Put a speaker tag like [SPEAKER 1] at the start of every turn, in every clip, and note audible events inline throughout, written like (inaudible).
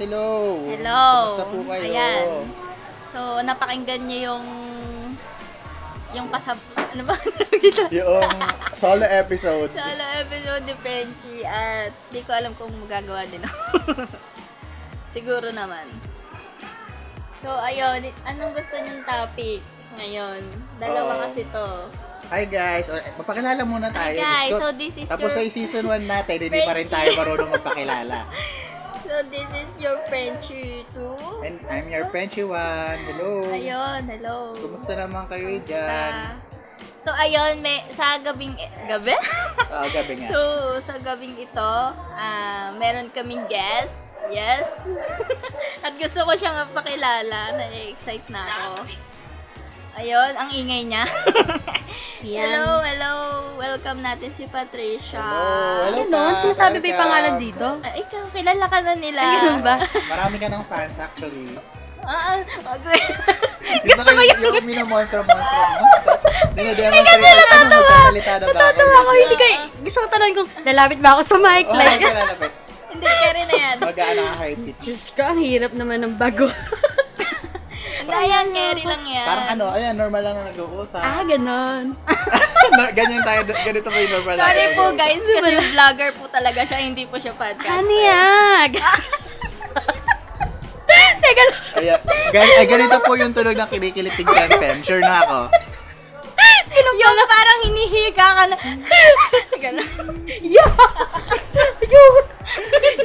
[SPEAKER 1] Ano
[SPEAKER 2] hello!
[SPEAKER 1] (laughs) Hello.
[SPEAKER 2] Kumusta po kayo?
[SPEAKER 1] Ayan. So, napakinggan niyo yung yung pasab... Ano ba? (laughs) Nakita.
[SPEAKER 2] Yung solo episode.
[SPEAKER 1] Solo episode ni Frenchie at di ko alam kung magagawa din ako. (laughs) Siguro naman. So, ayun. Anong gusto niyong topic ngayon? Dalawa
[SPEAKER 2] Oo.
[SPEAKER 1] kasi to.
[SPEAKER 2] Hi guys! O, Magpakilala muna tayo.
[SPEAKER 1] guys,
[SPEAKER 2] Gusto-
[SPEAKER 1] so this is
[SPEAKER 2] Tapos
[SPEAKER 1] your-
[SPEAKER 2] sa season 1 natin, hindi pa rin tayo marunong magpakilala.
[SPEAKER 1] So, this is your Frenchie too.
[SPEAKER 2] And I'm your Frenchy one. Hello!
[SPEAKER 1] Ayun, hello.
[SPEAKER 2] Kumusta naman kayo
[SPEAKER 1] Kamusta?
[SPEAKER 2] dyan?
[SPEAKER 1] So, ayun, may, sa gabing... Gabi? (laughs)
[SPEAKER 2] Ah, gabi nga.
[SPEAKER 1] so, sa gabing ito, ah meron kaming guest. Yes. (laughs) At gusto ko siyang pakilala. Na-excite na ako. Ayun, ang ingay
[SPEAKER 2] (laughs)
[SPEAKER 1] niya. hello, hello. Welcome natin si Patricia.
[SPEAKER 2] Hello,
[SPEAKER 3] Ano?
[SPEAKER 2] fans.
[SPEAKER 3] Sinasabi ba yung
[SPEAKER 2] Welcome.
[SPEAKER 3] pangalan dito?
[SPEAKER 1] Ah, ikaw, kilala ka na nila.
[SPEAKER 3] Ayun ba?
[SPEAKER 2] Marami ka ng fans actually.
[SPEAKER 1] (laughs) Ah, ah, wag (laughs)
[SPEAKER 2] Gusto ko yung... Yung minamonster monster monster. Dinademonstrate. Ano magkakalita na ba ako?
[SPEAKER 3] Ano ako? Hindi ka... Gusto ko tanong kung lalapit ba ako sa mic?
[SPEAKER 2] Oh, (laughs)
[SPEAKER 3] Like,
[SPEAKER 2] magkakalapit.
[SPEAKER 1] Hindi, kaya na yan.
[SPEAKER 2] Mag-ano ka high pitch.
[SPEAKER 3] (laughs) Diyos ko, ang hirap naman ng bago.
[SPEAKER 1] Hindi, yan, carry lang yan.
[SPEAKER 2] Parang ano, ayan, normal lang na nag-uusap.
[SPEAKER 3] ah, ganon.
[SPEAKER 2] Na- (laughs) ganyan tayo, ganito po yung normal
[SPEAKER 1] Sorry
[SPEAKER 2] natin.
[SPEAKER 1] po guys, kasi vlogger po talaga siya, hindi po
[SPEAKER 2] Ano
[SPEAKER 1] siya
[SPEAKER 3] Ah,
[SPEAKER 1] podcaster.
[SPEAKER 3] Aniag! Teka lang.
[SPEAKER 2] Ayan, gan- ay, ganito po yung tunog ng kinikilitig yan, Pem. Sure na ako.
[SPEAKER 1] Yung parang hinihiga ka na. (laughs) Ganun.
[SPEAKER 3] Yeah! Ayun!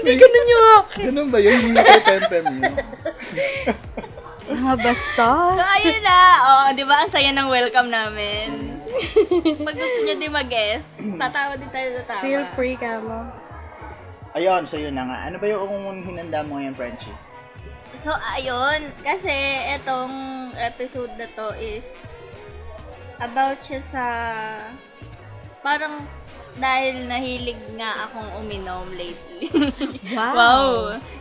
[SPEAKER 3] Hindi ganun yung akin.
[SPEAKER 2] Ganun ba yun? Hindi kay Pem Pem yun.
[SPEAKER 3] Mga basta.
[SPEAKER 1] So ayun na, oh, di ba ang saya ng welcome
[SPEAKER 3] (laughs)
[SPEAKER 1] namin? Pag gusto nyo di mag-guess, tatawa din tayo tatawa.
[SPEAKER 3] Feel free ka mo.
[SPEAKER 2] Ayun, so yun na nga. Ano ba yung hinanda mo ngayon, Frenchie?
[SPEAKER 1] So ayun, kasi etong episode na to is about siya sa parang dahil nahilig nga akong uminom lately.
[SPEAKER 3] Wow.
[SPEAKER 1] (laughs) wow.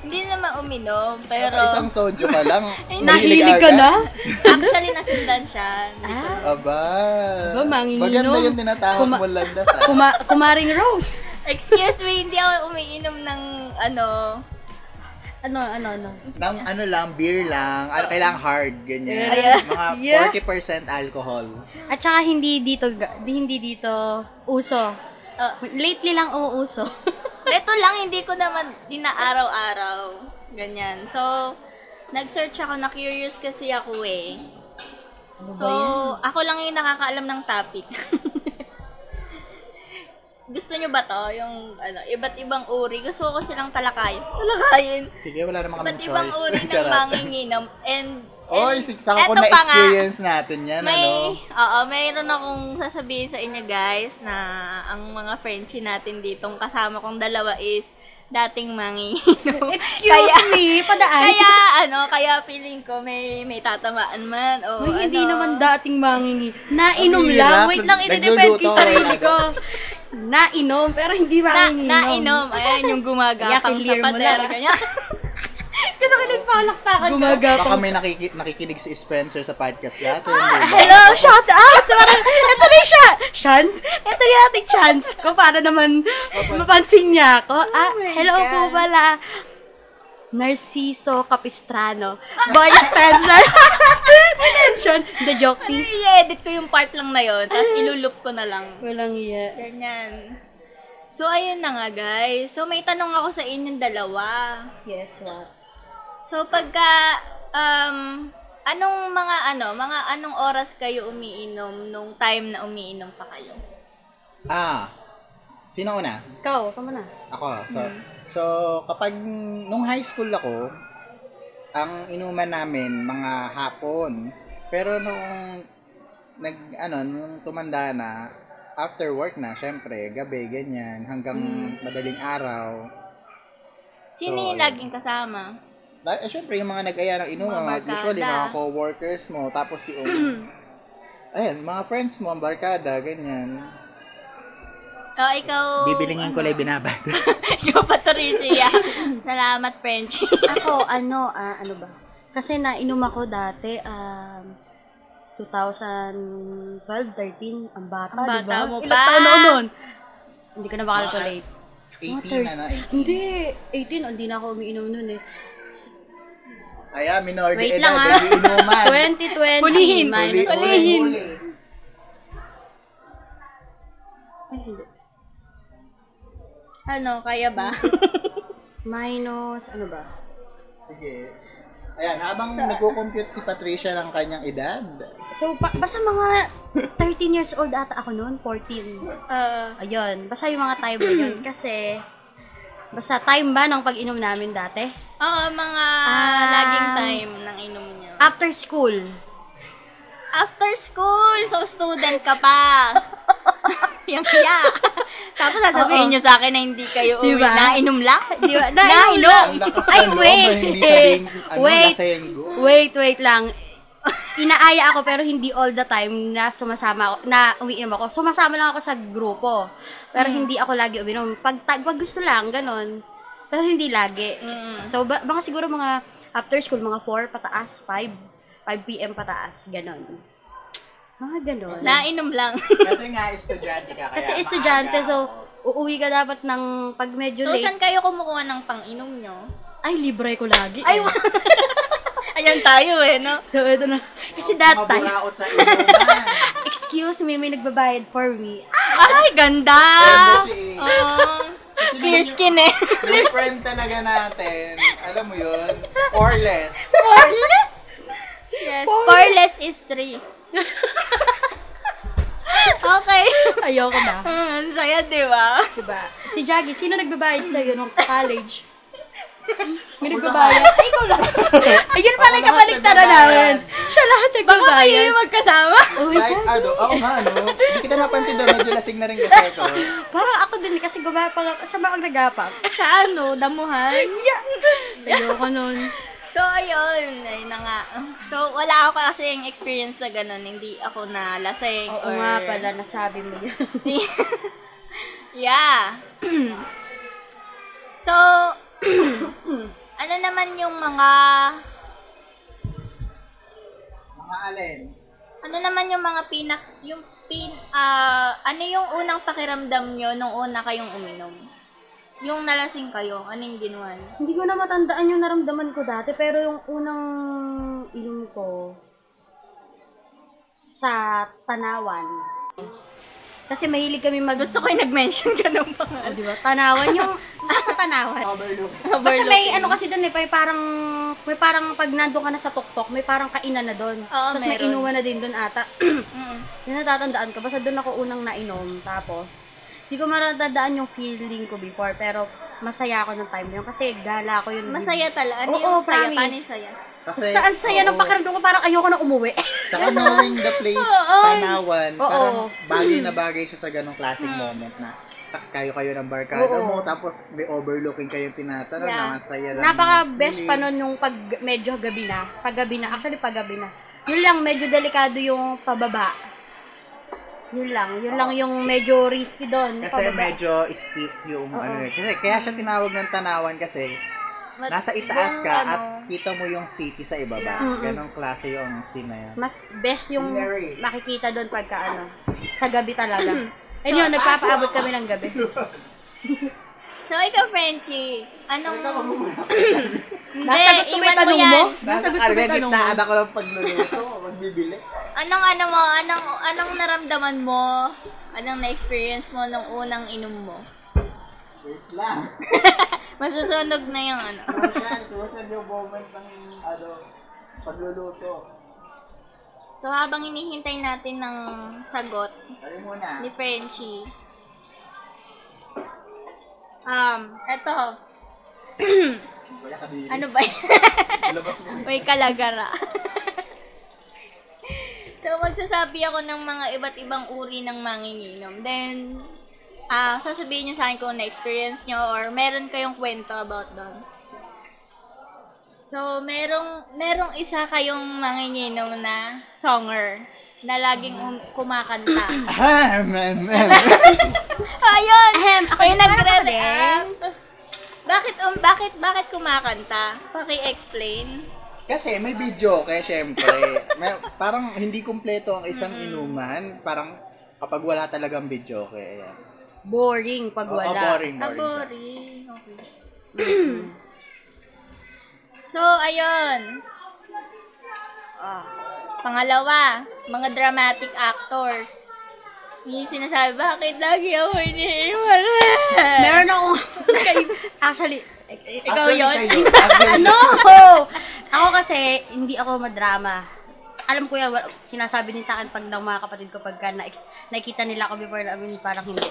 [SPEAKER 1] Hindi naman uminom, pero
[SPEAKER 2] Isang sojo ka lang.
[SPEAKER 3] Nahilig ka
[SPEAKER 2] agad.
[SPEAKER 3] na?
[SPEAKER 1] actually nasundan siya.
[SPEAKER 3] (laughs) Ah,
[SPEAKER 2] Aba.
[SPEAKER 3] Aba, manginginom.
[SPEAKER 2] Maganda yung tinatawag
[SPEAKER 3] Kuma-
[SPEAKER 2] mo landas, ah.
[SPEAKER 3] (laughs) kuma- kumaring Rose.
[SPEAKER 1] Excuse me, hindi ako umiinom ng ano,
[SPEAKER 3] Ano, ano, ano?
[SPEAKER 2] Nang ano lang, beer lang. Ano, kailangang hard, ganyan.
[SPEAKER 1] Ayan.
[SPEAKER 2] Mga
[SPEAKER 3] Yeah.
[SPEAKER 2] 40% alcohol.
[SPEAKER 3] At saka hindi dito, ga- hindi dito uso.
[SPEAKER 1] Ah.
[SPEAKER 3] Lately lang uuso.
[SPEAKER 1] Ito lang, hindi ko naman dinaaraw-araw. Ganyan. So, nag-search ako, na-curious kasi ako eh.
[SPEAKER 2] Ano
[SPEAKER 1] So, ako lang yung nakakaalam ng topic. (laughs) Gusto nyo ba to? Yung ano, iba't ibang uri. Gusto ko silang talakayin. Talakayin?
[SPEAKER 2] Sige, wala naman
[SPEAKER 1] Iba't
[SPEAKER 2] kaming choice.
[SPEAKER 1] ibang
[SPEAKER 2] (laughs)
[SPEAKER 1] uri ng
[SPEAKER 2] Charot.
[SPEAKER 1] manginginom. And,
[SPEAKER 2] Oy,
[SPEAKER 1] and
[SPEAKER 2] si, saka ko
[SPEAKER 1] eto pa nga.
[SPEAKER 2] na-experience natin yan,
[SPEAKER 1] May,
[SPEAKER 2] ano.
[SPEAKER 1] oo, mayroon akong sasabihin sa inyo guys na ang mga Frenchie natin ditong kasama kong dalawa is dating manginginom.
[SPEAKER 3] (laughs) Excuse me, (laughs) padaan.
[SPEAKER 1] Kaya ano, kaya feeling ko may may tatamaan man o
[SPEAKER 3] Uy, hindi
[SPEAKER 1] ano.
[SPEAKER 3] naman dating mangingi. Nainom
[SPEAKER 2] Ang hirap.
[SPEAKER 3] lang. Wait lang, i-defend ko
[SPEAKER 2] Nagluluto
[SPEAKER 3] yung
[SPEAKER 2] ako
[SPEAKER 3] sarili
[SPEAKER 2] agad.
[SPEAKER 3] ko. Nainom, pero hindi
[SPEAKER 1] na,
[SPEAKER 3] manginginom.
[SPEAKER 1] nainom. Ayan yung gumagapang
[SPEAKER 3] Iyakin
[SPEAKER 1] sa
[SPEAKER 3] clear mo
[SPEAKER 1] pader.
[SPEAKER 3] lang.
[SPEAKER 1] Ganyan. Gusto ko nagpalakpakan ko.
[SPEAKER 2] Baka
[SPEAKER 3] Gumagapang.
[SPEAKER 2] may nakiki- nakikinig si Spencer sa podcast natin. di
[SPEAKER 1] (laughs)
[SPEAKER 2] ba?
[SPEAKER 3] Hello, shut up! Parang, eto na yung siya. Chan? Eto na yung ating chance ko para naman mapansin niya ako. Ah, hello
[SPEAKER 1] God.
[SPEAKER 3] po pala. Narciso Capistrano. Boyfriend na. (laughs) Attention. The joke,
[SPEAKER 1] Ano,
[SPEAKER 3] (laughs) please. Ah.
[SPEAKER 1] i-edit ko yung part lang na yun, tapos ilulup ko na lang.
[SPEAKER 3] Walang iya.
[SPEAKER 1] Ganyan. So, ayun na nga, guys. So, may tanong ako sa inyong dalawa.
[SPEAKER 3] Yes, what?
[SPEAKER 1] So, pagka, um, anong mga ano, mga anong oras kayo umiinom nung time na umiinom pa kayo?
[SPEAKER 2] Ah, sino una?
[SPEAKER 3] Ikaw, kamo na.
[SPEAKER 2] Ako. ah. So,
[SPEAKER 1] Mm.
[SPEAKER 2] so kapag nung high school ako, ang inuman namin mga hapon. Pero nung nag ano, nung tumanda na, after work na, syempre, gabi ganyan hanggang madaling araw.
[SPEAKER 1] Mm. Sino
[SPEAKER 2] So,
[SPEAKER 1] yung
[SPEAKER 2] ayun.
[SPEAKER 1] laging kasama?
[SPEAKER 2] Like, eh, syempre, yung mga nag-aya ng
[SPEAKER 1] Mga
[SPEAKER 2] inuman,
[SPEAKER 1] barkada.
[SPEAKER 2] usually, mga co-workers mo, tapos
[SPEAKER 1] (clears throat)
[SPEAKER 2] yung, ayan, mga friends mo, ang barkada, ganyan.
[SPEAKER 1] Oh, ano? ikaw... (laughs)
[SPEAKER 2] Bibilingin ko lang binabad.
[SPEAKER 1] ikaw, Patricia. (laughs) Salamat, Frenchie.
[SPEAKER 3] ako, ano, ah, ano ba? Kasi nainom ako dati, um, 2012, 13, ang bata,
[SPEAKER 1] Ang bata
[SPEAKER 3] diba?
[SPEAKER 1] mo
[SPEAKER 3] Ilang
[SPEAKER 1] pa.
[SPEAKER 3] taon ako nun? Hindi ko na makalculate.
[SPEAKER 2] 18 na na, 18.
[SPEAKER 3] oh, Hindi, 18, hindi na ako umiinom nun eh.
[SPEAKER 2] Ayan, minor de
[SPEAKER 3] Wait
[SPEAKER 2] edad,
[SPEAKER 3] lang, ah.
[SPEAKER 2] hindi
[SPEAKER 3] (laughs)
[SPEAKER 2] inuman.
[SPEAKER 3] 2020
[SPEAKER 4] Hulihin.
[SPEAKER 3] minus
[SPEAKER 2] Huli,
[SPEAKER 4] Hulihin.
[SPEAKER 2] huli.
[SPEAKER 1] Ano, kaya ba?
[SPEAKER 3] minus ano ba?
[SPEAKER 2] Sige. Ayan, habang nagko-compute si Patricia ng kanyang edad,
[SPEAKER 3] So pa- basta mga 13 years old ata ako noon, 14.
[SPEAKER 1] Ah,
[SPEAKER 3] Ayun, basta yung mga time na yun kasi basta time ba ng pag-inom namin dati?
[SPEAKER 1] oo, mga
[SPEAKER 3] Ah.
[SPEAKER 1] laging time ng inom niya.
[SPEAKER 3] After school.
[SPEAKER 1] After school, so student ka
[SPEAKER 3] (laughs)
[SPEAKER 1] pa. Yang kaya. Tapos sasabihin
[SPEAKER 3] Oo.
[SPEAKER 1] niyo sa akin na hindi kayo uwi.
[SPEAKER 3] Diba?
[SPEAKER 1] Nainom lang.
[SPEAKER 3] Di ba? Ah!
[SPEAKER 1] Nainom.
[SPEAKER 2] ang lakas
[SPEAKER 3] Ay,
[SPEAKER 2] ng loob
[SPEAKER 3] wait.
[SPEAKER 2] na hindi
[SPEAKER 3] (laughs)
[SPEAKER 2] sabing, ano,
[SPEAKER 3] Wait.
[SPEAKER 2] nasayanggo.
[SPEAKER 3] Wait, wait lang. (laughs) Inaaya ako pero hindi all the time na sumasama ako, na umiinom ako. Sumasama lang ako sa grupo. Pero hindi ako lagi uminom. Pag, ta- pag gusto lang, ganon. Pero hindi lagi.
[SPEAKER 1] Mm.
[SPEAKER 3] So, ba- baka siguro mga after school, mga 4 pataas, 5. 5 p.m. pataas, ganon. Mga ganon.
[SPEAKER 1] Nainom lang.
[SPEAKER 2] Kasi nga, estudyante ka. Kaya
[SPEAKER 3] Kasi estudyante,
[SPEAKER 2] maaga.
[SPEAKER 3] so uuwi ka dapat ng pag medyo
[SPEAKER 1] So,
[SPEAKER 3] late.
[SPEAKER 1] saan kayo kumukuha ng pang-inom nyo? (laughs)
[SPEAKER 3] Ay, libre ko lagi. eh.
[SPEAKER 1] Ay, wa- Ayan tayo eh, no?
[SPEAKER 3] So, ito na. Kasi that
[SPEAKER 2] Mga
[SPEAKER 3] time,
[SPEAKER 2] buraot sa inuman.
[SPEAKER 3] (laughs) excuse me, may nagbabayad for me.
[SPEAKER 1] Ay, ganda!
[SPEAKER 3] Ah!
[SPEAKER 2] Ganda siya eh.
[SPEAKER 1] Oo.
[SPEAKER 2] Kasi
[SPEAKER 1] Clear
[SPEAKER 2] naman
[SPEAKER 1] skin eh.
[SPEAKER 3] Oh,
[SPEAKER 2] yung- Yung friend talaga natin, alam mo yun, or less.
[SPEAKER 1] Porless? Yes, porless is three. okay.
[SPEAKER 3] Ayoko na.
[SPEAKER 1] Ang saya, di ba?
[SPEAKER 3] Diba? Si Jaggy, sino nagbabayad sa'yo (laughs) nung college? May nagbabayad.
[SPEAKER 2] nagbabayad.
[SPEAKER 3] Ay, ikaw lang. (laughs) Ayun pala yung
[SPEAKER 2] Ako lahat
[SPEAKER 3] kabaligtaran
[SPEAKER 2] nagbabayad.
[SPEAKER 3] namin. Siya lahat
[SPEAKER 1] Baka kayo
[SPEAKER 3] nagbabayad.
[SPEAKER 1] yung magkasama.
[SPEAKER 3] (laughs) Oh my
[SPEAKER 2] Like,
[SPEAKER 3] God.
[SPEAKER 2] ano, ako nga, no? Hindi kita napansin doon, medyo lasing na rin kasi ako.
[SPEAKER 3] (laughs) Parang ako din kasi gumapang, sama akong nagapang.
[SPEAKER 1] (laughs) Sa ano, damuhan.
[SPEAKER 3] Ayoko (laughs) nun.
[SPEAKER 1] So, ayun. Ayun na nga. So, wala ako kasi yung experience na ganun. Hindi ako nalasing.
[SPEAKER 3] Oo
[SPEAKER 1] or...
[SPEAKER 3] nga pala, nasabi mo yun.
[SPEAKER 1] yeah. (clears throat) so, (clears throat) ano naman yung mga
[SPEAKER 2] Mga alin.
[SPEAKER 1] ano naman yung mga pinak yung pin ah, ano yung unang pakiramdam nyo nung una kayong uminom? Yung nalasing kayo, ano yung ginawa niyo?
[SPEAKER 3] Hindi ko na matandaan yung naramdaman ko dati, pero yung unang inom ko sa Tanawan. Kasi mahilig kami mag...
[SPEAKER 1] Gusto ko yung nag-mention ka ng
[SPEAKER 3] Oh,
[SPEAKER 1] pangalan.
[SPEAKER 3] di
[SPEAKER 1] (laughs)
[SPEAKER 3] ba? Tanawan yung... (laughs) Basta Tanawan.
[SPEAKER 2] Overlook.
[SPEAKER 3] Basta may ano kasi doon eh, may parang may parang pag nandoon ka na sa tuktok, may parang kainan na doon.
[SPEAKER 1] Oo,
[SPEAKER 3] Tapos may
[SPEAKER 1] meron.
[SPEAKER 3] inuman na din doon ata. (clears throat)
[SPEAKER 1] Mm.
[SPEAKER 3] Yung natatandaan ko, basta doon ako unang nainom. Tapos, hindi ko matatandaan yung feeling ko before, pero masaya ako ng time na yun. Kasi gala ko yun.
[SPEAKER 1] Masaya tala. Ano
[SPEAKER 3] Oo,
[SPEAKER 1] yung saya?
[SPEAKER 3] promise.
[SPEAKER 1] Paano yung saya?
[SPEAKER 2] Kasi,
[SPEAKER 3] Saan saya
[SPEAKER 2] oo.
[SPEAKER 3] ng pakiramdam ko, parang ayoko na umuwi. (laughs)
[SPEAKER 2] Saka knowing the place,
[SPEAKER 3] Oo.
[SPEAKER 2] tanawan, parang
[SPEAKER 3] Oo.
[SPEAKER 2] bagay
[SPEAKER 3] (laughs)
[SPEAKER 2] na bagay siya sa ganong klaseng moment na ka- kayo-kayo ng barkada
[SPEAKER 3] Oo.
[SPEAKER 2] mo, tapos may overlooking kayong tinatanong,
[SPEAKER 1] Yeah.
[SPEAKER 2] na masaya lang.
[SPEAKER 3] Napaka-best pa nun yung pag medyo gabi na. Paggabi na. Actually, paggabi na. Yun lang, medyo delikado yung pababa. Yun lang. Yun lang yung medyo risky doon. yung
[SPEAKER 2] Kasi
[SPEAKER 3] pababa.
[SPEAKER 2] medyo stiff yung
[SPEAKER 3] Oo.
[SPEAKER 2] ano. eh. Kasi kaya siya tinawag ng tanawan kasi
[SPEAKER 1] Mat-
[SPEAKER 2] nasa itaas ka
[SPEAKER 1] yung
[SPEAKER 2] at
[SPEAKER 1] ano.
[SPEAKER 2] kita mo yung city sa ibaba.
[SPEAKER 3] Mm-mm.
[SPEAKER 2] Ganong klase yung scene na yun.
[SPEAKER 3] Mas best yung
[SPEAKER 2] Scenery.
[SPEAKER 3] makikita doon pagka ano. Sa gabi
[SPEAKER 1] Hmm.
[SPEAKER 3] talaga. And
[SPEAKER 1] ah,
[SPEAKER 3] yun, nagpapaabot kami ng gabi.
[SPEAKER 2] (laughs)
[SPEAKER 1] So, ikaw, Frenchie, anong... (laughs) Hindi,
[SPEAKER 3] Nasagot
[SPEAKER 1] iwan
[SPEAKER 3] ko ba yung
[SPEAKER 1] mo
[SPEAKER 3] tanong mo?
[SPEAKER 1] yan.
[SPEAKER 2] Nasa
[SPEAKER 3] Nasagot ko ba yung
[SPEAKER 2] already
[SPEAKER 3] tanong mo?
[SPEAKER 2] na ako ng pagluluto, (laughs) magbibili.
[SPEAKER 1] Anong ano mo, anong, anong naramdaman mo, anong na-experience mo nung unang inom mo?
[SPEAKER 2] Wait lang.
[SPEAKER 1] Masusunog na yung ano.
[SPEAKER 2] Crucial, crucial yung moment ng ano, pagluluto.
[SPEAKER 1] So, habang hinihintay natin ng sagot
[SPEAKER 2] Kayo muna.
[SPEAKER 1] ni Frenchie,
[SPEAKER 3] Um,
[SPEAKER 1] eto,
[SPEAKER 2] Wala ka dito.
[SPEAKER 1] ano ba yan? (laughs)
[SPEAKER 2] Labas mo.
[SPEAKER 1] May kalagara. (laughs) so, magsasabi ako ng mga iba't ibang uri ng manginginom. Then, ah sasabihin nyo sa akin kung na-experience nyo or meron kayong kwento about doon. So, merong, merong isa kayong manginginom na songer na laging um- kumakanta.
[SPEAKER 2] Ahem, ahem, ahem.
[SPEAKER 1] Ayun!
[SPEAKER 3] Ahem, ako
[SPEAKER 1] May
[SPEAKER 3] din, parang ako
[SPEAKER 1] nagre-react. Bakit, um, bakit, bakit kumakanta? Paki-explain.
[SPEAKER 2] (laughs) Kasi may video, kaya syempre, may, parang hindi kumpleto ang isang inuman, parang kapag wala talagang video, kaya ayan.
[SPEAKER 3] boring pag
[SPEAKER 2] Oo,
[SPEAKER 3] wala.
[SPEAKER 2] boring,
[SPEAKER 1] Ah,
[SPEAKER 2] boring.
[SPEAKER 1] (clears throat) boring. Okay. so, ayun.
[SPEAKER 3] Ah.
[SPEAKER 1] Pangalawa, mga dramatic actors. Yung sinasabi, bakit lagi ako iniiwan?
[SPEAKER 3] Meron ako (laughs) actually
[SPEAKER 1] Ikaw yun?
[SPEAKER 3] (laughs) ano? ako kasi hindi ako madrama. Alam ko yan, wal- sinasabi din sa akin pag ng mga kapatid ko pagka na nakita nila ako before na I mean, parang hindi.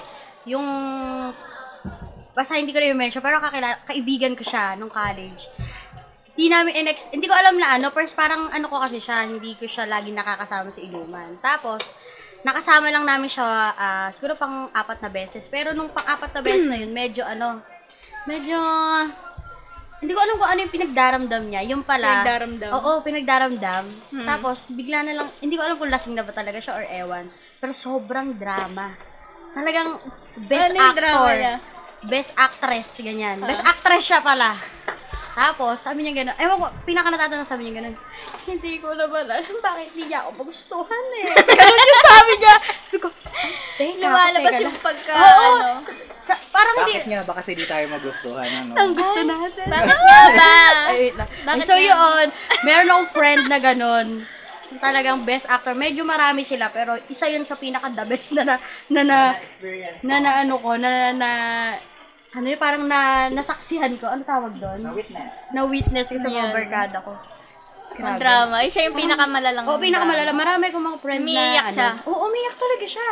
[SPEAKER 3] Yung basta hindi ko na i-mention, pero kakilala, kaibigan ko siya nung college. Hindi namin inex, hindi ko alam na ano, first parang ano ko kasi siya, hindi ko siya lagi nakakasama sa inuman. Tapos, nakasama lang namin siya, ah, siguro pang apat na beses. Pero nung pang apat na beses na yun, medyo ano, medyo, hindi ko alam kung ano yung pinagdaramdam niya. Yung pala,
[SPEAKER 1] Pinagdaramdam.
[SPEAKER 3] Oo, pinagdaramdam. Tapos, bigla na lang, hindi ko alam kung lasing na ba talaga siya or ewan. Pero sobrang drama. Talagang best
[SPEAKER 1] Ano yung drama
[SPEAKER 3] actor.
[SPEAKER 1] niya?
[SPEAKER 3] Best actress, ganyan. Best actress siya pala. Tapos, sabi niya gano'n. Ewan ko, pinaka natatanong sabi niya gano'n. Hindi ko naman (laughs) alam bakit hindi niya ako magustuhan (laughs) eh. gano'n yung sabi niya. Sabi ko, teka,
[SPEAKER 1] (laughs) Lumalabas
[SPEAKER 3] teka
[SPEAKER 1] yung
[SPEAKER 3] lang.
[SPEAKER 1] pagka,
[SPEAKER 3] Oo.
[SPEAKER 1] ano.
[SPEAKER 3] Sa- parang di,
[SPEAKER 2] Bakit nga ba kasi di tayo magustuhan? Ano?
[SPEAKER 3] ang gusto natin.
[SPEAKER 1] Bakit nga
[SPEAKER 3] (laughs)
[SPEAKER 1] ba?
[SPEAKER 3] Ay, wait lang.
[SPEAKER 1] Bakit
[SPEAKER 3] so
[SPEAKER 1] nga?
[SPEAKER 3] yun, meron akong friend na ganun. Talagang best actor. Medyo marami sila, pero isa yun sa pinaka the best na na, na, na, na, na ano ko, na, na, na ano yun, parang na, nasaksihan ko. Ano tawag doon?
[SPEAKER 2] Witness.
[SPEAKER 3] Na witness ko sa
[SPEAKER 1] Ano yun?
[SPEAKER 3] mga barkada ko.
[SPEAKER 1] Ang drama. Ay, siya yung pinakamalalang.
[SPEAKER 3] Oo, pinakamalala. Marami akong mga friend
[SPEAKER 1] Umiiyak
[SPEAKER 3] na,
[SPEAKER 1] siya.
[SPEAKER 3] ano. Oo, umiiyak talaga siya.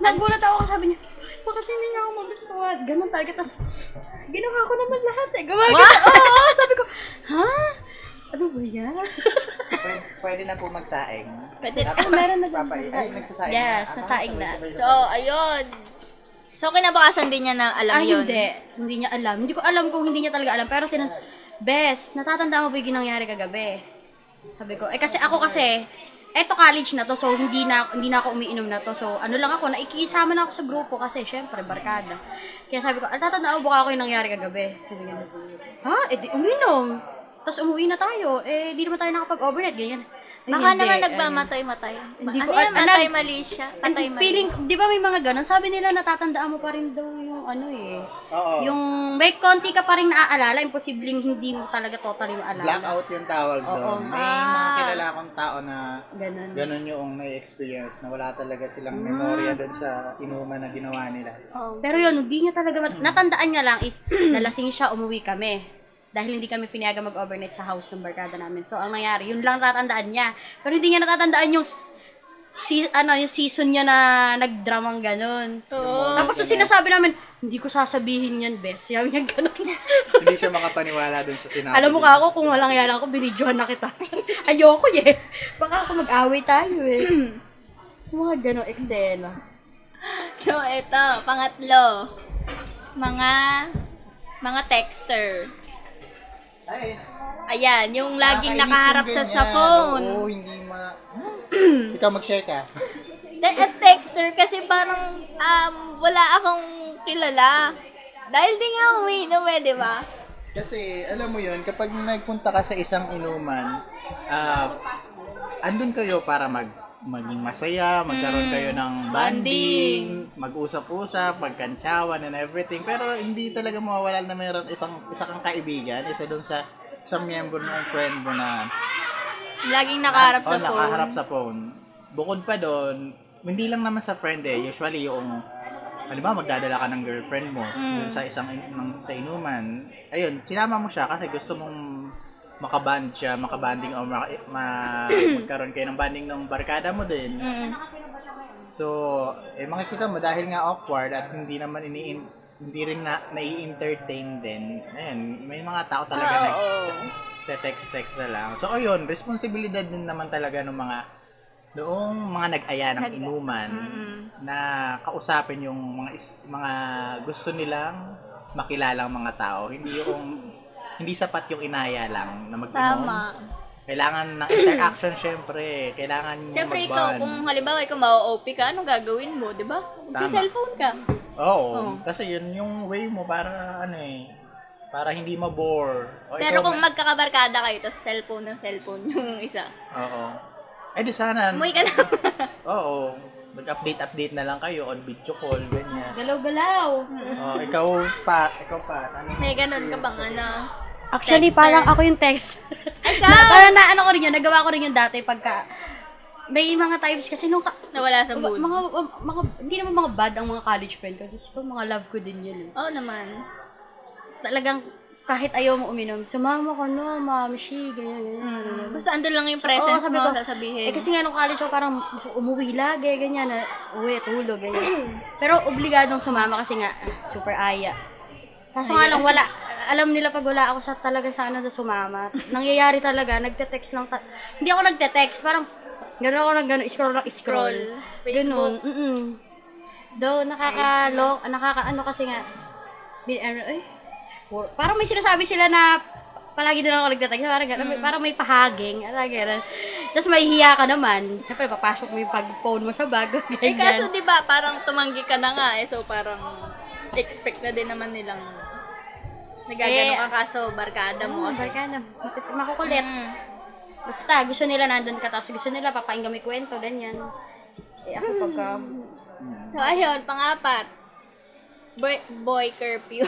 [SPEAKER 3] Nagulat ako sabi niya, bakit hindi niya ako magustuhan? Ganun talaga. Tapos, ginawa ko naman lahat eh. Gawa ko. Oo, sabi ko, ha? Ano ba yan?
[SPEAKER 2] Pwede, pwede na po magsaing.
[SPEAKER 1] Pwede.
[SPEAKER 2] Tapos,
[SPEAKER 3] Ah, meron na
[SPEAKER 2] papay- Ay,
[SPEAKER 3] ganun.
[SPEAKER 2] nagsasaing
[SPEAKER 3] Yes,
[SPEAKER 2] Ah,
[SPEAKER 3] nasaing na.
[SPEAKER 2] sabay-sabay
[SPEAKER 1] So, ayun. So, kinabukasan din niya na alam
[SPEAKER 3] Ah,
[SPEAKER 1] yun.
[SPEAKER 3] hindi. Hindi niya alam. Hindi ko alam kung hindi niya talaga alam. Pero tinan... Bes, natatanda mo ba yung nangyari kagabi? Sabi ko, eh kasi ako kasi, eto college na to, so hindi na, hindi na ako umiinom na to. So, ano lang ako, naikisama na ako sa grupo kasi, syempre, barkada. Kaya sabi ko, ah, tatanda mo baka ako yung nangyari kagabi. Sabi niya, ha? Eh, di uminom. Tapos umuwi na tayo. Eh, di naman tayo nakapag-overnight, ganyan. Ay,
[SPEAKER 1] Baka
[SPEAKER 3] hindi, eh.
[SPEAKER 1] naman
[SPEAKER 3] ayun.
[SPEAKER 1] nagmamatay-matay.
[SPEAKER 3] Hindi
[SPEAKER 1] ano
[SPEAKER 3] ko-
[SPEAKER 1] yun?
[SPEAKER 3] ah,
[SPEAKER 1] Matay
[SPEAKER 3] nag-
[SPEAKER 1] mali siya.
[SPEAKER 3] Ang
[SPEAKER 1] Patay mali.
[SPEAKER 3] feeling, di ba may mga ganun? Sabi nila natatandaan mo pa rin daw yung ano eh.
[SPEAKER 2] Oo.
[SPEAKER 3] Yung may konti ka pa rin naaalala, imposibleng hindi mo talaga totally maalala.
[SPEAKER 2] Blackout yung tawag
[SPEAKER 3] Oo.
[SPEAKER 2] doon. May mga
[SPEAKER 1] Ah.
[SPEAKER 2] kilala akong tao na
[SPEAKER 3] Ganun.
[SPEAKER 2] ganun yung na-experience na wala talaga
[SPEAKER 1] Ah.
[SPEAKER 2] silang memorya doon sa inuman na ginawa nila.
[SPEAKER 1] Oh.
[SPEAKER 3] Pero yun, hindi niya talaga, mat- natandaan niya lang is, (clears throat) nalasing siya, umuwi kami. Dahil hindi kami pinayaga mag-overnight sa house ng barkada namin. So, ang nangyari, yun lang tatandaan niya. Pero hindi niya natatandaan yung, s- si, ano, yung season niya na nagdramang Oh, ganun.
[SPEAKER 1] Oo.
[SPEAKER 3] Tapos so, sinasabi namin, hindi ko sasabihin yan, bes. Sabi niya ganun. (laughs)
[SPEAKER 2] Hindi siya makapaniwala doon sa sinabi.
[SPEAKER 3] Alam mo
[SPEAKER 2] niya.
[SPEAKER 3] ka ako, kung walang yan ako, binidyohan na kita. (laughs) Ayoko eh. Baka ako mag-away tayo (clears throat) eh. Mga gano'ng eksena.
[SPEAKER 1] So, ito, pangatlo. Mga, mga texter.
[SPEAKER 2] Ay,
[SPEAKER 1] Ayan, yung
[SPEAKER 2] nakakainis
[SPEAKER 1] laging nakaharap
[SPEAKER 2] yung
[SPEAKER 1] sa sa
[SPEAKER 2] ganyan. Oo,
[SPEAKER 1] phone.
[SPEAKER 2] hindi ma...
[SPEAKER 1] (clears throat)
[SPEAKER 2] Ikaw mag-share ka.
[SPEAKER 1] Da- At eh, texter kasi parang um, wala akong kilala. Dahil di nga ako umiinom eh, di ba?
[SPEAKER 2] Kasi, alam mo yun, kapag nagpunta ka sa isang inuman, ah, andun kayo para mag maging masaya, magkaroon kayo ng bonding, mag-usap-usap, magkantsawan and everything. Pero hindi talaga mawawala na mayroon isang isa kang kaibigan, isa doon sa isang member ng friend mo na
[SPEAKER 1] Laging Ah, oh, nakaharap
[SPEAKER 2] Oo,
[SPEAKER 1] sa phone.
[SPEAKER 2] Oh, nakaharap sa phone. Bukod pa doon, hindi lang naman sa friend eh. Usually yung, halimbawa magdadala ka ng girlfriend mo
[SPEAKER 1] Mm.
[SPEAKER 2] dun sa isang in- ng- sa inuman. Ayun, sinama mo siya kasi gusto mong makaband siya, makabanding o ma,
[SPEAKER 1] (coughs)
[SPEAKER 2] ma- magkaroon kayo ng banding ng barkada mo din.
[SPEAKER 1] Mm.
[SPEAKER 2] So, eh, makikita mo dahil nga awkward at hindi naman ini hindi rin na, nai-entertain din. Ayun, may mga tao talaga na
[SPEAKER 1] Oo.
[SPEAKER 2] text-text na lang. So, ayun, responsibilidad din naman talaga ng mga noong mga nag-aya ng
[SPEAKER 1] Nag-
[SPEAKER 2] inuman
[SPEAKER 1] Mm-mm.
[SPEAKER 2] na kausapin yung mga is- mga gusto nilang makilalang mga tao. Hindi yung hindi sapat yung inaya lang na mag
[SPEAKER 1] Tama.
[SPEAKER 2] Kailangan ng interaction (clears throat) syempre. Kailangan
[SPEAKER 1] Siyempre
[SPEAKER 2] mag
[SPEAKER 1] ikaw, kung halimbawa ikaw mau-OP ka, anong gagawin mo, di ba?
[SPEAKER 2] Tama.
[SPEAKER 1] Magsi-cellphone ka.
[SPEAKER 2] Oo.
[SPEAKER 1] Oo.
[SPEAKER 2] Kasi yun yung way mo para ano eh. Para hindi ma-bore. O,
[SPEAKER 1] Pero
[SPEAKER 2] ikaw
[SPEAKER 1] kung
[SPEAKER 2] na-
[SPEAKER 1] magkakabarkada kayo, tapos cellphone ng cellphone yung isa.
[SPEAKER 2] Oo. Eh di sana.
[SPEAKER 1] Umuwi ka na.
[SPEAKER 2] (laughs) Oo. Mag-update-update na lang kayo on video call, ganyan.
[SPEAKER 3] Galaw-galaw.
[SPEAKER 2] Oh, ikaw pa, ikaw pa. Ano?
[SPEAKER 1] May ganun ka bang ano?
[SPEAKER 3] Actually,
[SPEAKER 1] Texter.
[SPEAKER 3] parang ako yung text.
[SPEAKER 1] Ay, ka!
[SPEAKER 3] Parang (laughs) na, ano ko rin yun, nagawa ko rin yun dati pagka, may mga times kasi nung, ka,
[SPEAKER 1] Nawala sa mood.
[SPEAKER 3] mga, mga, hindi naman mga bad ang mga college friend ko. Kasi ko, mga love ko din yun. eh.
[SPEAKER 1] Oo naman.
[SPEAKER 3] Talagang, kahit ayaw mo uminom, sumama ka no, mami, she, ganyan, ganyan. ganyan.
[SPEAKER 1] Basta andun lang yung presence
[SPEAKER 3] Oo, sabi
[SPEAKER 1] mo,
[SPEAKER 3] ko,
[SPEAKER 1] sasabihin.
[SPEAKER 3] Eh kasi nga nung college ako parang gusto ko umuwi lagi, ganyan, na, uwi, tulog, ganyan. (clears throat) Pero obligadong sumama kasi nga, ah, super aya. Kaso nga lang, wala, alam nila pag wala ako sa talaga sa ano na sumama. Nangyayari talaga, nagte-text lang. ta- hindi ako nagte-text, parang gano'n ako nag gano'n, scroll lang, scroll.
[SPEAKER 1] Scroll.
[SPEAKER 3] Ganun, mm Though, nakakalo, nakakaano ano kasi nga, bin, ano, eh, wor- parang may sinasabi sila na palagi na lang ako nagtatag. Parang, gano'n,
[SPEAKER 1] Mm.
[SPEAKER 3] may, parang may pahaging. Parang gano'n. Tapos may hiya ka naman. Siyempre, papasok mo yung pag-phone mo sa bago.
[SPEAKER 1] Eh, kaso
[SPEAKER 3] (laughs) Ganyan.
[SPEAKER 1] di ba parang tumanggi ka na nga eh, so parang expect na din naman nilang nagagano
[SPEAKER 3] Eh,
[SPEAKER 1] ka kaso barkada mo.
[SPEAKER 3] Hmm,
[SPEAKER 1] kasi.
[SPEAKER 3] baka na. Makukulit.
[SPEAKER 1] Mm.
[SPEAKER 3] Basta, gusto nila nandun ka. Tapos gusto nila papainggan may kwento. Ganyan. Eh, ako pagka...
[SPEAKER 1] Mm. So ayun, pang-apat. Boy, boy curfew.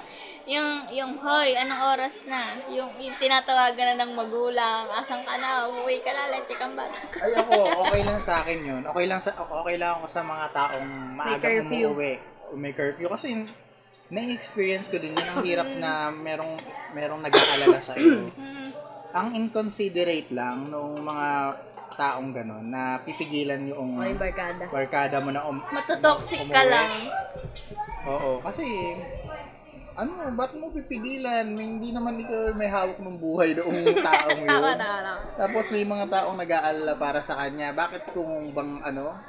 [SPEAKER 1] (laughs) yung, yung, hoy, anong oras na? Yung, yung tinatawagan na ng magulang, asan ka na, umuwi ka na, let's check ang bata.
[SPEAKER 2] Ay ako, okay lang sa akin yun. Okay lang sa okay lang ako sa mga taong maaga
[SPEAKER 3] curfew.
[SPEAKER 2] umuwi. May curfew. Kasi na-experience ko din yun. Ang hirap na merong, merong nag-aalala sa
[SPEAKER 1] (clears throat)
[SPEAKER 2] iyo.
[SPEAKER 1] Mm.
[SPEAKER 2] Ang inconsiderate lang noong mga taong gano'n na pipigilan yung
[SPEAKER 3] barkada.
[SPEAKER 2] barkada mo na um,
[SPEAKER 1] Matotoxic ka
[SPEAKER 2] umuwi.
[SPEAKER 1] lang.
[SPEAKER 2] Oo, kasi ano, ba't mo pipigilan? May- Hindi naman ikaw may hawak ng buhay
[SPEAKER 1] (laughs)
[SPEAKER 2] noong taong
[SPEAKER 1] Tama,
[SPEAKER 2] yun.
[SPEAKER 1] tama,
[SPEAKER 3] ano.
[SPEAKER 1] tama.
[SPEAKER 2] Tapos may mga taong nag-aalala para sa kanya. Bakit kung bang ano,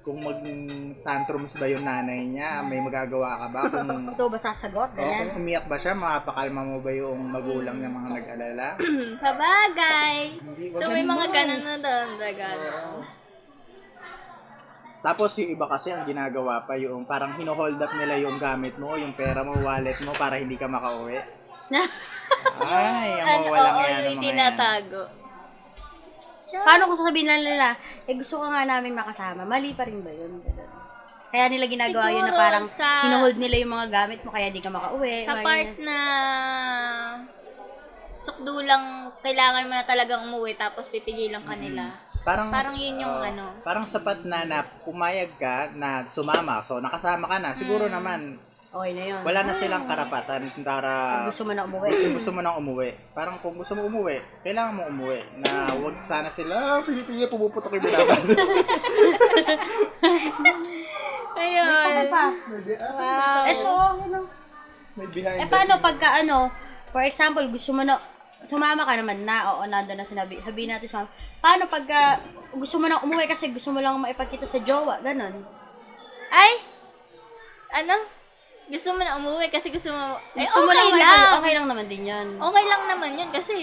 [SPEAKER 2] kung mag-tantrums ba yung nanay niya, may magagawa ka ba?
[SPEAKER 1] (laughs)
[SPEAKER 2] Kung,
[SPEAKER 3] Ito ba
[SPEAKER 2] oh,
[SPEAKER 3] sasagot?
[SPEAKER 2] kung
[SPEAKER 3] Ganyan.
[SPEAKER 2] umiyak ba siya, mapakalma mo ba yung magulang ng mga
[SPEAKER 1] (clears throat)
[SPEAKER 2] nag-alala?
[SPEAKER 1] Kabagay.
[SPEAKER 2] Hindi, wag
[SPEAKER 1] So,
[SPEAKER 2] ganun
[SPEAKER 1] may mga
[SPEAKER 2] ba?
[SPEAKER 1] ganun na doon, regalo.
[SPEAKER 2] Tapos yung iba kasi ang ginagawa pa yung parang hino-hold up nila yung gamit mo, yung pera mo, wallet mo para hindi ka
[SPEAKER 1] (laughs)
[SPEAKER 2] makauwi. Ay, ang
[SPEAKER 1] Ano,
[SPEAKER 2] mawalang yan ang
[SPEAKER 1] oo, yung
[SPEAKER 2] mga yan.
[SPEAKER 1] tinatago.
[SPEAKER 3] Paano kung sasabihin na nila, eh gusto ka nga namin makasama, mali pa rin ba yun? Ganun. Kaya nila ginagawa yun na
[SPEAKER 1] Siguro
[SPEAKER 3] parang
[SPEAKER 1] sa-
[SPEAKER 3] hinuhold nila yung mga gamit mo kaya di ka makauwi.
[SPEAKER 1] Sa
[SPEAKER 3] mga
[SPEAKER 1] part
[SPEAKER 3] ganyan.
[SPEAKER 1] na sukdulang kailangan mo na talagang umuwi tapos pipigilan ka nila.
[SPEAKER 2] Parang,
[SPEAKER 1] Parang yun yung
[SPEAKER 2] oo,
[SPEAKER 1] ano.
[SPEAKER 2] Parang sapat na na pumayag ka na sumama. So nakasama ka na. Siguro
[SPEAKER 3] Mm.
[SPEAKER 2] naman
[SPEAKER 3] Okay na yun.
[SPEAKER 2] wala na silang karapatan para
[SPEAKER 3] Kung Ah. gusto mo na umuwi.
[SPEAKER 2] kung gusto mo nang umuwi. Parang kung gusto mo umuwi, kailangan mo umuwi. Na wag sana sila, "Ah, Pilipina, pumuputok yung
[SPEAKER 3] (laughs)
[SPEAKER 2] bulakan.
[SPEAKER 3] Ano
[SPEAKER 1] Ayun.
[SPEAKER 3] pa?
[SPEAKER 1] Wow.
[SPEAKER 3] Ito, ano?
[SPEAKER 2] May behind
[SPEAKER 3] Eh
[SPEAKER 2] the
[SPEAKER 3] paano pagka ano, for example, gusto mo na, sumama ka naman na, oo, nandun na sinabi, sabihin natin sumama. Paano pagka gusto mo na umuwi kasi gusto mo lang maipakita sa jowa, ganun.
[SPEAKER 1] Ay! Ano? Gusto mo na umuwi kasi gusto mo... Ay,
[SPEAKER 3] Gusto mo
[SPEAKER 1] Eh, okay
[SPEAKER 3] lang,
[SPEAKER 1] lang.
[SPEAKER 3] maipakita-
[SPEAKER 1] Okay.
[SPEAKER 3] okay lang naman din yan.
[SPEAKER 1] lang naman yun kasi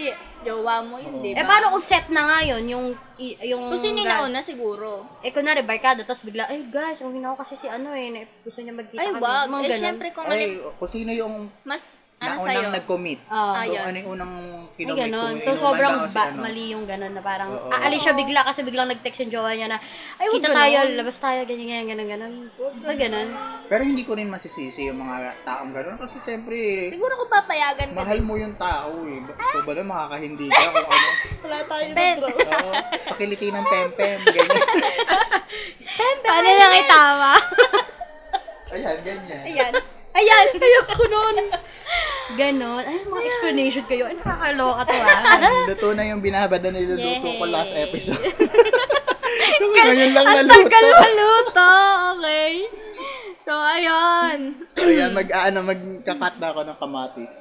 [SPEAKER 1] jowa mo yun, di ba?
[SPEAKER 3] Eh paano kung set na nga yun, yung, i- yung,
[SPEAKER 1] Kung sino yung
[SPEAKER 3] gan-
[SPEAKER 1] nauna siguro.
[SPEAKER 3] Eh, kunwari, barkada, tapos bigla, ay guys, uwi na ako kasi si ano eh, na- gusto niya magkita
[SPEAKER 1] Ay,
[SPEAKER 3] kami."
[SPEAKER 1] wag.
[SPEAKER 3] Mga
[SPEAKER 1] Eh,
[SPEAKER 3] ganun.
[SPEAKER 1] syempre kung
[SPEAKER 3] ano
[SPEAKER 1] mali-
[SPEAKER 2] Ay, kung sino yung
[SPEAKER 1] mas ano sa'yo.
[SPEAKER 2] naunang nag-commit.
[SPEAKER 3] Oo.
[SPEAKER 2] Kung
[SPEAKER 1] Ayun.
[SPEAKER 2] ano yung unang
[SPEAKER 3] Ah, Ay,
[SPEAKER 2] kinomit.
[SPEAKER 3] ganun.
[SPEAKER 2] kung
[SPEAKER 3] So,
[SPEAKER 2] inuman
[SPEAKER 3] sobrang
[SPEAKER 2] ba o si
[SPEAKER 3] ba-
[SPEAKER 2] ano.
[SPEAKER 3] mali yung ganun na parang,
[SPEAKER 2] Oo.
[SPEAKER 3] aalis siya bigla kasi biglang nag-text yung jowa niya na,
[SPEAKER 1] Ay, wag
[SPEAKER 3] kita
[SPEAKER 1] ganun.
[SPEAKER 3] tayo, labas tayo, ganyan, ganyan, ganun, ganun. Wag ganun.
[SPEAKER 2] Pero hindi ko rin masisisi yung mga taong gano'n. Kasi siyempre,
[SPEAKER 1] Siguro kung papayagan ka
[SPEAKER 2] mahal mo yung tao eh. Ba- So ba lang makakahindi ka kung ano.
[SPEAKER 1] Spend.
[SPEAKER 2] Oo, pakiliti ng pempem, ganyan.
[SPEAKER 1] (laughs) Paano lang itawa?
[SPEAKER 2] Ayan, ganyan.
[SPEAKER 3] Ayan. Ayan, (laughs) ayoko nun. Ganun. Ay, mga explanation kayo. Ay, nakakaloka to (laughs) ah.
[SPEAKER 2] Luto na yung binabad na niluluto ko
[SPEAKER 1] Yay.
[SPEAKER 2] last episode. (laughs) Nung Ngayon lang naluto.
[SPEAKER 1] Tagal maluto. Okay. So, ayun.
[SPEAKER 2] So yan, mag, ano, magkakat na ako ng kamatis.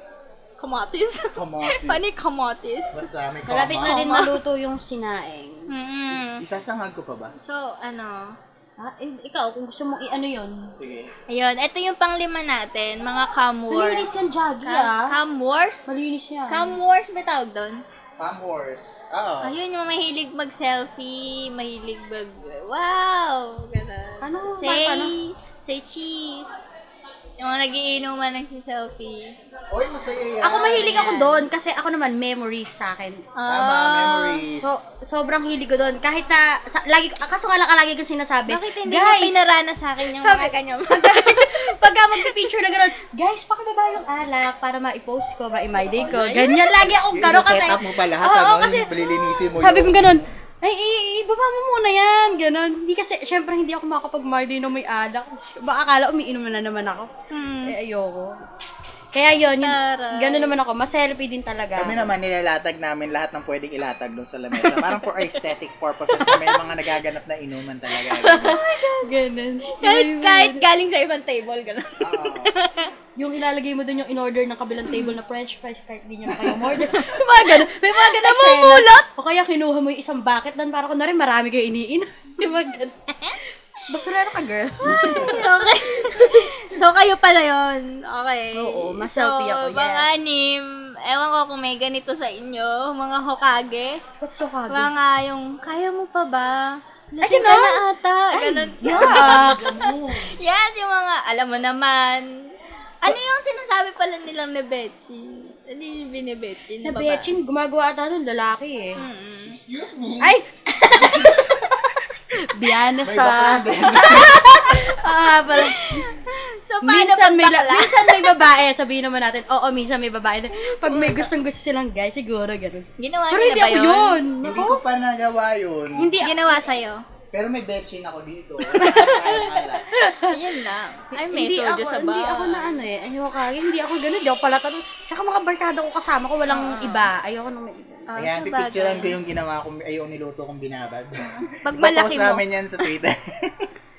[SPEAKER 1] Kamatis.
[SPEAKER 2] Kamatis.
[SPEAKER 1] Funny kamatis.
[SPEAKER 2] Basta may kama.
[SPEAKER 3] Malapit na din maluto yung sinaing.
[SPEAKER 1] Mm-mm.
[SPEAKER 2] Isasangag ko pa ba?
[SPEAKER 1] So, ano.
[SPEAKER 3] Ah, eh, ikaw, kung gusto mo i-ano yun.
[SPEAKER 2] Sige.
[SPEAKER 1] Ayun, ito yung panglima natin. Mga cam
[SPEAKER 3] Malinis yan,
[SPEAKER 1] wars.
[SPEAKER 3] Jagi
[SPEAKER 1] Cam,
[SPEAKER 3] ah.
[SPEAKER 1] cam wars?
[SPEAKER 3] Malinis yan.
[SPEAKER 1] Cam wars ba tawag doon?
[SPEAKER 2] Palm Wars. Ah, Oo.
[SPEAKER 1] Ayun, yung mahilig mag-selfie, mahilig mag... Wow! Ganun.
[SPEAKER 3] Ano?
[SPEAKER 1] Say,
[SPEAKER 3] Paano?
[SPEAKER 1] say cheese. Yung mga nagiinuman nagsi-selfie.
[SPEAKER 2] Oy, masaya yan.
[SPEAKER 1] Ah,
[SPEAKER 3] Ako mahilig ako doon kasi ako naman memories sa akin.
[SPEAKER 2] Tama,
[SPEAKER 1] Ah,
[SPEAKER 2] memories.
[SPEAKER 3] So, sobrang hilig ko doon. Kahit na, sa, lagi, kaso nga lang lagi ko sinasabi,
[SPEAKER 1] Bakit hindi
[SPEAKER 3] guys,
[SPEAKER 1] mo pinarana sa akin yung mga
[SPEAKER 3] Sabi-
[SPEAKER 1] ganyan?
[SPEAKER 3] pagka (laughs) magpipicture na gano'n, guys, pakibaba yung alak para ma-post ko, ma-my day ko.
[SPEAKER 1] Ayun.
[SPEAKER 3] Ganyan lagi akong
[SPEAKER 2] Yung
[SPEAKER 3] gano'n kasi.
[SPEAKER 2] set up mo pa lahat,
[SPEAKER 3] Oo,
[SPEAKER 2] ano?
[SPEAKER 3] kasi-
[SPEAKER 2] yung lilinisin mo yun.
[SPEAKER 3] Sabi ko gano'n, ay, i- ibaba mo muna yan, gano'n. Hindi kasi, syempre hindi ako makakapag-my day na may alak. Diyos ko, Baka akala umiinom na naman ako.
[SPEAKER 1] Hmm.
[SPEAKER 3] Eh, ayoko. Kaya yun, yun
[SPEAKER 1] Taray.
[SPEAKER 3] gano'n naman ako. Mas-selfie din talaga.
[SPEAKER 2] Kami naman nilalatag namin lahat ng pwedeng ilatag doon sa lamesa. Parang for aesthetic purposes may mga nagaganap na inuman
[SPEAKER 1] (laughs)
[SPEAKER 2] talaga.
[SPEAKER 3] Ganun.
[SPEAKER 1] Kahit, kahit galing sa ibang table, gano'n.
[SPEAKER 2] Oo.
[SPEAKER 3] Yung ilalagay mo doon yung in-order ng kabilang table na french fries kahit di nyo na kayo order. Yung mga ganun. May mga ganun eksena. O kaya kinuha mo yung isang bucket doon para kunwari marami kayo iniin. (laughs) Yung mga ganun. Basurero ka, girl.
[SPEAKER 1] okay. so, kayo pala yun. Okay.
[SPEAKER 3] Oo, mas healthy ako,
[SPEAKER 1] So, mga
[SPEAKER 3] yes.
[SPEAKER 1] anim, ewan ko kung may ganito sa inyo, mga Hokage.
[SPEAKER 3] What's so hobby?
[SPEAKER 1] Mga yung, kaya mo pa ba?
[SPEAKER 3] Ay,
[SPEAKER 1] Lasing ka
[SPEAKER 3] ganun?
[SPEAKER 1] na ata. Ganun.
[SPEAKER 3] (laughs) Yucks!
[SPEAKER 1] Yes, yung mga, alam mo naman. Ano yung sinasabi pala nilang na Bechi? Ano yung Ano binibetchi na
[SPEAKER 3] diba
[SPEAKER 1] babae?
[SPEAKER 3] Nabetching, gumagawa ata ng lalaki eh.
[SPEAKER 1] Mm-mm.
[SPEAKER 2] Excuse me.
[SPEAKER 3] Ay! (laughs) Biyana
[SPEAKER 2] May
[SPEAKER 3] sa...
[SPEAKER 2] bakla din.
[SPEAKER 3] Ah, pala.
[SPEAKER 1] So, paano
[SPEAKER 3] Minsan may, la-
[SPEAKER 1] pagbakla?
[SPEAKER 3] minsan may babae. Sabihin naman natin, oo, minsan may babae. Pag may gustong gusto silang guy, siguro ganun.
[SPEAKER 1] Ginawa
[SPEAKER 3] Pero
[SPEAKER 1] nila
[SPEAKER 3] hindi
[SPEAKER 1] ba
[SPEAKER 3] ako
[SPEAKER 1] yun?
[SPEAKER 3] Ano yun.
[SPEAKER 2] Hindi
[SPEAKER 3] Ako?
[SPEAKER 2] ko pa nagawa yun.
[SPEAKER 3] Hindi
[SPEAKER 1] Ginawa sa'yo.
[SPEAKER 2] Pero may betchin ako dito.
[SPEAKER 1] (laughs)
[SPEAKER 2] Nakakaalala.
[SPEAKER 1] Ayun lang. Ay, may
[SPEAKER 3] hindi
[SPEAKER 1] soldier
[SPEAKER 3] ako,
[SPEAKER 1] sa bahay.
[SPEAKER 3] Hindi ako na ano eh. Ayoko kaya. Hindi ako ganun. Hindi ako palatan. Tsaka mga barkada ko kasama ko. Walang iba. Ayoko nang may iba.
[SPEAKER 1] Ah,
[SPEAKER 2] Ayan,
[SPEAKER 1] sa
[SPEAKER 2] pipicturean ko
[SPEAKER 1] bagay.
[SPEAKER 2] yung ginawa kong, ay, yung niluto kong binabag. (laughs)
[SPEAKER 1] Pag malaki
[SPEAKER 2] Ipopost
[SPEAKER 1] mo.
[SPEAKER 2] namin yan sa Twitter.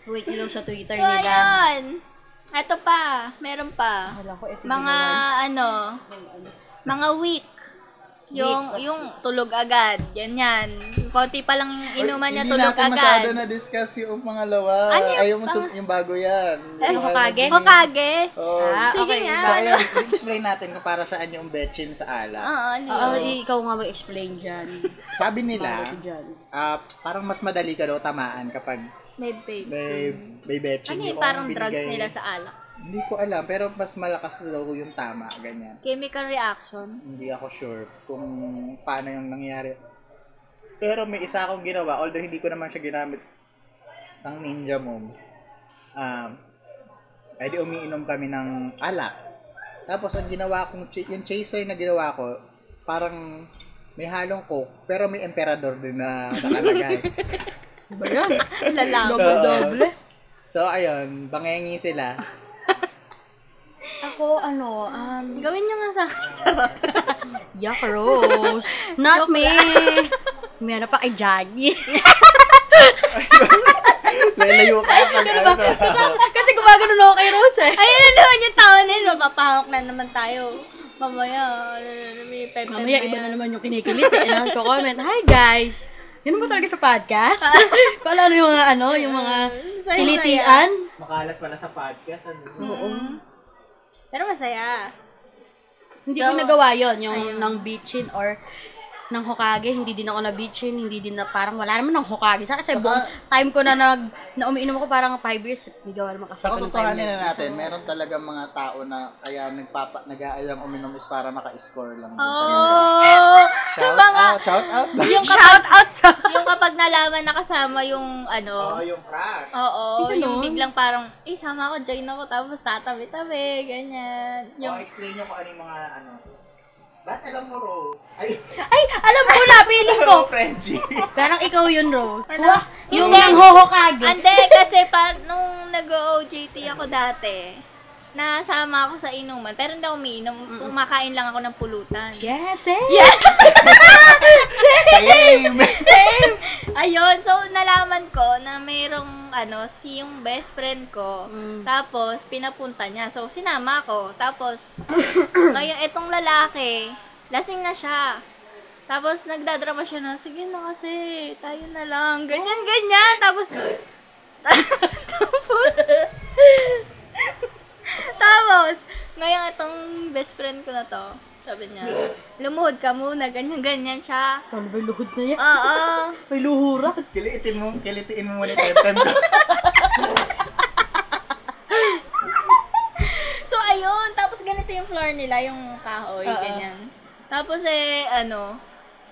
[SPEAKER 3] Wait, ilaw sa Twitter
[SPEAKER 1] So, ayun. Ito pa. Meron pa.
[SPEAKER 3] Wala ko. Ito
[SPEAKER 1] Mga, ano, mga week. Yung, yung tulog agad. Yan yan. Konti pa lang (laughs) inuman niya,
[SPEAKER 2] Hindi
[SPEAKER 1] tulog
[SPEAKER 2] natin masyado
[SPEAKER 1] agad.
[SPEAKER 2] na-discuss yung pangalawa.
[SPEAKER 1] Ano yung
[SPEAKER 2] Ayaw mo
[SPEAKER 1] pang-
[SPEAKER 2] sum- yung bago yan.
[SPEAKER 3] Ay,
[SPEAKER 2] Yung
[SPEAKER 3] Hokage?
[SPEAKER 2] ano,
[SPEAKER 1] Eh, Hokage.
[SPEAKER 2] Oo.
[SPEAKER 3] Ah,
[SPEAKER 1] Sige
[SPEAKER 3] okay.
[SPEAKER 1] nga.
[SPEAKER 2] So, ayun,
[SPEAKER 1] Ano?
[SPEAKER 2] explain natin kung para saan yung betchin sa ala.
[SPEAKER 1] Oo, ano
[SPEAKER 3] Oo,
[SPEAKER 1] yun?
[SPEAKER 3] ikaw nga mag-explain dyan. (laughs)
[SPEAKER 2] Sabi nila,
[SPEAKER 3] Bago si John.
[SPEAKER 2] ah, parang mas madali ka daw tamaan kapag
[SPEAKER 1] Medpage.
[SPEAKER 2] may, may betchin
[SPEAKER 1] Ano
[SPEAKER 2] yung
[SPEAKER 1] yun? Parang
[SPEAKER 2] binigay-
[SPEAKER 1] drugs nila sa alak.
[SPEAKER 2] Hindi ko alam, pero mas malakas daw yung tama, ganyan.
[SPEAKER 1] Chemical reaction.
[SPEAKER 2] Hindi ako sure kung paano yung nangyari. Pero may isa akong ginawa, although hindi ko naman siya ginamit ng ninja moves. Um, eh di umiinom kami ng alak. Tapos ang ginawa kong, ch- yung chaser na ginawa ko, parang may halong coke, pero may emperador din
[SPEAKER 1] (laughs)
[SPEAKER 2] na nakalagay.
[SPEAKER 3] Ba (laughs) yan?
[SPEAKER 1] Lalaw.
[SPEAKER 3] Double-double.
[SPEAKER 2] so ayun, bangengi sila. (laughs)
[SPEAKER 3] Ako, ano, um,
[SPEAKER 1] Gawin niyo nga sa
[SPEAKER 3] (laughs)
[SPEAKER 1] akin. Charot.
[SPEAKER 3] yuck rose. Not me. (laughs) May ano pa kay Jaggy.
[SPEAKER 2] Lalayo ka pag ano.
[SPEAKER 3] (laughs) Kasi gumagano ako kay Rose eh.
[SPEAKER 1] Ayun ano na naman yung tao na yun. Mapapahok na naman tayo. Mamaya, ano na naman, may pepe
[SPEAKER 3] Mamaya, iba na naman yung kinikilit. Eh, na comment, hi guys! Ganun ba talaga sa
[SPEAKER 1] (laughs)
[SPEAKER 3] podcast? Kung ano yung mga ano, yung mga
[SPEAKER 1] Saya-saya.
[SPEAKER 3] kilitian?
[SPEAKER 2] Makalat pala sa podcast. Ano?
[SPEAKER 3] Oo.
[SPEAKER 1] Pero masaya.
[SPEAKER 3] Hindi
[SPEAKER 1] So,
[SPEAKER 3] ko nagawa yon yung ng beachin or ng Hokage, hindi din ako na beachin, hindi din na parang wala naman ng Hokage. Sa
[SPEAKER 1] ah,
[SPEAKER 3] kasi buong time ko na nag na umiinom ako parang 5 years, hindi ko naman kasi
[SPEAKER 2] Sa
[SPEAKER 3] ako ng time na.
[SPEAKER 2] katotohanan na natin, meron talaga mga tao na kaya nagpapa, nag-aayang uminom is para maka-score lang.
[SPEAKER 1] Oh! so,
[SPEAKER 2] Shout
[SPEAKER 1] mga,
[SPEAKER 2] out, shout out.
[SPEAKER 1] yung kapag,
[SPEAKER 3] Shout out sa
[SPEAKER 1] (laughs) yung kapag nalaman na kasama
[SPEAKER 2] Oo,
[SPEAKER 1] yung, ano,
[SPEAKER 2] Oh, yung crack.
[SPEAKER 1] oo,
[SPEAKER 3] Yung
[SPEAKER 1] yung
[SPEAKER 3] ganun.
[SPEAKER 1] biglang parang, eh, sama ako, join ako, tapos tatabi-tabi, ganyan.
[SPEAKER 2] Yung...
[SPEAKER 1] Yung,
[SPEAKER 2] explain nyo kung ano yung mga ano. Ba't alam mo, Rose? Ay,
[SPEAKER 3] Ay, alam ko na feeling
[SPEAKER 2] (laughs)
[SPEAKER 3] ko.
[SPEAKER 2] hello, Frenchie.
[SPEAKER 3] Parang ikaw yun, Rose.
[SPEAKER 1] Ano?
[SPEAKER 3] Wah, yung
[SPEAKER 1] Hindi.
[SPEAKER 3] ng Hokage.
[SPEAKER 1] Hindi, kasi pa, nung nag-OJT ako dati, nasama ako sa inuman, pero hindi ako umiinom, kumakain lang ako ng pulutan.
[SPEAKER 3] Yes, eh.
[SPEAKER 2] Same.
[SPEAKER 1] Same! Ayun, so nalaman ko na mayroong ano, si yung best friend ko.
[SPEAKER 3] Mm.
[SPEAKER 1] Tapos, pinapunta niya. So, sinama ko. Tapos, ngayon, etong lalaki, lasing na siya. Tapos, nagdadrama siya na, sige na kasi, tayo na lang. Ganyan, ganyan. Tapos, (laughs) tapos, (laughs) tapos, ngayon itong best friend ko na to, sabi niya, lumuhod ka muna, ganyan, ganyan siya.
[SPEAKER 3] Ano ba yung luhod na yan?
[SPEAKER 1] Oo.
[SPEAKER 3] May luhura.
[SPEAKER 2] Kiliitin mo, kilitiin mo muna yung temtem ko.
[SPEAKER 1] car nila, yung kahoy,
[SPEAKER 3] Oo.
[SPEAKER 1] ganyan. Tapos eh, ano,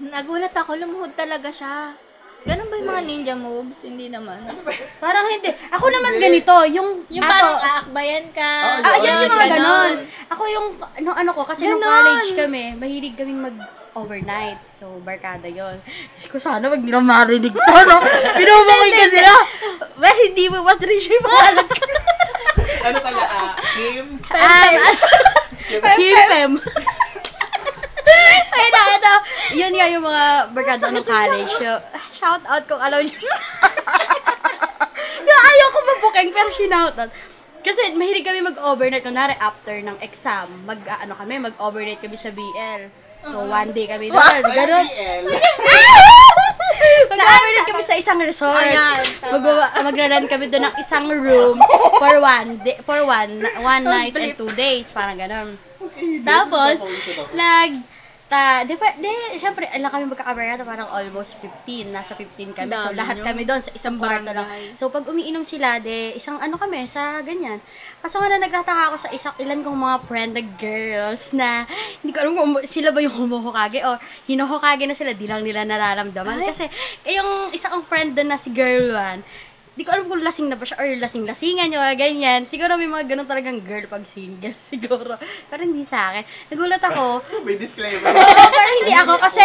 [SPEAKER 1] nagulat ako, lumuhod talaga siya. Ganun ba yung mga ninja moves? Hindi naman.
[SPEAKER 2] Ano
[SPEAKER 3] Parang hindi. Ako naman ganito, yung,
[SPEAKER 1] Yung
[SPEAKER 3] ato-
[SPEAKER 1] parang aakbayan ka.
[SPEAKER 2] Oo,
[SPEAKER 3] Ah,
[SPEAKER 2] Yun,
[SPEAKER 3] yun yung mga ganon.
[SPEAKER 1] ganun.
[SPEAKER 3] Ako yung, ano, ano ko, kasi nung
[SPEAKER 1] Ganon.
[SPEAKER 3] college kami, mahilig kaming mag overnight. So, barkada yon. Hindi ko sana wag nila marinig to, (laughs) no? Pinumangay nila. Well, hindi mo matrish yung (laughs) pangalan ko.
[SPEAKER 2] Ano pala, ah, Kim?
[SPEAKER 3] (laughs) Himpem. Ayun na, ito. Yun nga yung mga barkada ko nung college. So, shout out kung alam niyo. (laughs) yung ayaw ko mabuking, pero shinout out. Kasi mahilig kami mag-overnight. Kunwari, after ng exam, mag, ah, ano kami, mag-overnight kami sa BL. So, Uh-huh. one day kami doon. Ganun.
[SPEAKER 2] IBL.
[SPEAKER 3] Mag-overnight kami sa isang resort.
[SPEAKER 1] Ayan, tama.
[SPEAKER 3] Mag magra-run kami doon ng isang room for one day, for one one night and two days, parang ganun. Tapos nag ta, di pa, di, syempre, alam kami magkakabarkada, parang almost 15, nasa 15 kami. So,
[SPEAKER 1] Dami
[SPEAKER 3] lahat
[SPEAKER 1] nyo.
[SPEAKER 3] kami doon sa isang kwarto lang.
[SPEAKER 1] barangay.
[SPEAKER 3] So, pag umiinom sila, de, isang ano kami, sa ganyan. Kaso nga na nagtataka ako sa isang ilan kong mga friend na girls na, hindi ko alam kung sila ba yung humuhukage o hinuhukage na sila, di lang nila nararamdaman. Kasi, eh, yung isa kong friend doon na si girl one, di ko alam kung lasing na ba siya or lasing-lasingan niya, ganyan. Siguro may mga ganun talagang girl pag single, (laughs) siguro. Pero hindi sa akin. Nagulat ako, (laughs)
[SPEAKER 2] (laughs) May disclaimer.
[SPEAKER 3] pero (laughs) hindi ako kasi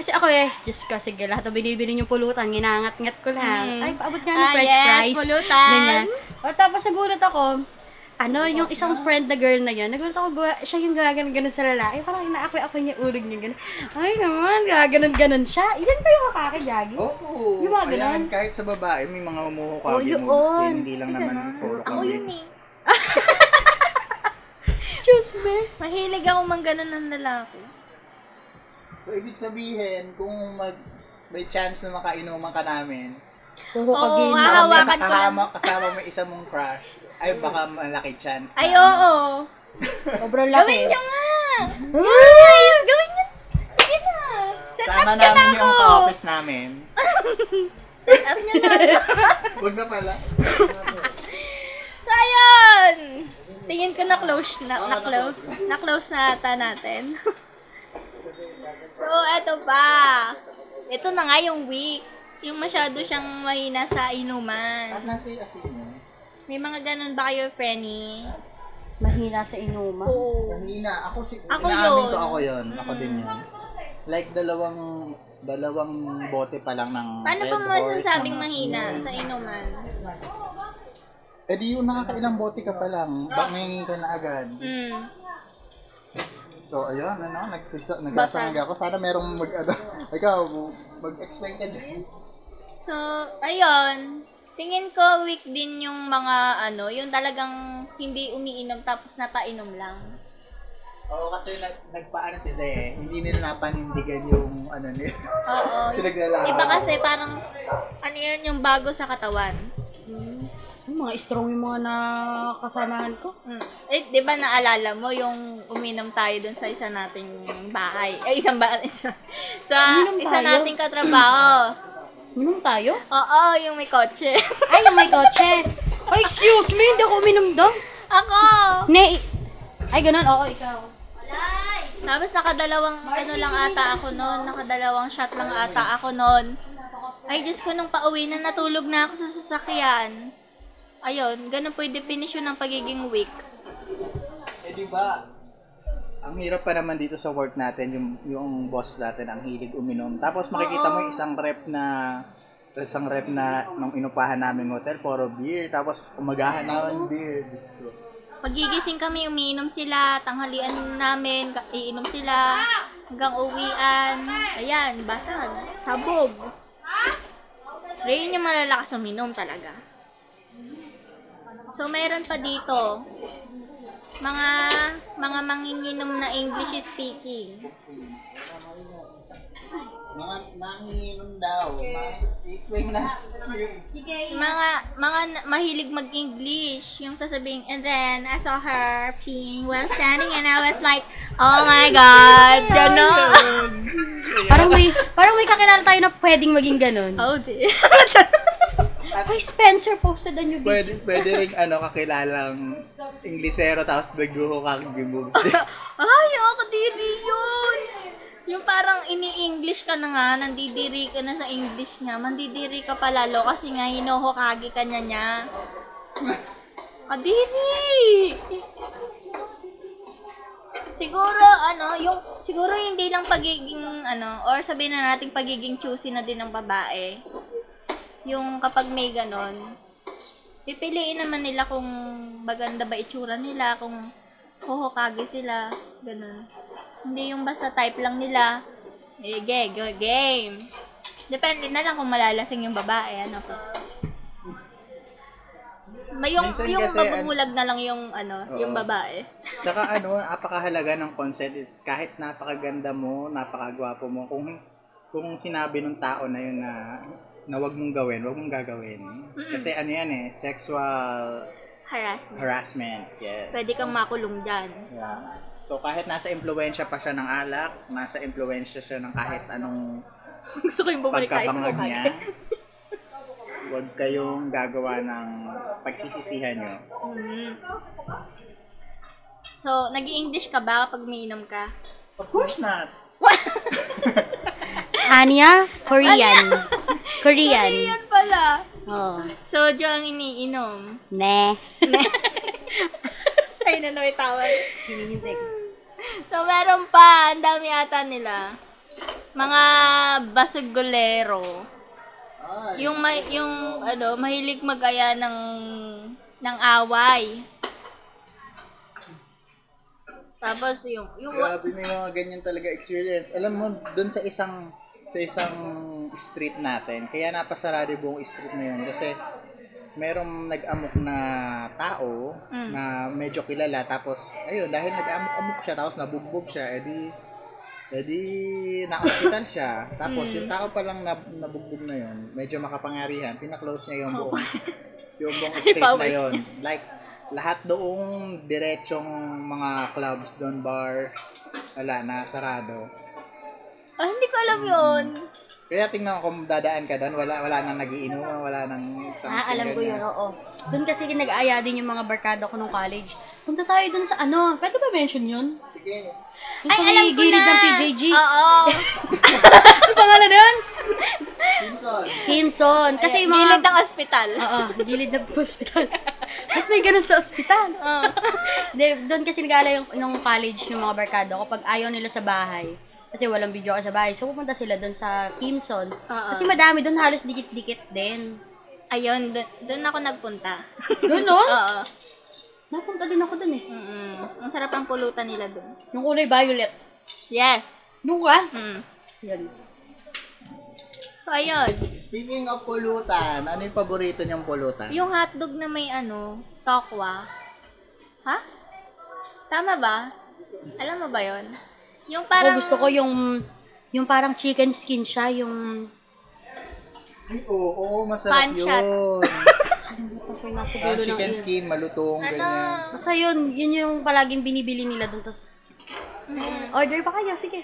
[SPEAKER 3] kasi ako eh just ko sige lahat ng binibili yung pulutan ginangat-ngat ko lang.
[SPEAKER 1] Mm.
[SPEAKER 3] Ay paabot nga ng
[SPEAKER 1] Ah,
[SPEAKER 3] french
[SPEAKER 1] yes,
[SPEAKER 3] fries.
[SPEAKER 1] pulutan.
[SPEAKER 3] Ganyan. O tapos nagulat ako ano, yung isang friend na girl na yun, nagulat ako, gawa- siya yung gaganon ganon sa lalaki. Parang inaakoy ako niya ulo niya ganon. Ay naman, gaganon-ganon siya. Yan ba yung kakagagi?
[SPEAKER 2] Oo.
[SPEAKER 3] Yung mga ganun.
[SPEAKER 2] Ayan, kahit sa babae, may mga humuhukage
[SPEAKER 3] Oh, yun.
[SPEAKER 2] moves din. Hindi lang
[SPEAKER 3] Yun
[SPEAKER 2] naman
[SPEAKER 3] na.
[SPEAKER 2] puro
[SPEAKER 1] Ako
[SPEAKER 2] kami.
[SPEAKER 1] yun eh.
[SPEAKER 3] Diyos me.
[SPEAKER 1] Mahilig ako mang ganun ng lalaki.
[SPEAKER 2] So, ibig sabihin, kung mag may chance na makainuman ka namin,
[SPEAKER 1] Oo,
[SPEAKER 3] Hukagin.
[SPEAKER 2] baka may
[SPEAKER 1] hahawakan ko lang.
[SPEAKER 2] kasama, kasama mo isa mong crush, ay baka malaki chance. na,
[SPEAKER 1] Ay,
[SPEAKER 2] ano.
[SPEAKER 1] oo.
[SPEAKER 3] Sobrang
[SPEAKER 1] Gawin
[SPEAKER 3] laki.
[SPEAKER 1] nyo nga! Guys, gawin nyo! Sige na! Set up
[SPEAKER 2] Sama
[SPEAKER 1] ka na
[SPEAKER 2] namin
[SPEAKER 1] ako!
[SPEAKER 2] yung ka-office namin.
[SPEAKER 1] Set up nyo na!
[SPEAKER 2] Huwag na pala.
[SPEAKER 1] So, ayun! Tingin ko na-close na, na-close, na-close na ata natin. (laughs) so, eto pa. Ito na nga yung week. Yung masyado siyang mahina sa
[SPEAKER 2] At
[SPEAKER 1] inuman.
[SPEAKER 2] nasa ah, asin mo.
[SPEAKER 1] May mga ganun ba kayo, Frenny?
[SPEAKER 3] Mahina sa inuma.
[SPEAKER 1] Oo.
[SPEAKER 2] Mahina. Ako si
[SPEAKER 1] Ako
[SPEAKER 2] inaamin
[SPEAKER 1] yun.
[SPEAKER 2] ko ako yun. Ako din yun. Like dalawang dalawang bote pa lang ng
[SPEAKER 1] Paano
[SPEAKER 2] Red
[SPEAKER 1] pa mo
[SPEAKER 2] Horse,
[SPEAKER 1] sasabing
[SPEAKER 2] mga
[SPEAKER 1] mahina
[SPEAKER 2] Snow.
[SPEAKER 1] sa inuman?
[SPEAKER 2] Eh di yung nakakailang bote ka pa lang. Bak mahingi ka na agad.
[SPEAKER 1] Mm.
[SPEAKER 2] So ayun, ano, nagsisa, nagkasangga ako. Sana merong mag, ano, (laughs) ikaw, mag-explain ka dyan.
[SPEAKER 1] So, ayun. Tingin ko weak din yung mga ano, yung talagang hindi umiinom tapos napainom lang.
[SPEAKER 2] Oo, kasi nag, nagpaano sila eh. Hindi nila napanindigan yung, ano nila. (laughs)
[SPEAKER 1] Oo.
[SPEAKER 2] Pinaglalaban.
[SPEAKER 1] Iba kasi parang ano yun yung bago sa katawan.
[SPEAKER 3] Yung mga strong yung mga nakasamahan ko.
[SPEAKER 1] Mm. Eh, di ba naalala mo yung uminom tayo dun sa isa nating bahay? Eh, isang bahay. (laughs) Isa, sa
[SPEAKER 3] Uminom
[SPEAKER 1] isa
[SPEAKER 3] tayo?
[SPEAKER 1] nating katrabaho.
[SPEAKER 3] Minum tayo?
[SPEAKER 1] Oo, yung may kotse. (laughs)
[SPEAKER 3] Ay, yung may kotse. Ay, excuse me, hindi ako uminom daw.
[SPEAKER 1] Ako!
[SPEAKER 3] Ne, ay, ganun, oo, ikaw.
[SPEAKER 1] Tapos nakadalawang ano lang ata ako noon, nakadalawang shot lang ata ako noon. Ay, Diyos ko, nung pauwi na natulog na ako sa sasakyan. Ayun, ganun po yung definition ng pagiging weak.
[SPEAKER 2] Eh di ba? Ang hirap pa naman dito sa work natin, yung, yung boss natin ang hilig uminom. Tapos makikita mo yung isang rep na isang rep na nung inupahan namin hotel, puro beer. Tapos umagahan na ng beer. Diyos ko.
[SPEAKER 1] Pagigising kami, umiinom sila, tanghalian namin, ka- iinom sila, hanggang uwian. Ayan, basag, sabog. Rain yung malalakas uminom talaga. So, meron pa dito, mga mga manginginom na English speaking.
[SPEAKER 2] Mga manginom daw. Explain mo na.
[SPEAKER 1] Mga mga na- mahilig mag-English, yung sasabihin, and then I saw her peeing while standing and I was like, oh my god, gano'n.
[SPEAKER 3] Parang may, parang may kakilala tayo na pwedeng maging ganun.
[SPEAKER 1] Oh dear.
[SPEAKER 2] At
[SPEAKER 3] Uy, Spencer posted a new video.
[SPEAKER 2] Pwede, pwede rin ano, kakilalang Inglesero tapos naghuhukag yung moves.
[SPEAKER 1] Ay, ako kadiri yun! Yung parang ini-English ka na nga, nandidiri ka na sa English niya, mandidiri ka pa lalo kasi nga hinohokage ka niya niya. Ah, Kadiri! Siguro, ano, yung, siguro hindi lang pagiging, ano, or sabihin na natin pagiging choosy na din ng babae. Yung kapag may ganon, pipiliin naman nila kung maganda ba itsura nila, kung Hohokage sila. Ganun. Hindi yung basta type lang nila. Eh, ge- ge- game. Depende na lang kung malalasing yung babae. Ano po. May yung,
[SPEAKER 2] Minsan
[SPEAKER 1] yung
[SPEAKER 2] kasi,
[SPEAKER 1] mabubulag na lang yung, ano,
[SPEAKER 2] Oo.
[SPEAKER 1] yung babae.
[SPEAKER 2] Saka ano, napakahalaga ng consent. is Kahit napakaganda mo, napakagwapo mo, kung kung sinabi ng tao na yun na na wag mong gawin, wag mong gagawin. Kasi ano yan eh, sexual
[SPEAKER 1] Harassment.
[SPEAKER 2] harassment. Yes.
[SPEAKER 1] Pwede kang makulong dyan.
[SPEAKER 2] Yeah. So kahit nasa impluwensya pa siya ng alak, nasa impluwensya siya ng kahit anong
[SPEAKER 1] Gusto ko yung bumalik tayo sa
[SPEAKER 2] pagkabangag niya,
[SPEAKER 1] hohokage.
[SPEAKER 2] huwag kayong gagawa ng pagsisisihan nyo.
[SPEAKER 1] Mm. So, nag english ka ba kapag umiinom ka?
[SPEAKER 2] Of course not!
[SPEAKER 3] Anya, Korean. Korean.
[SPEAKER 1] Yan pala.
[SPEAKER 3] Oh,
[SPEAKER 1] Soju ang iniinom.
[SPEAKER 3] ne. (laughs)
[SPEAKER 1] Ay, nanoy tawag.
[SPEAKER 3] Hinihintay ko.
[SPEAKER 1] So, meron pa. Ang dami ata nila. Mga basagolero. Yung, may, yung ano, mahilig mag-aya ng, ng away. Tapos yung, yung,
[SPEAKER 2] Grabe, may mga ganyan talaga experience. Alam mo, doon sa isang sa isang street natin, kaya napasarado yung buong street na yun kasi merong nag-amok na tao
[SPEAKER 1] Mm.
[SPEAKER 2] na medyo kilala tapos ayun dahil nag-amok-amok siya tapos nabugbog siya edi edi na-hospital siya tapos
[SPEAKER 3] Hmm.
[SPEAKER 2] yung tao pa lang na, nabugbog na yun medyo makapangyarihan pina-close niya yung buong yung
[SPEAKER 3] (laughs)
[SPEAKER 2] buong
[SPEAKER 1] Ay,
[SPEAKER 2] street na
[SPEAKER 1] powers
[SPEAKER 2] yun like lahat doong diretsong mga clubs doon bars wala na sarado
[SPEAKER 1] ah, hindi ko alam yun.
[SPEAKER 2] kaya tingnan ko kung dadaan ka doon wala wala nang nagiinom wala nang something
[SPEAKER 3] Ah, alam ko yun,
[SPEAKER 2] ganyan.
[SPEAKER 3] oo. Doon kasi nag-aaya din yung mga barkada ko nung college. Punta tayo doon sa ano, pwede ba mention yun?
[SPEAKER 2] sige
[SPEAKER 3] Doon sa may gilid ng PJG.
[SPEAKER 1] Oo.
[SPEAKER 3] Ang Ano pangalan nun?
[SPEAKER 2] Simpson
[SPEAKER 3] Kimson. (laughs) Kasi yung mga...
[SPEAKER 1] Gilid ng ospital.
[SPEAKER 3] Oo, gilid ng hospital. Ba't may ganun sa ospital?
[SPEAKER 1] Oo.
[SPEAKER 3] Hindi, doon kasi nag yung, yung college ng mga barkado ko pag ayaw nila sa bahay. Kasi walang video ako sa bahay. So, pupunta sila doon sa Kimson.
[SPEAKER 1] Oo.
[SPEAKER 3] Kasi madami doon, halos dikit-dikit din.
[SPEAKER 1] Ayun, dun, dun ako nagpunta.
[SPEAKER 3] Doon, no?
[SPEAKER 1] (laughs) Oo.
[SPEAKER 3] Napunta din ako doon eh.
[SPEAKER 1] Mm-mm. Ang sarap ang pulutan nila dun.
[SPEAKER 3] Nung kulay violet.
[SPEAKER 1] Yes.
[SPEAKER 3] Nung ka?
[SPEAKER 1] Mm.
[SPEAKER 3] Yan.
[SPEAKER 1] So, ayun.
[SPEAKER 2] Speaking of pulutan, ano yung paborito niyong pulutan?
[SPEAKER 1] Yung hotdog na may ano, tokwa. Ha? Tama ba? Alam mo ba yon? Yung
[SPEAKER 3] Ako
[SPEAKER 1] parang...
[SPEAKER 3] gusto ko yung... Yung parang chicken skin siya, yung...
[SPEAKER 2] Ay, oo, oo, masarap
[SPEAKER 1] Pancit.
[SPEAKER 2] yun.
[SPEAKER 3] (laughs) Ito yung nasa
[SPEAKER 2] Ah,
[SPEAKER 3] dulo ng
[SPEAKER 2] chicken
[SPEAKER 3] iyo.
[SPEAKER 2] skin, malutong,
[SPEAKER 1] Ano?
[SPEAKER 2] ganyan.
[SPEAKER 3] Basta yun, yun yung palaging binibili nila doon. Tapos,
[SPEAKER 1] Mm,
[SPEAKER 3] order pa kayo, sige.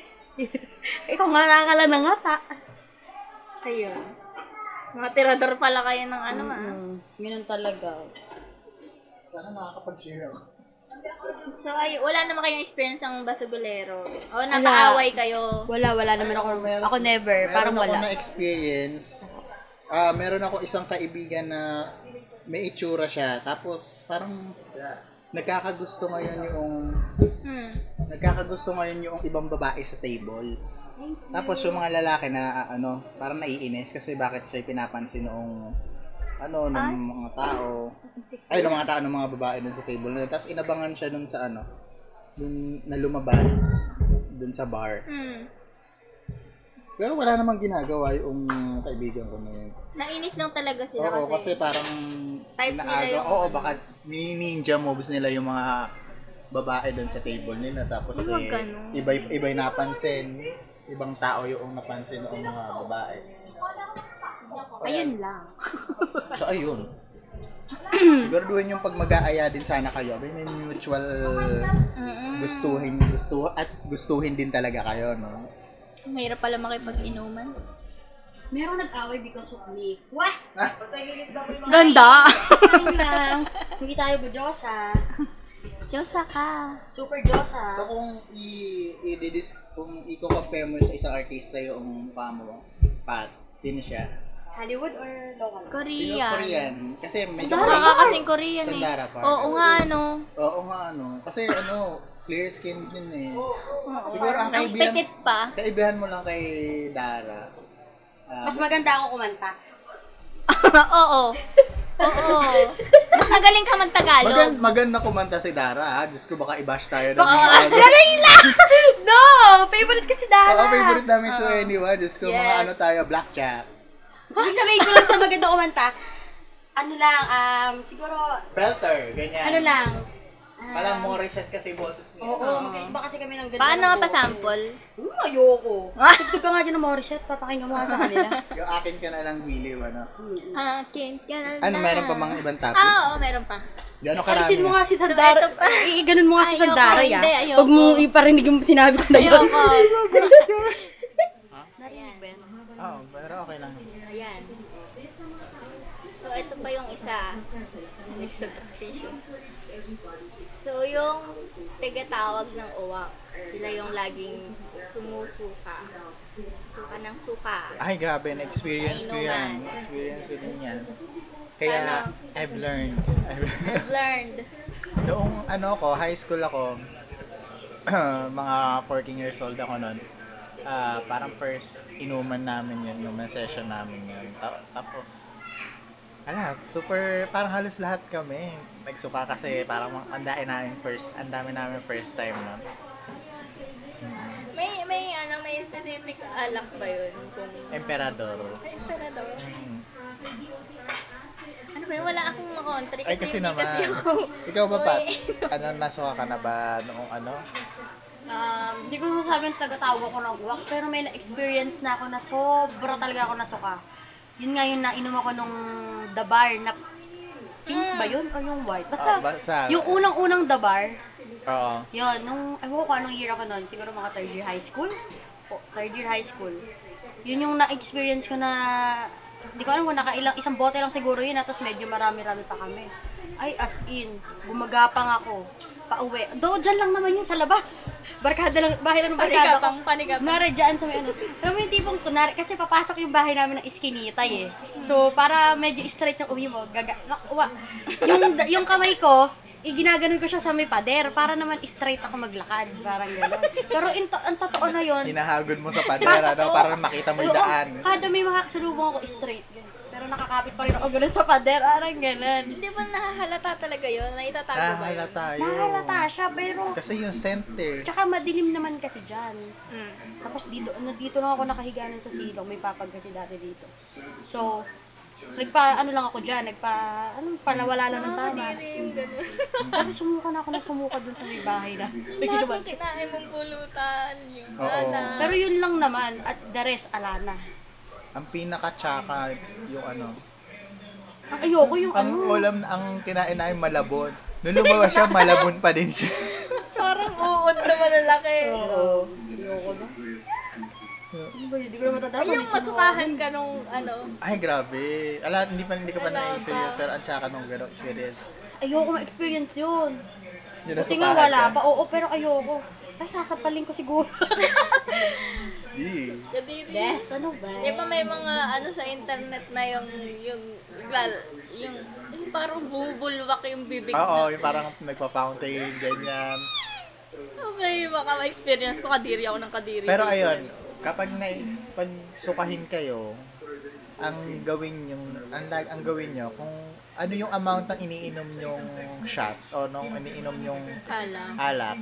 [SPEAKER 3] (laughs) Ikaw nga nakakala ng ngata.
[SPEAKER 1] ayun. Mga tirador pala kayo ng ano ah.
[SPEAKER 3] Mm, ganun talaga.
[SPEAKER 2] Sana nakakapag-share ako.
[SPEAKER 1] So, ay, wala naman kayong experience ng basugulero. O, napaaway kayo.
[SPEAKER 3] Wala, wala naman ako.
[SPEAKER 2] meron-
[SPEAKER 3] Ako never.
[SPEAKER 2] Meron
[SPEAKER 3] parang
[SPEAKER 2] ako
[SPEAKER 3] wala.
[SPEAKER 2] na experience. Ah, meron ako isang kaibigan na may itsura siya. Tapos, parang nagkakagusto ngayon yung
[SPEAKER 1] Hmm.
[SPEAKER 2] nagkakagusto ngayon yung ibang babae sa table. Tapos yung mga lalaki na ah, ano, parang naiinis kasi bakit siya pinapansin noong ano ng
[SPEAKER 1] Ay.
[SPEAKER 2] mga tao. Ay, ng mga tao ng mga babae dun sa table na. yun. Tapos inabangan siya dun sa ano, dun na lumabas dun sa bar.
[SPEAKER 1] Hmm.
[SPEAKER 2] Pero wala namang ginagawa yung kaibigan ko na yun.
[SPEAKER 1] Nainis lang talaga sila
[SPEAKER 2] Oo, kasi,
[SPEAKER 1] kasi.
[SPEAKER 2] parang
[SPEAKER 1] Type nila
[SPEAKER 2] inaagaw.
[SPEAKER 1] yung- ano.
[SPEAKER 2] Oo, baka mini-ninja moves nila yung mga babae dun sa table nila. Tapos
[SPEAKER 1] Ay, wag
[SPEAKER 2] eh,
[SPEAKER 1] ganun.
[SPEAKER 2] iba, iba yung napansin. Ibang tao yung napansin ng mga babae.
[SPEAKER 1] Ayun lang.
[SPEAKER 2] So,
[SPEAKER 1] (clears throat)
[SPEAKER 2] ayun. Siguraduhin yung pag mag-aaya din sana kayo. May, may mutual
[SPEAKER 1] Mm-mm.
[SPEAKER 2] gustuhin, gusto, at gustuhin din talaga kayo, no?
[SPEAKER 1] Mahirap pala makipag-inuman.
[SPEAKER 3] Merong nag-away because of me. (laughs) What?
[SPEAKER 2] Ah,
[SPEAKER 1] Ganda!
[SPEAKER 3] Ayun lang. Hindi tayo gujosa.
[SPEAKER 1] Diyosa ka.
[SPEAKER 3] Super josa.
[SPEAKER 2] So kung i i-dis kung i-compare mo sa isang artista yung mukha mo, Pat, sino siya?
[SPEAKER 3] Hollywood or local?
[SPEAKER 2] Sino
[SPEAKER 1] (laughs) Korean.
[SPEAKER 2] Korean. Kasi medyo
[SPEAKER 1] Mukha ka kasing Korean eh.
[SPEAKER 2] Sandara pa.
[SPEAKER 1] Oo nga ano.
[SPEAKER 2] Oo nga ano. Kasi ano, clear skin yun eh. Siguro ang
[SPEAKER 1] Ang
[SPEAKER 2] kaibigan,
[SPEAKER 1] petit pa. (laughs)
[SPEAKER 2] kaibigan mo lang kay Dara. Ah,
[SPEAKER 3] Mas maganda ako kumanta.
[SPEAKER 1] Oo. Oo. Mas magaling ka
[SPEAKER 2] magan,
[SPEAKER 1] magtagalog.
[SPEAKER 2] maganda kumanta si Dara ha. Diyos ko baka i-bash tayo. ng
[SPEAKER 1] Baka-
[SPEAKER 2] mga (laughs)
[SPEAKER 1] (laughs)
[SPEAKER 2] ano.
[SPEAKER 3] No! Favorite kasi dahil.
[SPEAKER 2] Oo, favorite namin to anyone. Diyos ko, mga
[SPEAKER 1] Yes.
[SPEAKER 2] ano tayo, blackjack.
[SPEAKER 3] Ibig sabihin ko lang sa maganda kumanta, ano lang, um, siguro,
[SPEAKER 2] Belter, ganyan.
[SPEAKER 3] ano lang. ah,
[SPEAKER 2] Parang more reset kasi boses niya.
[SPEAKER 3] Oo,
[SPEAKER 1] Oo.
[SPEAKER 3] magkaiba kasi kami ng ganda.
[SPEAKER 1] Paano
[SPEAKER 3] ng
[SPEAKER 1] ka pa
[SPEAKER 3] boses.
[SPEAKER 1] sample?
[SPEAKER 3] Hmm, ayoko. Tugtog ka nga dyan ng Morissette, papakinggan mo nga sa (laughs) kanila.
[SPEAKER 2] Yung akin ka na lang giliw, ano.
[SPEAKER 1] Akin ka na
[SPEAKER 2] Ano,
[SPEAKER 1] lang.
[SPEAKER 2] meron pa mga ibang topic?
[SPEAKER 1] Ah, oo, meron pa.
[SPEAKER 2] Gano'ng karami?
[SPEAKER 3] Alisin mo nga si
[SPEAKER 1] So,
[SPEAKER 3] Sandara.
[SPEAKER 1] ito pa.
[SPEAKER 3] Eh, ganun mo nga si
[SPEAKER 1] Ayoko,
[SPEAKER 3] Sandara, ya.
[SPEAKER 1] hindi, ayoko.
[SPEAKER 3] Huwag mo iparinig yung sinabi ko na yun. (laughs)
[SPEAKER 1] Ayoko.
[SPEAKER 2] (laughs)
[SPEAKER 1] (laughs)
[SPEAKER 2] Oo, pero okay lang.
[SPEAKER 1] Ayan. So, ito pa yung isa. Mix of transition. So, yung tigatawag ng uwak, sila yung laging sumusuka. Suka ng suka.
[SPEAKER 2] Ay, grabe. Na-experience
[SPEAKER 1] Ay,
[SPEAKER 2] ko
[SPEAKER 1] no
[SPEAKER 2] yan.
[SPEAKER 1] man.
[SPEAKER 2] Experience ko din yan. Kaya,
[SPEAKER 1] Ano?
[SPEAKER 2] I've learned. (laughs) I've
[SPEAKER 1] I've learned.
[SPEAKER 2] Noong ano ko, high school ako, (clears throat) mga 14 years old ako noon. Ah, parang first inuman namin yun, inuman session namin yun. Ta- tapos, ala, super, parang halos lahat kami. Nagsuka kasi parang mga- ang dami namin first, ang dami namin first time noon.
[SPEAKER 1] May, may, ano, may specific alak ba yun? Kung,
[SPEAKER 2] Emperador.
[SPEAKER 1] ay, talaga.
[SPEAKER 2] Mm.
[SPEAKER 1] Ano ba yun? Wala akong makontri. Kasi,
[SPEAKER 2] Ay, kasi
[SPEAKER 1] hindi
[SPEAKER 2] naman.
[SPEAKER 1] kasi ako.
[SPEAKER 2] (laughs) Ikaw ba, Pat?
[SPEAKER 3] (laughs)
[SPEAKER 1] Uy.
[SPEAKER 2] Ano, nasuka ka na ba noong ano?
[SPEAKER 3] Um, Hindi ko masasabi yung tagatawag ako ng uwak, pero may na-experience na ako na sobra talaga ako nasuka. Yun nga yun, nainom ako nung The Bar na pink ba yun o yung white? Basta,
[SPEAKER 2] Oh, basta.
[SPEAKER 3] yung unang-unang The Bar,
[SPEAKER 2] Oo.
[SPEAKER 3] yun, nung, ewan ko anong year ako nun, siguro mga third year high school? O, third year high school. Yun yung na-experience ko na, hindi ko alam kung nakailang, isang bote lang siguro yun, tapos medyo marami-rami pa kami. Ay, as in, gumagapang ako, pauwi. Though, dyan lang naman yun sa labas. (laughs) Barkada lang, bahay lang ng barkada ko.
[SPEAKER 1] Panigapang, panigapang.
[SPEAKER 3] Nara dyan sa may ano. Alam mo yung tipong, kunwari, kasi papasok yung bahay namin ng iskinitay eh. So, para medyo straight ng uwi mo, gaga, nak- uwa. Yung, yung kamay ko, iginaganon ko siya sa may pader para naman straight ako maglakad. Parang gano'n. Pero in to, ang totoo na yun.
[SPEAKER 2] Hinahagod mo sa pader, ano,
[SPEAKER 3] oo,
[SPEAKER 2] para makita mo yung
[SPEAKER 3] oo,
[SPEAKER 2] daan.
[SPEAKER 3] Kada may makakasalubong ako, straight. ganun. Pero nakakapit pa rin ako gano'n sa pader. Parang gano'n.
[SPEAKER 1] Hindi ba nahahalata talaga yun? Naitatago ba yun?
[SPEAKER 2] Nahalata yun.
[SPEAKER 3] Nahalata siya, pero
[SPEAKER 2] Kasi yung scent eh.
[SPEAKER 3] Tsaka madilim naman kasi dyan.
[SPEAKER 1] Mm.
[SPEAKER 3] Tapos dito, na- dito lang ako nakahiganan sa silong. May papag kasi dati dito. So, nagpa, ano lang ako dyan, nagpa, ano, panawala lang ng tama.
[SPEAKER 1] Ah, Hindi yung ganun. (laughs)
[SPEAKER 3] Kasi sumuka na ako na sumuka dun sa may bahay na.
[SPEAKER 1] Lahat
[SPEAKER 3] Naginuman.
[SPEAKER 1] ng kinain mong pulutan, yung
[SPEAKER 2] Oo.
[SPEAKER 1] anak.
[SPEAKER 3] Pero yun lang naman, at the rest, ala na.
[SPEAKER 2] Ang pinaka-tsaka yung ano.
[SPEAKER 3] Ang Ah, ayoko yung
[SPEAKER 2] Ang
[SPEAKER 3] ano.
[SPEAKER 2] ulam, ang kinain namin malabon. Nung lumabas siya, malabon pa din siya. (laughs)
[SPEAKER 1] (laughs) Parang uod na malalaki.
[SPEAKER 2] Oo.
[SPEAKER 3] Ayoko na. Ano ba yun? Hindi ko na matanda.
[SPEAKER 1] Ay, yung masukahan ka nung ano.
[SPEAKER 2] Ay, grabe. Ala, hindi pa hindi ka pa
[SPEAKER 1] Ala,
[SPEAKER 2] na-experience,
[SPEAKER 1] pa.
[SPEAKER 2] pero ang tsaka nung gano'n, serious.
[SPEAKER 3] Ayoko ma-experience yun.
[SPEAKER 2] Yun ang
[SPEAKER 3] Kasi nga
[SPEAKER 2] sukahan
[SPEAKER 3] wala
[SPEAKER 2] ka.
[SPEAKER 3] pa. Oo, pero ayoko. Ay, sasapaling ko siguro.
[SPEAKER 2] Di.
[SPEAKER 1] Kadiri.
[SPEAKER 3] Yes, ano ba?
[SPEAKER 1] Di ba may mga ano sa internet na yung yung lal, yung, yung parang bubulwak yung bibig
[SPEAKER 2] Oo,
[SPEAKER 1] na.
[SPEAKER 2] yung parang nagpa-fountain, ganyan.
[SPEAKER 1] Okay, baka ma-experience ko kadiri ako ng kadiri.
[SPEAKER 2] Pero ayun, kapag na pag sukahin kayo, ang gawin yung ang, lag- ang gawin nyo kung ano yung amount ng iniinom yung shot o nung iniinom yung
[SPEAKER 1] Kala.
[SPEAKER 2] alak,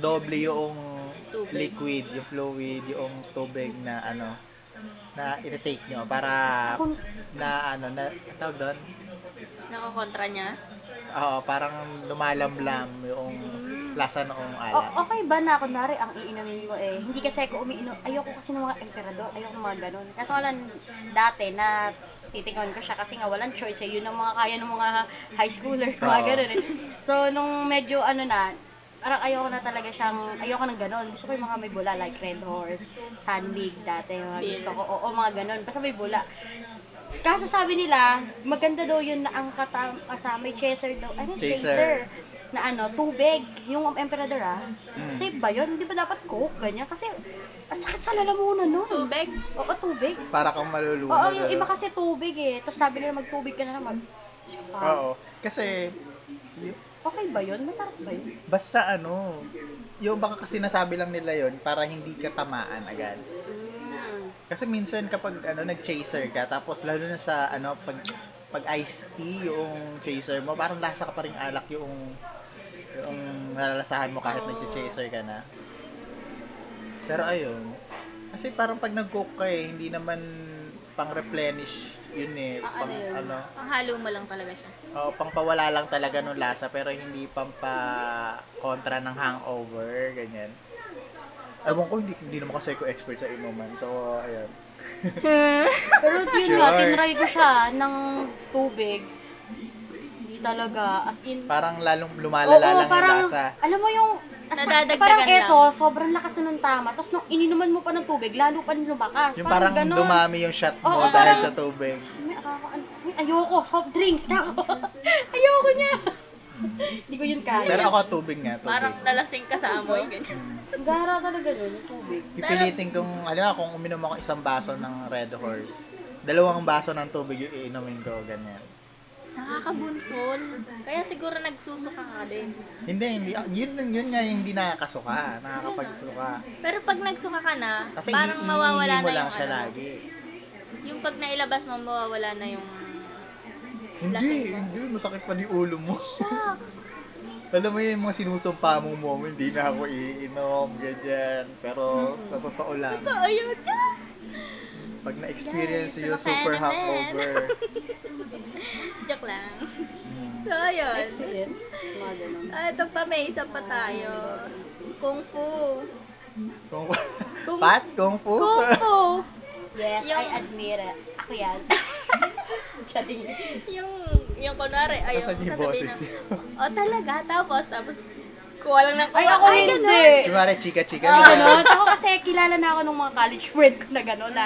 [SPEAKER 2] doble yung
[SPEAKER 1] Tubig.
[SPEAKER 2] liquid, yung fluid, yung tubig na ano na i-take nyo para na ano na tawag doon
[SPEAKER 1] Nakakontra niya.
[SPEAKER 2] Oo, parang lumalamlam yung lasa noong alak.
[SPEAKER 3] O- okay ba na kunwari ang iinamin ko eh. Hindi kasi ako umiinom. Ayoko kasi ng mga emperador. Ayoko ng mga ganun. Kaso lang dati na titingnan ko siya kasi nga walang choice eh. Yun ang mga kaya ng mga high schooler. (laughs) Mga
[SPEAKER 2] Oo.
[SPEAKER 3] ganun eh. So, nung medyo ano na, parang ayoko na talaga siyang, ayoko ng ganon. Gusto ko yung mga may bula, like Red Horse, Sunbig dati, yung mga
[SPEAKER 1] Beer.
[SPEAKER 3] gusto ko. Oo, mga ganon. Basta may bula. Kaso sabi nila, maganda daw yun na ang katam, kasama, may chaser daw. Ano,
[SPEAKER 2] Chaser.
[SPEAKER 3] chaser. Na ano, tubig. Yung emperador ah.
[SPEAKER 2] Hmm.
[SPEAKER 3] Safe ba yun? Hindi ba dapat coke? Ganyan. Kasi, ang sakit sa lalamunan nun.
[SPEAKER 1] Tubig.
[SPEAKER 3] Oo, tubig.
[SPEAKER 2] Para kang malulunod.
[SPEAKER 3] Oo, yung iba
[SPEAKER 2] ano?
[SPEAKER 3] kasi tubig eh. Tapos sabi nila magtubig ka na naman.
[SPEAKER 2] Oo. Kasi,
[SPEAKER 3] Okay ba yun? Masarap ba yun?
[SPEAKER 2] basta ano, yung baka kasi nasabi lang nila yon para hindi ka tamaan agad. Kasi minsan kapag ano nag-chaser ka tapos lalo na sa ano pag pag iced tea yung chaser mo parang lasa ka pa rin alak yung yung nalalasahan mo kahit nag-chaser ka na. Pero ayun. Kasi parang pag nag-cook ka eh, hindi naman pang-replenish yun eh. Pang, ano,
[SPEAKER 1] Panghalo mo lang talaga siya.
[SPEAKER 2] Oh, pangpawala lang talaga nung lasa pero hindi pampa kontra ng hangover, ganyan. Ewan ko, hindi, hindi naman kasi ako expert sa inuman. So, ayun.
[SPEAKER 3] (laughs) Pero yun nga,
[SPEAKER 2] Sure.
[SPEAKER 3] tinry ko (laughs) siya ng tubig. Hindi talaga. As in,
[SPEAKER 2] Parang lalong lumalala lang yung lasa.
[SPEAKER 3] alam mo yung, as-
[SPEAKER 1] Nadadagdagan
[SPEAKER 3] parang
[SPEAKER 1] lang.
[SPEAKER 3] eto, sobrang lakas na ng tama. Tapos nung ininuman mo pa ng tubig, lalo pa lumakas.
[SPEAKER 2] Yung parang
[SPEAKER 3] ganun.
[SPEAKER 2] dumami yung shot mo
[SPEAKER 3] Oo,
[SPEAKER 2] dahil
[SPEAKER 3] parang-
[SPEAKER 2] sa tubig.
[SPEAKER 3] May akakaalam. Uy, ayoko, soft drinks na ako. (laughs) ayoko niya. (laughs) Hindi ko yun kaya.
[SPEAKER 2] Pero ako tubig nga, tubig.
[SPEAKER 1] Parang nalasing ka sa amoy. Ganyan.
[SPEAKER 3] Gara talaga yun, yung tubig.
[SPEAKER 2] Pipilitin kong, alam mo, kung uminom ako isang baso ng Red Horse, dalawang baso ng tubig yung iinumin ko, ganyan.
[SPEAKER 1] Nakakabunsol. Kaya siguro nagsusuka ka din.
[SPEAKER 2] Hindi, hindi, ah, yun, yun nga yung hindi nakakasuka, nakakapagsuka.
[SPEAKER 1] Pero pag nagsuka ka na,
[SPEAKER 2] Kasi
[SPEAKER 1] parang
[SPEAKER 2] i-
[SPEAKER 1] mawawala
[SPEAKER 2] iihi mo
[SPEAKER 1] na
[SPEAKER 2] lang
[SPEAKER 1] yung
[SPEAKER 2] siya
[SPEAKER 1] ano.
[SPEAKER 2] lagi.
[SPEAKER 1] Yung pag nailabas mo, mawawala na yung...
[SPEAKER 2] Hindi,
[SPEAKER 1] Lasing
[SPEAKER 2] hindi. Masakit pa ni ulo mo. (laughs)
[SPEAKER 1] Shucks!
[SPEAKER 2] Alam mo yun, yung mga sinusumpa mo mo, hindi na ako iinom, ganyan. Pero sa totoo lang,
[SPEAKER 1] Ayun ka!
[SPEAKER 2] pag na-experience
[SPEAKER 1] Guys,
[SPEAKER 2] yung
[SPEAKER 1] sumakaya
[SPEAKER 2] super
[SPEAKER 1] na (laughs)
[SPEAKER 2] hangover,
[SPEAKER 1] Joke lang.
[SPEAKER 2] Hmm.
[SPEAKER 1] So, ayun.
[SPEAKER 3] Experience, mga ganun.
[SPEAKER 1] Ah, ito pa, may isa pa tayo. Kung Fu.
[SPEAKER 2] kung,
[SPEAKER 1] Kung-
[SPEAKER 2] pat, kung fu.
[SPEAKER 1] Kung
[SPEAKER 2] (laughs)
[SPEAKER 1] Fu!
[SPEAKER 3] Yes,
[SPEAKER 1] Yung-
[SPEAKER 3] I admit it. Ako (laughs) yan. Charing.
[SPEAKER 1] yung, yung kunwari, ayun,
[SPEAKER 2] Nasaan yung
[SPEAKER 1] sasabihin na,
[SPEAKER 2] boses yun?
[SPEAKER 1] oh talaga, tapos, tapos, kuha lang ng kuha.
[SPEAKER 3] Ay, ako hindi.
[SPEAKER 2] Kumari, chika-chika
[SPEAKER 3] Yung
[SPEAKER 2] na.
[SPEAKER 3] ganun. Ako kasi kilala na ako nung mga college friend ko na gano'n na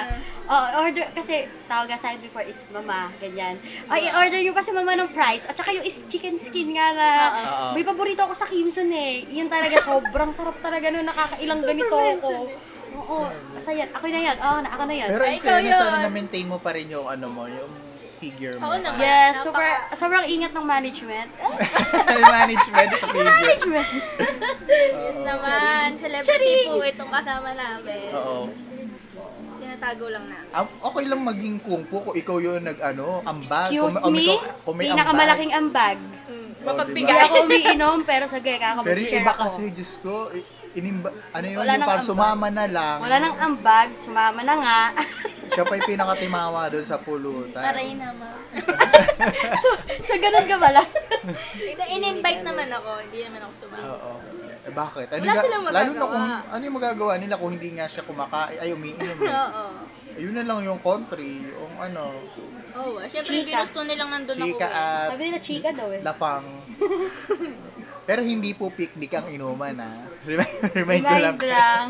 [SPEAKER 3] oh, order, kasi tawag sa akin before is mama, ganyan. Ay, i-order yung kasi mama ng fries. At saka yung is chicken skin nga na
[SPEAKER 2] Oo.
[SPEAKER 3] may paborito ako sa Kimson eh. Yun talaga, sobrang sarap talaga nun. Nakakailang ganito ako. Oo, basta yan. Ako na yan. Oo, na ako na yan.
[SPEAKER 2] Pero
[SPEAKER 1] Ay,
[SPEAKER 2] in
[SPEAKER 1] ikaw
[SPEAKER 2] fairness,
[SPEAKER 1] yun.
[SPEAKER 2] ano, na-maintain mo pa rin yung ano mo, yung figure mo.
[SPEAKER 1] Oo naman.
[SPEAKER 3] Yes, super, sobrang ingat ng management.
[SPEAKER 2] (laughs)
[SPEAKER 1] (laughs)
[SPEAKER 2] Management sa figure.
[SPEAKER 3] Management!
[SPEAKER 1] Yes naman, celebrity po itong kasama namin.
[SPEAKER 2] Oo.
[SPEAKER 1] Tinatago lang namin.
[SPEAKER 2] Am- okay lang maging kung fu kung ikaw yung nag-ano, ambag.
[SPEAKER 3] Excuse
[SPEAKER 2] kung, oh, may-
[SPEAKER 3] me,
[SPEAKER 2] kung, may- kung may ambag.
[SPEAKER 3] pinakamalaking ambag.
[SPEAKER 1] Mm,
[SPEAKER 2] diba?
[SPEAKER 3] Hindi
[SPEAKER 1] mapagbigay.
[SPEAKER 3] ako umiinom, pero sige,
[SPEAKER 2] Pero yung
[SPEAKER 3] kakamag-share
[SPEAKER 2] iba
[SPEAKER 3] ako.
[SPEAKER 2] kasi, Diyos ko, i- inimba, ano yun,
[SPEAKER 3] Wala
[SPEAKER 2] yung
[SPEAKER 3] nang
[SPEAKER 2] parang
[SPEAKER 3] ambag.
[SPEAKER 2] sumama na lang.
[SPEAKER 3] Wala nang ambag, sumama na nga. (laughs)
[SPEAKER 2] Siya pa yung pinakatimawa doon sa pulutan.
[SPEAKER 1] Aray naman.
[SPEAKER 3] so, so ganun ka pala.
[SPEAKER 1] Ito, in-invite naman ako. Hindi naman ako sumama.
[SPEAKER 2] Oo. Eh, bakit? Ano
[SPEAKER 1] Wala
[SPEAKER 2] ga-
[SPEAKER 1] silang
[SPEAKER 2] Lalo na
[SPEAKER 1] magagawa.
[SPEAKER 2] kung, ano yung magagawa nila kung hindi nga siya kumakain, ay umiinom. eh.
[SPEAKER 1] (laughs) Oo.
[SPEAKER 2] Ayun na lang yung country, yung ano,
[SPEAKER 1] Oo, ah. syempre
[SPEAKER 3] Chika.
[SPEAKER 1] ginusto nilang nandun ako.
[SPEAKER 2] chika ah.
[SPEAKER 1] eh.
[SPEAKER 2] at
[SPEAKER 3] Sabi nila chika daw eh.
[SPEAKER 2] lapang. Pero hindi po picnic ang inuman ha. Remind, (laughs) remind ko lang.
[SPEAKER 3] Mind lang.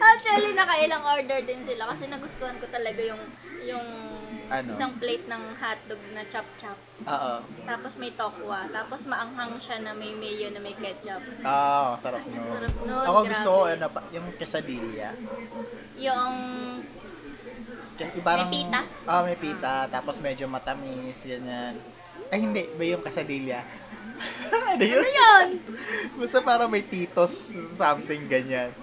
[SPEAKER 1] Actually, nakailang order din sila kasi nagustuhan ko talaga yung yung
[SPEAKER 2] Ano?
[SPEAKER 1] isang plate ng hotdog na chop-chop.
[SPEAKER 2] Oo.
[SPEAKER 1] Tapos may tokwa. Tapos maanghang siya na may mayo na may ketchup.
[SPEAKER 2] Oo, Ah, sarap nun.
[SPEAKER 1] Sarap nun,
[SPEAKER 2] Ako gusto ko,
[SPEAKER 1] grabe.
[SPEAKER 2] ano, pa- yung quesadilla.
[SPEAKER 1] Yung
[SPEAKER 2] Kasi parang,
[SPEAKER 1] May pita?
[SPEAKER 2] Oo, Ah, may pita. Tapos medyo matamis, ganyan. Ay, hindi. Ba yung kasadilya? (laughs) ano yun?
[SPEAKER 1] yun!
[SPEAKER 2] Basta parang may titos, something ganyan.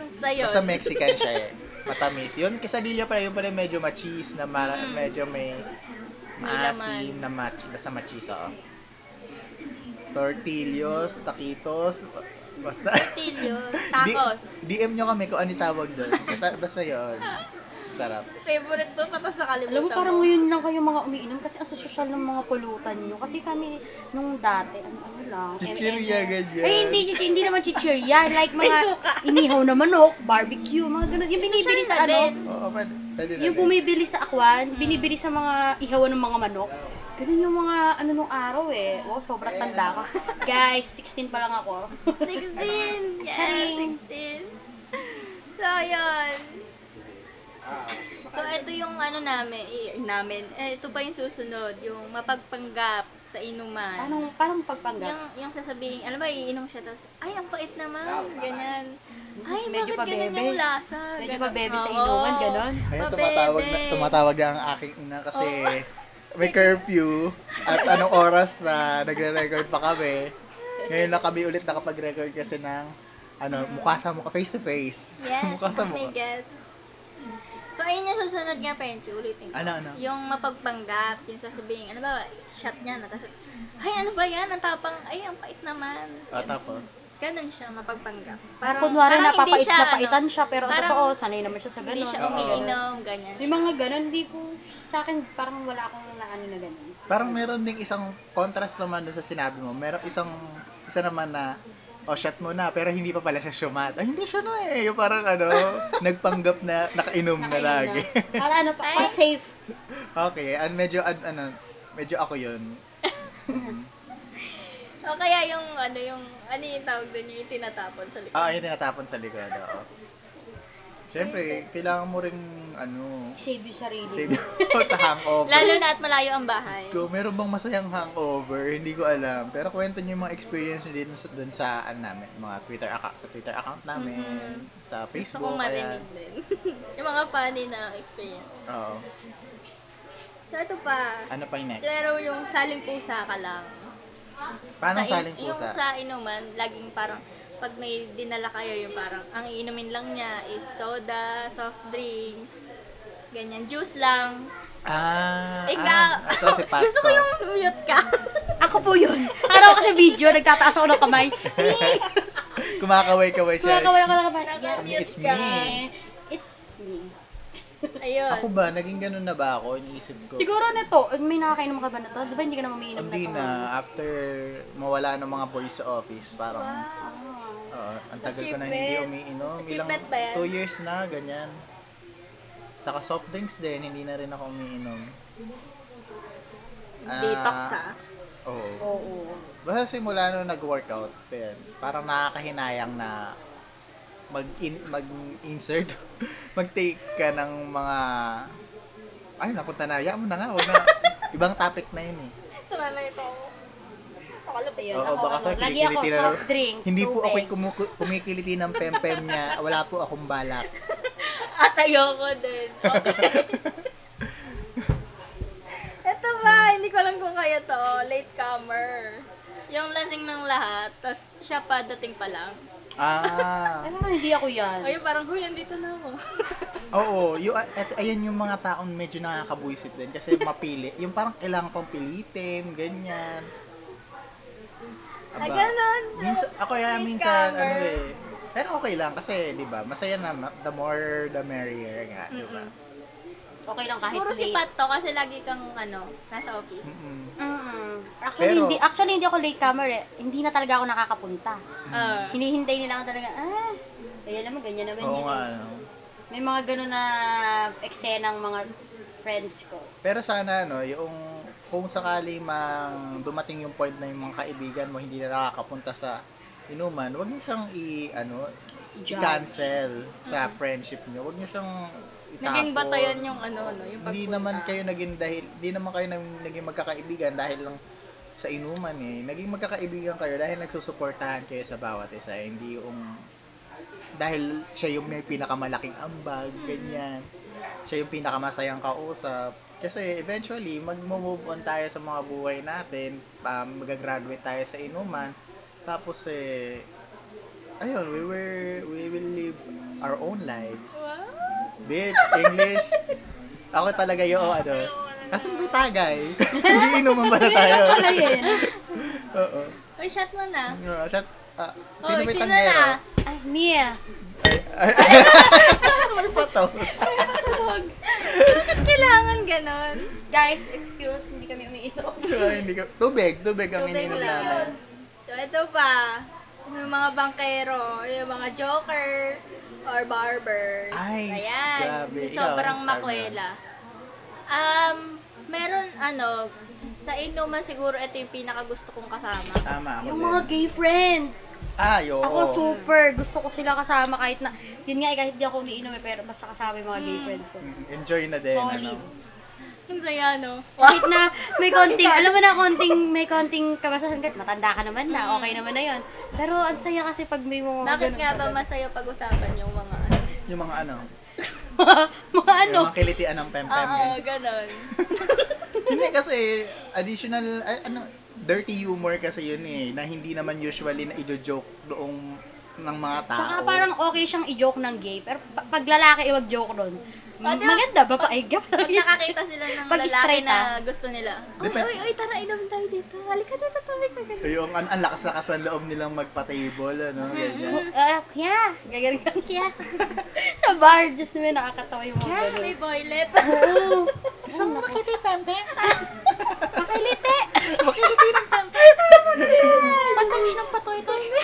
[SPEAKER 1] Basta yun.
[SPEAKER 2] Basta Mexican siya eh. Matamis. Yun, quesadilla pala yun pala medyo machis na ma- medyo may maasim na mach basta machis oo. Tortillos, taquitos, basta
[SPEAKER 1] Tortillos,
[SPEAKER 2] Di-
[SPEAKER 1] tacos.
[SPEAKER 2] (laughs) DM nyo kami kung ano yung tawag doon. Basta- Basta yun. Sarap.
[SPEAKER 1] Favorite po, patas nakalimutan
[SPEAKER 3] Alam mo, parang ngayon lang kayo mga umiinom kasi ang susosyal ng mga pulutan nyo. Kasi kami, nung dati, ano, ano lang.
[SPEAKER 2] Chichirya,
[SPEAKER 3] M&M.
[SPEAKER 2] ganyan.
[SPEAKER 3] Ay, hindi, chichi, hindi naman chichirya. Like mga inihaw na manok, barbecue, mga ganun. Yung binibili
[SPEAKER 1] Susyal
[SPEAKER 3] sa
[SPEAKER 1] na din.
[SPEAKER 3] ano.
[SPEAKER 2] Oo, pa- Pwede na
[SPEAKER 3] Yung
[SPEAKER 2] rin.
[SPEAKER 3] bumibili sa akwan, binibili sa mga ihawan ng mga manok. Ganun yung mga ano nung araw eh. Oh, sobrang tanda ko. (laughs) Guys, 16 pa lang ako. (laughs)
[SPEAKER 1] 16! Yes,
[SPEAKER 3] Charing.
[SPEAKER 1] 16! (laughs) So, yun. So, ito yung ano namin, eh, namin. Eh, ito pa yung susunod, yung mapagpanggap sa inuman.
[SPEAKER 3] Anong, parang pagpanggap?
[SPEAKER 1] Yung, yung sasabihin, alam ba, iinom siya tapos, ay, ang pait naman, ganyan. Ay,
[SPEAKER 3] Medyo
[SPEAKER 1] bakit ganyan
[SPEAKER 3] pabebe.
[SPEAKER 1] yung lasa?
[SPEAKER 3] Medyo
[SPEAKER 1] Ganun.
[SPEAKER 3] pabebe sa
[SPEAKER 1] Oo.
[SPEAKER 3] inuman, ganun.
[SPEAKER 2] Kaya
[SPEAKER 1] Pabebe.
[SPEAKER 2] tumatawag na, tumatawag na ang aking ina kasi may curfew at anong oras na nagre-record pa kami. Ngayon na kami ulit nakapag-record kasi ng ano, mukha sa mukha, face to face.
[SPEAKER 1] Yes,
[SPEAKER 2] (laughs) mukha sa
[SPEAKER 1] may
[SPEAKER 2] mukha.
[SPEAKER 1] guess. So, ayun yung susunod nga, Penchi, ulitin ko.
[SPEAKER 2] Ano, ano?
[SPEAKER 1] Yung mapagpanggap, yung sasabihin, ano ba, shot niya, na, tapos, ay, ano ba yan, ang tapang, ay, ang pait naman.
[SPEAKER 2] Ah, tapos?
[SPEAKER 1] Ganon siya, mapagpanggap.
[SPEAKER 3] Parang, Kunwari,
[SPEAKER 1] parang hindi
[SPEAKER 3] napapait,
[SPEAKER 1] siya, ano,
[SPEAKER 3] napaitan siya, pero ang
[SPEAKER 1] parang
[SPEAKER 3] totoo, sanay naman siya sa ganun.
[SPEAKER 1] Hindi siya
[SPEAKER 3] Mga ganun.
[SPEAKER 1] umiinom, ganyan.
[SPEAKER 3] May mga ganun, hindi ko, sa akin, parang wala akong naano na ganun.
[SPEAKER 2] Parang meron ding isang contrast naman dun sa sinabi mo. Meron isang, isa naman na, oh, shot mo na, pero hindi pa pala siya shumat. Ay, hindi siya na eh. Yung parang ano, nagpanggap na, nakainom na lagi. (laughs)
[SPEAKER 3] Para ano, pa, para safe.
[SPEAKER 2] okay, and medyo, an- ano, medyo ako yun.
[SPEAKER 1] O kaya yung, ano yung, ano yung tawag doon, yung tinatapon sa likod.
[SPEAKER 2] Ah, yun tinatapon sa likod. Oo. Siyempre, kailangan mo rin, ano,
[SPEAKER 3] Save yung sarili.
[SPEAKER 2] save (laughs) sa hangover.
[SPEAKER 1] Lalo na at malayo ang bahay.
[SPEAKER 2] Diyos ko, meron bang masayang hangover? Hindi ko alam. Pero kwento niyo yung mga experience niyo dito sa, dun sa, ano namin, mga Twitter account, sa Twitter account namin, sa
[SPEAKER 1] Mm-hmm. Gusto
[SPEAKER 2] Facebook.
[SPEAKER 1] kong marinig din. (laughs) yung mga funny na experience.
[SPEAKER 2] ayan. Oo.
[SPEAKER 1] So, ito pa.
[SPEAKER 2] Ano pa yung next?
[SPEAKER 1] Pero yung saling pusa ka lang.
[SPEAKER 2] Paano
[SPEAKER 1] Sa in-
[SPEAKER 2] saling
[SPEAKER 1] Yung
[SPEAKER 2] pusa?
[SPEAKER 1] sa inuman, laging parang pag may dinala kayo, yung parang ang iinumin lang niya is soda, soft drinks, ganyan, juice lang.
[SPEAKER 2] Ah,
[SPEAKER 1] Ikaw,
[SPEAKER 2] ah, ito si Pasto.
[SPEAKER 1] (laughs) gusto ko yung mute
[SPEAKER 2] (laughs)
[SPEAKER 1] ka.
[SPEAKER 4] Ako po yun. Araw ko sa video, nagtataas ako ng kamay.
[SPEAKER 2] Kumakaway-kaway siya.
[SPEAKER 3] Nakakawala ka lang parang, yeah,
[SPEAKER 1] Naka-mute
[SPEAKER 2] It's
[SPEAKER 1] ka.
[SPEAKER 2] me.
[SPEAKER 3] it's me.
[SPEAKER 1] Ayun.
[SPEAKER 2] Ako ba? Naging ganun na ba ako? Iniisip ko.
[SPEAKER 3] Siguro nito, may nakakainom ka ba na to? Di ba hindi ka na umiinom na
[SPEAKER 2] Hindi
[SPEAKER 3] to?
[SPEAKER 2] na, after mawala ng mga boys sa office, parang,
[SPEAKER 3] Ah.
[SPEAKER 2] Oo, ang tagal ko na hindi
[SPEAKER 1] Achievement.
[SPEAKER 2] umiinom.
[SPEAKER 1] Achievement ba yan?
[SPEAKER 2] two years na, ganyan. Saka soft drinks din, hindi na rin ako umiinom. Ah,
[SPEAKER 1] Detox ah.
[SPEAKER 2] Oo.
[SPEAKER 3] Oo.
[SPEAKER 2] Basta simula nung nag-workout, ayan, parang nakakahinayang na mag mag-insert, (laughs) mag-take ka ng mga ay, napunta na. Hayaan mo na nga. Wag
[SPEAKER 1] (laughs)
[SPEAKER 2] na. Ibang topic na yun eh.
[SPEAKER 1] Tumama ito. Akala ba yun?
[SPEAKER 2] Oo,
[SPEAKER 3] ako,
[SPEAKER 2] baka
[SPEAKER 3] ano,
[SPEAKER 2] sa
[SPEAKER 3] lagi
[SPEAKER 2] kilikiliti
[SPEAKER 3] ako,
[SPEAKER 2] na
[SPEAKER 3] soft drinks,
[SPEAKER 2] Hindi po
[SPEAKER 3] tubig.
[SPEAKER 2] ako'y kumu- kumikiliti ng pempem niya. Wala po akong balak.
[SPEAKER 1] At ayoko din.
[SPEAKER 2] (laughs)
[SPEAKER 1] Okay. Ito ba? Hindi ko alam kung kaya to. Latecomer. Yung lasing ng lahat, tapos siya pa dating pa lang.
[SPEAKER 2] Ah.
[SPEAKER 3] Alam mo, hindi ako yan.
[SPEAKER 1] O yung parang, huy, andito na ako.
[SPEAKER 2] Oo, yung, at, ayan yung mga taong medyo nakakabuisit din kasi mapili. Yung parang kailangan pang pilitin, ganyan.
[SPEAKER 1] Ah, ganun.
[SPEAKER 2] Minsan, ako yan,
[SPEAKER 1] May
[SPEAKER 2] minsan, ano
[SPEAKER 1] cover.
[SPEAKER 2] eh. Pero okay lang kasi, di ba, masaya na, ma- the more, the merrier nga, di ba?
[SPEAKER 3] Okay lang kahit
[SPEAKER 1] Puro
[SPEAKER 3] late.
[SPEAKER 1] si Pat to kasi lagi kang, ano, nasa office.
[SPEAKER 2] Mm.
[SPEAKER 3] Mm-mm. Actually,
[SPEAKER 2] Pero-
[SPEAKER 3] hindi, actually, hindi ako late comer eh. Hindi na talaga ako nakakapunta.
[SPEAKER 1] Ah.
[SPEAKER 3] Hinihintay nila ako talaga, ah, kaya naman, ganyan naman
[SPEAKER 2] Oo
[SPEAKER 3] yun.
[SPEAKER 2] nga,
[SPEAKER 3] eh.
[SPEAKER 2] ano.
[SPEAKER 3] May mga ganun na eksenang mga friends ko.
[SPEAKER 2] Pero sana, ano, yung kung sakali mang dumating yung point na yung mga kaibigan mo hindi na nakakapunta sa inuman, wag niyo siyang i, ano,
[SPEAKER 3] I-judge.
[SPEAKER 2] i-cancel sa friendship niyo. Wag niyo siyang itapon.
[SPEAKER 1] Naging batayan yung ano, ano, yung
[SPEAKER 2] Hindi
[SPEAKER 1] pagpunta.
[SPEAKER 2] naman kayo naging dahil, hindi naman kayo nag- naging magkakaibigan dahil lang sa inuman eh. Naging magkakaibigan kayo dahil nagsusuportahan kayo sa bawat isa. eh. Hindi yung dahil siya yung may pinakamalaking ambag, ganyan. Siya yung pinakamasayang kausap. Kasi eventually, mag-move on tayo sa mga buhay natin. Um, mag-graduate tayo sa inuman. Tapos eh, ayun, we were, we will live our own lives. Bitch, English. Ako talaga yung ano. Kasi may (laughs) tagay. Hindi inuman pala tayo.
[SPEAKER 3] Wala yun.
[SPEAKER 2] Oo.
[SPEAKER 1] Uy, shot mo na.
[SPEAKER 2] Uh, shut ah,
[SPEAKER 1] Uy,
[SPEAKER 2] sino may
[SPEAKER 1] Oh, sino
[SPEAKER 2] tangero?
[SPEAKER 1] na?
[SPEAKER 3] Ay, Mia.
[SPEAKER 2] (laughs) May patos.
[SPEAKER 1] Bakit kailangan ganon?
[SPEAKER 3] Guys, excuse, hindi kami umiinom.
[SPEAKER 2] Ay, hindi ka, tubig, tubig ang
[SPEAKER 1] Tubig
[SPEAKER 2] ininom
[SPEAKER 1] lang.
[SPEAKER 2] namin.
[SPEAKER 1] So, ito pa. Yung mga bankero, yung mga joker, or barbers.
[SPEAKER 2] Ay,
[SPEAKER 1] Ayan.
[SPEAKER 2] grabe.
[SPEAKER 1] yung
[SPEAKER 2] Ikaw,
[SPEAKER 1] Sobrang
[SPEAKER 2] ano sabi
[SPEAKER 1] makwela. Um, meron ano, sa inuman siguro ito yung pinakagusto kong kasama.
[SPEAKER 2] Tama ako
[SPEAKER 3] Yung
[SPEAKER 2] din.
[SPEAKER 3] mga gay friends.
[SPEAKER 2] Ah, yo.
[SPEAKER 3] Ako super, gusto ko sila kasama kahit na, yun nga eh, kahit di ako umiinom eh, pero basta kasama yung mga
[SPEAKER 1] Mm.
[SPEAKER 3] gay friends ko.
[SPEAKER 2] Enjoy na din.
[SPEAKER 3] Solid.
[SPEAKER 2] Ano?
[SPEAKER 1] Ang saya, no?
[SPEAKER 3] Kahit na may konting, alam mo na konting, may konting kabasahan ka, matanda ka naman na, okay naman na yun. Pero ang saya kasi pag may mga
[SPEAKER 1] Bakit
[SPEAKER 3] ganun
[SPEAKER 1] nga ba
[SPEAKER 3] talaga.
[SPEAKER 1] masaya pag-usapan yung mga ano?
[SPEAKER 2] Yung mga ano.
[SPEAKER 3] (laughs) mga ano? Ah,
[SPEAKER 2] Yung mga kilitian ng pempem.
[SPEAKER 1] Oo,
[SPEAKER 2] ganun.
[SPEAKER 3] (laughs)
[SPEAKER 1] ganon.
[SPEAKER 2] Hindi kasi additional ay, ano dirty humor kasi yun eh na hindi naman usually na ido-joke doong ng mga tao.
[SPEAKER 3] Tsaka parang okay siyang i-joke ng gay, pero pa- pag lalaki, iwag joke nun.
[SPEAKER 1] Ano?
[SPEAKER 3] Maganda ba paiga?
[SPEAKER 1] Pag
[SPEAKER 3] (laughs)
[SPEAKER 1] nakakita sila ng
[SPEAKER 3] Pag
[SPEAKER 1] lalaki
[SPEAKER 3] straight,
[SPEAKER 1] na gusto nila.
[SPEAKER 2] ah.
[SPEAKER 1] Uy,
[SPEAKER 2] Depend-
[SPEAKER 1] uy, uy, tara, inom tayo dito. Halika dito, tumig ka ganun.
[SPEAKER 2] yung an ang lakas-lakas ng loob nilang magpa-table ano ganyan.
[SPEAKER 3] Ah, kya! Gagawin ka. Kya! (laughs) Sa bar, just may nakakatawa yung mga
[SPEAKER 1] Ah,
[SPEAKER 3] ganun.
[SPEAKER 1] may
[SPEAKER 2] (laughs)
[SPEAKER 1] boylet.
[SPEAKER 3] Oo.
[SPEAKER 2] Gusto mo makita yung pempe?
[SPEAKER 3] Pakilite!
[SPEAKER 2] Makiliti ng pempe. Patouch ng patoy to. eh.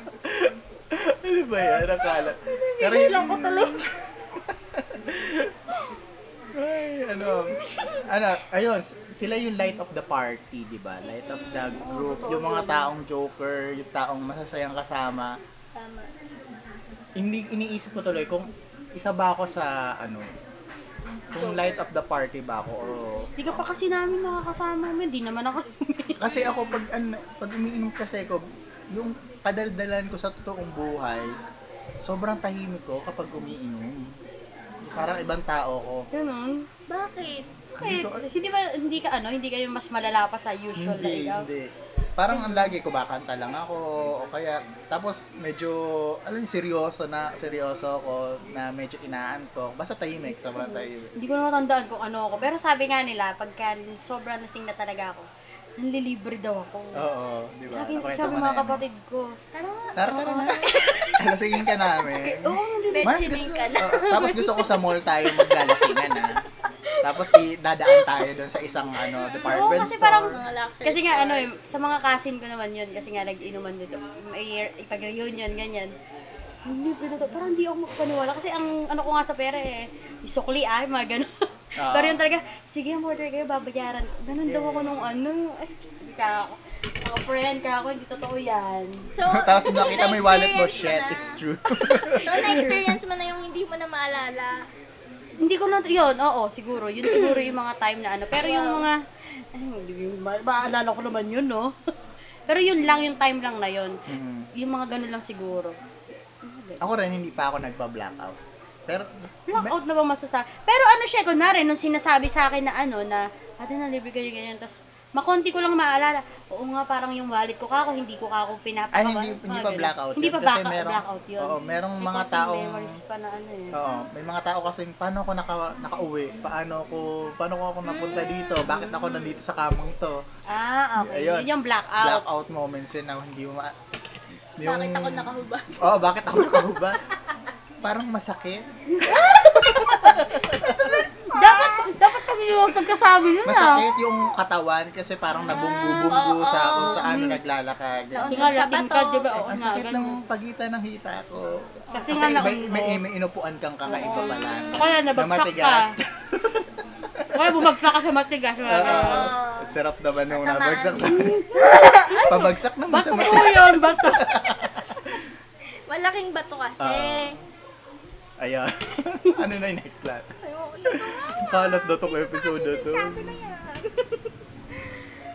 [SPEAKER 2] (laughs) ano ba yan? Nakala. Pero
[SPEAKER 1] Ilang ko tuloy.
[SPEAKER 2] Ay, ano, ano, ayun, s- sila yung light of the party, di ba? Light of the group, yung mga taong joker, yung taong masasayang kasama.
[SPEAKER 1] Tama.
[SPEAKER 2] Hindi, iniisip ko tuloy kung isa ba ako sa, ano, kung light of the party ba ako o...
[SPEAKER 3] Hindi ka pa kasi namin nakakasama mo, hindi naman ako. (laughs)
[SPEAKER 2] Kasi ako, pag, ano, pag umiinom kasi ko, yung kadaldalan ko sa totoong buhay, sobrang tahimik ko kapag umiinom. Parang ibang tao ko.
[SPEAKER 3] Ganun.
[SPEAKER 1] Bakit?
[SPEAKER 3] Kahit, hindi ba, hindi ka ano, hindi kayo mas malala pa sa usual na
[SPEAKER 2] Hindi,
[SPEAKER 3] ikaw?
[SPEAKER 2] hindi. Parang ang lagi ko bakanta lang ako o kaya tapos medyo alam niyo seryoso na seryoso ako na medyo inaantok. Basta tahimik, sobrang tahimik.
[SPEAKER 3] Hindi ko na matandaan kung ano ako. Pero sabi nga nila, pagka sobrang nasing na talaga ako, nanlilibre daw ako.
[SPEAKER 2] Oo, di ba?
[SPEAKER 3] sabi,
[SPEAKER 2] Nakwento
[SPEAKER 3] sabi
[SPEAKER 2] mo na
[SPEAKER 3] mga
[SPEAKER 2] yan.
[SPEAKER 3] kapatid ko.
[SPEAKER 1] Tara nga.
[SPEAKER 2] Tara, tara
[SPEAKER 3] (laughs)
[SPEAKER 2] na. Alasigin ka namin.
[SPEAKER 3] Oo, nanlilibre.
[SPEAKER 2] Ma'am,
[SPEAKER 1] Benjamin
[SPEAKER 2] gusto-
[SPEAKER 1] ka na.
[SPEAKER 2] Oo, (laughs) tapos gusto ko sa mall tayo maglalasingen ha. Tapos i- dadaan tayo doon sa isang ano department store.
[SPEAKER 3] kasi
[SPEAKER 1] (laughs)
[SPEAKER 3] parang-
[SPEAKER 1] Mga luxury
[SPEAKER 3] Kasi nga ano, eh,
[SPEAKER 1] stores.
[SPEAKER 3] sa mga kasin ko naman yun, kasi nga nag-inuman dito, may ipag-reunion, ganyan. Nanlilibre na to. Parang hindi ako makapaniwala. Kasi ang ano ko nga sa pera eh, isukli ah, yung mga ganun.
[SPEAKER 2] Oo.
[SPEAKER 3] (laughs) Pero yung talaga, sige, order kayo, babayaran. Ganun daw ako nung ano. Ay, sige ka ako. Mga friend ka ako, hindi totoo yan.
[SPEAKER 1] So,
[SPEAKER 2] tapos nakita mo yung wallet mo, shit,
[SPEAKER 1] na-experience
[SPEAKER 2] it's true. (laughs)
[SPEAKER 1] mo na. So, na-experience mo na yung hindi mo na maalala.
[SPEAKER 3] Hindi ko na, yun, oo, siguro. Yun siguro yung mga time na ano. Pero yung mga, ay, hindi ko- ma- maalala ko naman yun, no? (laughs) Pero yun lang, yung time lang na yun.
[SPEAKER 2] Mhm.
[SPEAKER 3] Yung mga ganun lang siguro.
[SPEAKER 2] Ako rin hindi pa ako nagpa-blackout. Pero
[SPEAKER 3] Blackout na ba masasabi? Pero ano siya, kunwari, nung sinasabi sa akin na ano, na, ate na libre kayo ganyan, tapos makonti ko lang maalala. Oo nga, parang yung wallet ko kako, hindi ko kako pinapakawa.
[SPEAKER 2] Ay, hindi, hindi pa blackout
[SPEAKER 3] ah, Hindi
[SPEAKER 2] yun.
[SPEAKER 3] pa
[SPEAKER 2] Kasi
[SPEAKER 3] blackout,
[SPEAKER 2] merong-
[SPEAKER 3] blackout yun.
[SPEAKER 2] Oo, merong
[SPEAKER 3] May
[SPEAKER 2] mga
[SPEAKER 3] konting
[SPEAKER 2] taong- Oh.
[SPEAKER 3] memories pa na ano eh.
[SPEAKER 2] Oo, may mga tao kasi paano ako naka, nakauwi? Paano ako paano ko ako napunta
[SPEAKER 1] Hmm.
[SPEAKER 2] dito? Bakit ako nandito sa kamang to?
[SPEAKER 3] Ah, okay.
[SPEAKER 2] Ayun.
[SPEAKER 3] Yun yung blackout.
[SPEAKER 2] Blackout moments yun na hindi mo ma...
[SPEAKER 1] Ah. Bakit ako nakahubad?
[SPEAKER 2] Oo, bakit ako nakahuba? Parang masakit.
[SPEAKER 3] Dapat, dapat kami yung magkasama yun ah.
[SPEAKER 2] Masakit yung katawan kasi parang
[SPEAKER 3] Mm,
[SPEAKER 2] nabunggu-bunggu sa kung saan naglalakag.
[SPEAKER 1] Naon-
[SPEAKER 3] Hindi nga,
[SPEAKER 1] Sa
[SPEAKER 3] lasing ka,
[SPEAKER 1] bato.
[SPEAKER 3] di ba? Oo
[SPEAKER 2] Ang
[SPEAKER 3] nga,
[SPEAKER 2] sakit
[SPEAKER 3] ganun.
[SPEAKER 2] ng pagitan ng hita ko.
[SPEAKER 3] Kasi
[SPEAKER 2] Kasi
[SPEAKER 3] nga
[SPEAKER 2] may,
[SPEAKER 3] naon
[SPEAKER 2] may,
[SPEAKER 3] mo.
[SPEAKER 2] may inupuan kang kakaiba pala.
[SPEAKER 3] Kaya nabagsak ka. (laughs) Kaya bumagsak ka sa matigas. mga ganun.
[SPEAKER 2] Oo. Sarap naman nung nabagsak
[SPEAKER 3] (laughs)
[SPEAKER 2] sa Pabagsak naman
[SPEAKER 3] Basta
[SPEAKER 2] sa
[SPEAKER 3] po yun,
[SPEAKER 2] (laughs)
[SPEAKER 3] basta.
[SPEAKER 1] Malaking bato kasi.
[SPEAKER 2] Ah. Ayan. (laughs) ano na yung next slot?
[SPEAKER 1] Ayoko ano? na.
[SPEAKER 2] Kalat na to episode na to.
[SPEAKER 1] Sabi na yan.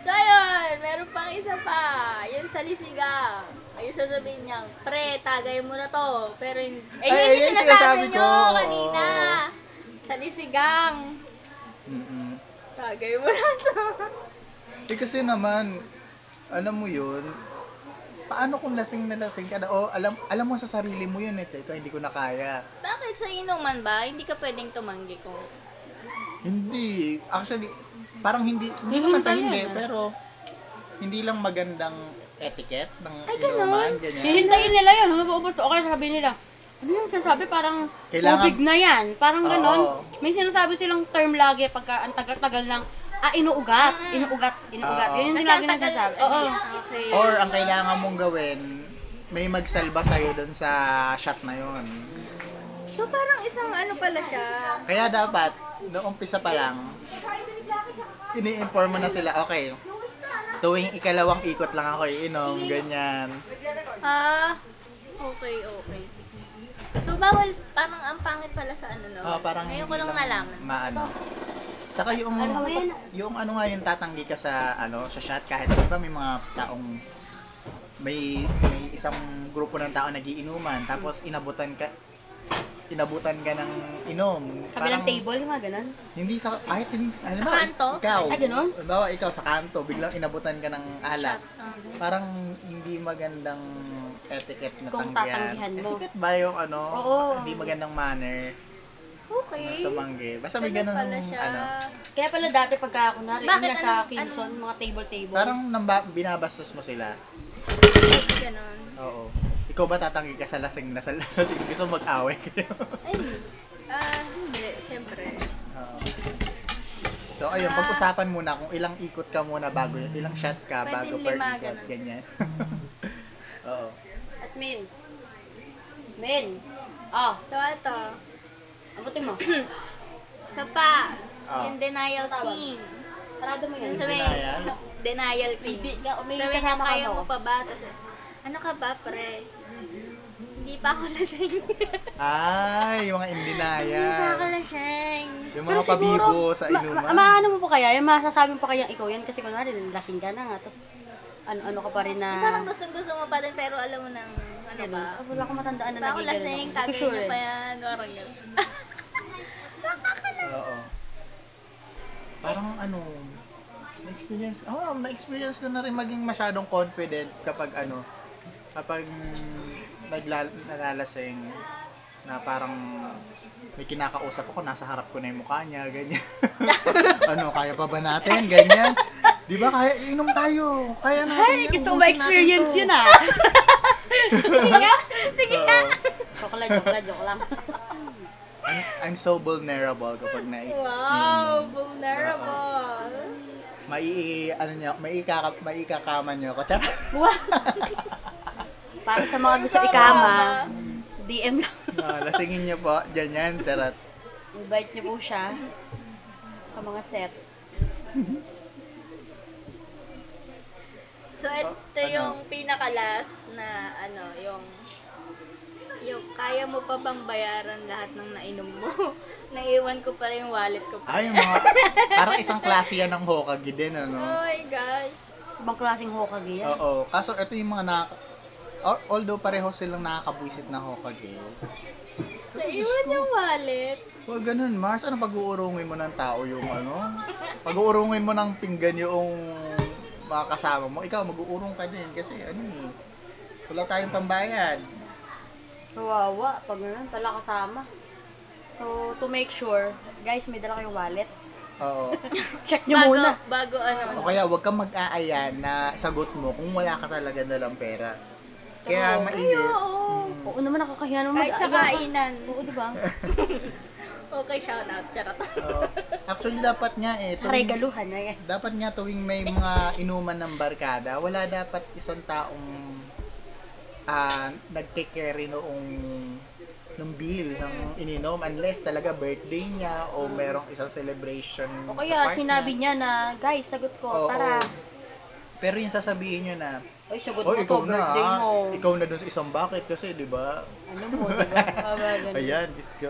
[SPEAKER 1] so, ayun. Meron pang isa pa. Yung sa lisiga. Ayun sasabihin niya, pre, tagay mo na to. Pero yun,
[SPEAKER 2] Ay,
[SPEAKER 1] eh, yun
[SPEAKER 2] ayun,
[SPEAKER 1] yung sinasabi
[SPEAKER 2] sinasabi
[SPEAKER 1] niyo
[SPEAKER 2] ko.
[SPEAKER 1] kanina. Sa lisigang.
[SPEAKER 2] Mm-mm.
[SPEAKER 1] Tagay mo na to.
[SPEAKER 2] Eh kasi naman, alam mo yun, paano kung lasing na lasing ka na, oh, alam, alam mo sa sarili mo yun, eh, teka, hindi ko na kaya.
[SPEAKER 1] Bakit sa inuman ba? Hindi ka pwedeng tumanggi kung...
[SPEAKER 2] Hindi, actually, parang hindi, hindi naman sa hindi, pero hindi lang magandang etiquette ng inuman, ganyan.
[SPEAKER 3] Hihintayin nila yun. Ano ba ba to? Okay, sabi nila. Ano yung sinasabi? Parang
[SPEAKER 2] Kailangan-
[SPEAKER 3] tubig na yan. Parang ganon.
[SPEAKER 2] Oo.
[SPEAKER 3] May sinasabi silang term lagi pagka ang tagal-tagal lang. Ah, inuugat. Inuugat. Inuugat.
[SPEAKER 2] Oo.
[SPEAKER 3] Yun yung
[SPEAKER 5] Kasi
[SPEAKER 3] lagi
[SPEAKER 5] ang tagal-
[SPEAKER 3] nagsasabi. Oo.
[SPEAKER 5] Okay.
[SPEAKER 2] Or ang kailangan mong gawin, may magsalba sa'yo dun sa shot na yon.
[SPEAKER 1] So, parang isang ano pala siya.
[SPEAKER 2] Kaya dapat, noong umpisa pa lang, ini-inform mo na sila, okay, tuwing ikalawang ikot lang ako iinom, ganyan.
[SPEAKER 1] Ah, okay, okay. So, bawal, parang ang pangit pala sa ano, no?
[SPEAKER 2] Oh, parang
[SPEAKER 1] Ngayon ko lang
[SPEAKER 2] hindi
[SPEAKER 1] nalaman.
[SPEAKER 2] Maano. Saka yung, yung ano nga yung tatanggi ka sa, ano, sa shot, kahit di ba may mga taong may may isang grupo ng tao nagiinuman tapos inabutan ka inabutan ka ng inom Parang-
[SPEAKER 3] Kabilang table, yung mga ganun.
[SPEAKER 2] Hindi sa kahit hindi ano ba?
[SPEAKER 1] Sa kanto?
[SPEAKER 2] Ikaw.
[SPEAKER 3] Ay, ganun?
[SPEAKER 2] Halimbawa, ikaw sa kanto, biglang inabutan ka ng alak.
[SPEAKER 1] Ah.
[SPEAKER 2] Parang hindi magandang etiquette na
[SPEAKER 3] Kung
[SPEAKER 2] tanggihan.
[SPEAKER 3] tatanggihan mo.
[SPEAKER 2] Etiquette ba yung ano?
[SPEAKER 3] Oo.
[SPEAKER 2] Hindi magandang manner
[SPEAKER 1] Okay.
[SPEAKER 2] na tumanggi. Basta may
[SPEAKER 1] Eh, Ganun
[SPEAKER 2] ganun
[SPEAKER 1] pala siya.
[SPEAKER 2] ano.
[SPEAKER 3] Kaya pala dati pagka, kunwari,
[SPEAKER 1] Bakit?
[SPEAKER 3] yung nasa
[SPEAKER 1] Anong-
[SPEAKER 3] Kinson, mga table-table.
[SPEAKER 2] Parang namba, binabastos mo sila.
[SPEAKER 1] Ganun.
[SPEAKER 2] Oo. Ikaw ba tatanggi ka sa lasing na sa lasing? Gusto mo mag-away kayo? (laughs)
[SPEAKER 1] Ay, ah, hindi, syempre.
[SPEAKER 2] Oo. So ayun, pag-usapan muna kung ilang ikot ka muna bago yun, ilang shot ka bago
[SPEAKER 1] Pwedeng
[SPEAKER 2] per
[SPEAKER 1] lima,
[SPEAKER 2] ikot,
[SPEAKER 1] ganun.
[SPEAKER 2] ganyan. (laughs) Oo.
[SPEAKER 3] Asmin. Min. Oh,
[SPEAKER 1] So, ito,
[SPEAKER 3] abutin mo. (coughs)
[SPEAKER 1] sa pa,
[SPEAKER 2] Ah.
[SPEAKER 1] yung denial
[SPEAKER 3] Tawag.
[SPEAKER 1] king.
[SPEAKER 3] Parado mo
[SPEAKER 1] Yung
[SPEAKER 3] yun.
[SPEAKER 1] sabi,
[SPEAKER 2] Denial?
[SPEAKER 1] (laughs) denial king.
[SPEAKER 3] Bibi ka, may
[SPEAKER 1] Sabi niya,
[SPEAKER 3] kasama ka
[SPEAKER 1] kaya mo
[SPEAKER 3] mo.
[SPEAKER 1] pa ba? Tapos, ano ka ba, pre? Hindi pa ako lasing. (laughs)
[SPEAKER 2] Ay, yung mga
[SPEAKER 1] Hindi pa ako
[SPEAKER 2] indinaya.
[SPEAKER 1] lasing.
[SPEAKER 2] Yung mga pabibo sa inuman.
[SPEAKER 3] ma- maano mo po kaya, yung masasabi mo pa kaya ikaw yan kasi kunwari lasing ka na nga, tapos ano-ano ka pa rin na...
[SPEAKER 1] Parang gustong gusto mo pa din, pero alam mo nang, ano ba?
[SPEAKER 3] Ah, wala akong matandaan
[SPEAKER 1] Hindi
[SPEAKER 3] na
[SPEAKER 1] pa ako lasing,
[SPEAKER 3] Hindi ko
[SPEAKER 1] tagay
[SPEAKER 3] sure
[SPEAKER 1] niyo
[SPEAKER 3] eh.
[SPEAKER 1] pa yan. Parang gano'n.
[SPEAKER 2] Oo. Parang ano, na-experience, oh, na-experience ko na rin maging masyadong confident kapag ano, kapag naglal- nalalasing na parang may kinakausap ako, nasa harap ko na yung mukha niya,
[SPEAKER 3] (laughs)
[SPEAKER 2] ganyan. ano, kaya pa ba natin? Ganyan. Di ba? Kaya, inom tayo. Kaya natin.
[SPEAKER 3] Ay,
[SPEAKER 2] yan.
[SPEAKER 3] gusto ko
[SPEAKER 2] Ubusin
[SPEAKER 3] ma-experience
[SPEAKER 2] natin to.
[SPEAKER 3] yun ah.
[SPEAKER 1] Sige
[SPEAKER 2] Oo.
[SPEAKER 1] ka!
[SPEAKER 3] joke lang, joke lang, joke lang. (laughs)
[SPEAKER 2] I'm, I'm so vulnerable kapag na
[SPEAKER 1] Wow, vulnerable.
[SPEAKER 2] mai ano niya, mai maikakama niyo ako. Charot.
[SPEAKER 3] Wow. Para sa mga gusto ikama, DM lang.
[SPEAKER 2] Ah, lasingin niyo po. Ganyan, charot.
[SPEAKER 3] Invite niyo po siya sa mga set.
[SPEAKER 1] So, ito
[SPEAKER 2] ano?
[SPEAKER 1] yung pinakalas na ano, yung yung kaya mo pa bang bayaran lahat ng nainom mo? (laughs) Naiwan ko pa rin yung wallet ko pa.
[SPEAKER 2] Ay, Ah, yung mga parang isang klase yan ng Hokage din ano.
[SPEAKER 1] Oh my gosh.
[SPEAKER 3] Ibang klaseng Hokage yan.
[SPEAKER 2] Oo. Kaso ito yung mga na although pareho silang nakakabwisit na Hokage.
[SPEAKER 1] Naiwan yung wallet.
[SPEAKER 2] Huwag ganun, Mars. Ano pag-uurungin mo ng tao yung ano? Pag-uurungin mo ng pinggan yung mga kasama mo. Ikaw, mag-uurong ka din kasi ano eh. Wala tayong pambayad.
[SPEAKER 3] Kawawa, pag ganun, pala kasama. So, to make sure, guys, may dala kayong wallet.
[SPEAKER 2] Oo.
[SPEAKER 3] Check niyo
[SPEAKER 1] Bago,
[SPEAKER 3] muna.
[SPEAKER 1] bago
[SPEAKER 2] O
[SPEAKER 1] ano.
[SPEAKER 2] kaya huwag kang mag-aaya na sagot mo kung wala ka talaga dalang pera. Kaya
[SPEAKER 3] Oo.
[SPEAKER 1] Ay,
[SPEAKER 2] mainit.
[SPEAKER 1] oo.
[SPEAKER 3] Oo naman, nakakahiya naman.
[SPEAKER 1] Kahit sa
[SPEAKER 3] mag-aaya ka.
[SPEAKER 1] kainan.
[SPEAKER 3] Oo, diba? di ba?
[SPEAKER 1] Okay, shout out. Charot.
[SPEAKER 2] Oo. actually, dapat nga eh. tuwing-
[SPEAKER 3] Sa regaluhan na yan.
[SPEAKER 2] dapat nga tuwing may mga inuman ng barkada, wala dapat isang taong ah nagte-carry noong ng bill ng ininom unless talaga birthday niya o merong isang celebration
[SPEAKER 3] O kaya, sinabi niya na, guys, sagot ko, tara.
[SPEAKER 2] Pero yung sasabihin niyo na,
[SPEAKER 3] Oy, sagot
[SPEAKER 2] oh,
[SPEAKER 3] mo
[SPEAKER 2] ikaw
[SPEAKER 3] to,
[SPEAKER 2] na,
[SPEAKER 3] birthday
[SPEAKER 2] ah.
[SPEAKER 3] mo.
[SPEAKER 2] ikaw na dun sa isang bucket kasi, di ba?
[SPEAKER 3] Ano mo, di
[SPEAKER 2] (laughs)
[SPEAKER 3] ba? Baba, ganun.
[SPEAKER 2] Ayan, Diyos ko.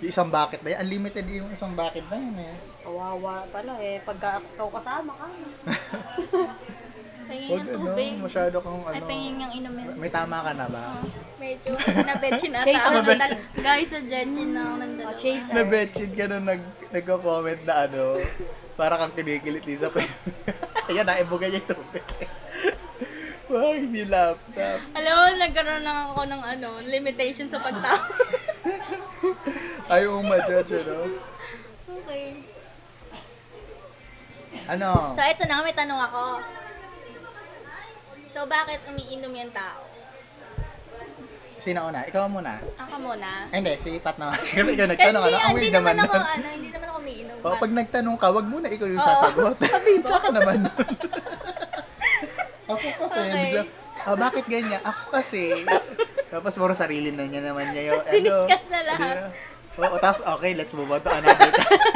[SPEAKER 2] Yung isang bucket ba? yun? Unlimited yung isang bucket ba yun eh?
[SPEAKER 3] Kawawa pala eh. Pagka ikaw kasama ka.
[SPEAKER 1] Pangingin
[SPEAKER 2] Huwag
[SPEAKER 1] ng
[SPEAKER 2] ano,
[SPEAKER 1] tubig.
[SPEAKER 2] masyado kang ano.
[SPEAKER 1] Ay, pangingin ng inumin.
[SPEAKER 2] May tama ka na ba? (laughs)
[SPEAKER 1] Medyo nabetchin na
[SPEAKER 3] Chase,
[SPEAKER 1] tao.
[SPEAKER 2] nabetchin.
[SPEAKER 1] Guys, nabetchin na ako ng
[SPEAKER 3] Oh,
[SPEAKER 1] dalawa.
[SPEAKER 3] chase her.
[SPEAKER 2] Nabetchin ka nung nag, nagko-comment na ano, para kang kinikilit din sa (laughs) pwede. Ayan, naibugan niya yung tubig. (laughs) Wag, hindi laptop.
[SPEAKER 1] Alam mo, nagkaroon na ako ng ano, limitation sa pagtao.
[SPEAKER 2] Ayaw mong ma-judge, ano?
[SPEAKER 1] okay.
[SPEAKER 2] Ano?
[SPEAKER 1] So, ito na, may tanong ako. So, bakit umiinom yung tao?
[SPEAKER 2] Sino una? Ikaw muna.
[SPEAKER 1] Ako muna.
[SPEAKER 2] Ay, hindi, si Pat naman. (laughs) Kasi ikaw
[SPEAKER 1] Hindi,
[SPEAKER 2] nagtanong, ano? Ang
[SPEAKER 1] hindi
[SPEAKER 2] weird
[SPEAKER 1] naman
[SPEAKER 2] naman.
[SPEAKER 1] ako,
[SPEAKER 2] (laughs) nun.
[SPEAKER 1] ano, hindi naman ako umiinom.
[SPEAKER 2] O, Oh, pag nagtanong ka, wag muna ikaw yung
[SPEAKER 1] Oo. (laughs)
[SPEAKER 2] sasagot. Tsaka naman. Ako kasi,
[SPEAKER 1] Okay.
[SPEAKER 2] bigla, ah, bakit ganyan? Ako kasi. Tapos puro sarili na niya naman niya yung
[SPEAKER 1] Tapos diniscuss na lahat.
[SPEAKER 2] Ano, Oo, tapos okay, let's move on to another topic.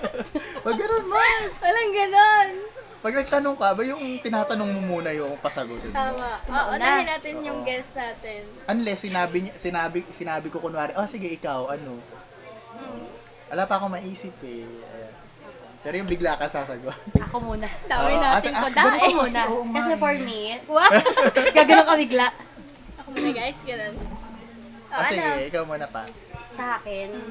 [SPEAKER 2] (laughs) Pag ganun,
[SPEAKER 1] Mas, walang ganon.
[SPEAKER 2] pag nagtanong ka, ba yung tinatanong mo muna yung pasagutin mo?
[SPEAKER 1] Tama. Oo, unahin natin yung guest natin.
[SPEAKER 2] Unless sinabi, niya, sinabi, sinabi ko kunwari, oh sige ikaw, ano? Wala pa akong maisip eh. Ayan. Pero yung bigla ka sasagot.
[SPEAKER 4] Ako muna.
[SPEAKER 2] Oo,
[SPEAKER 1] Dami natin
[SPEAKER 2] as-
[SPEAKER 1] ko
[SPEAKER 2] ah,
[SPEAKER 1] dahil.
[SPEAKER 4] Ako
[SPEAKER 2] ganun kasi,
[SPEAKER 4] muna.
[SPEAKER 2] oo nga
[SPEAKER 4] Kasi
[SPEAKER 2] eh.
[SPEAKER 4] for
[SPEAKER 3] (laughs)
[SPEAKER 4] me, wow, gaganon ka bigla.
[SPEAKER 1] Ako muna guys, ganun. Oh,
[SPEAKER 2] Ah, sige,
[SPEAKER 1] ano?
[SPEAKER 2] ikaw muna pa.
[SPEAKER 3] Sa akin,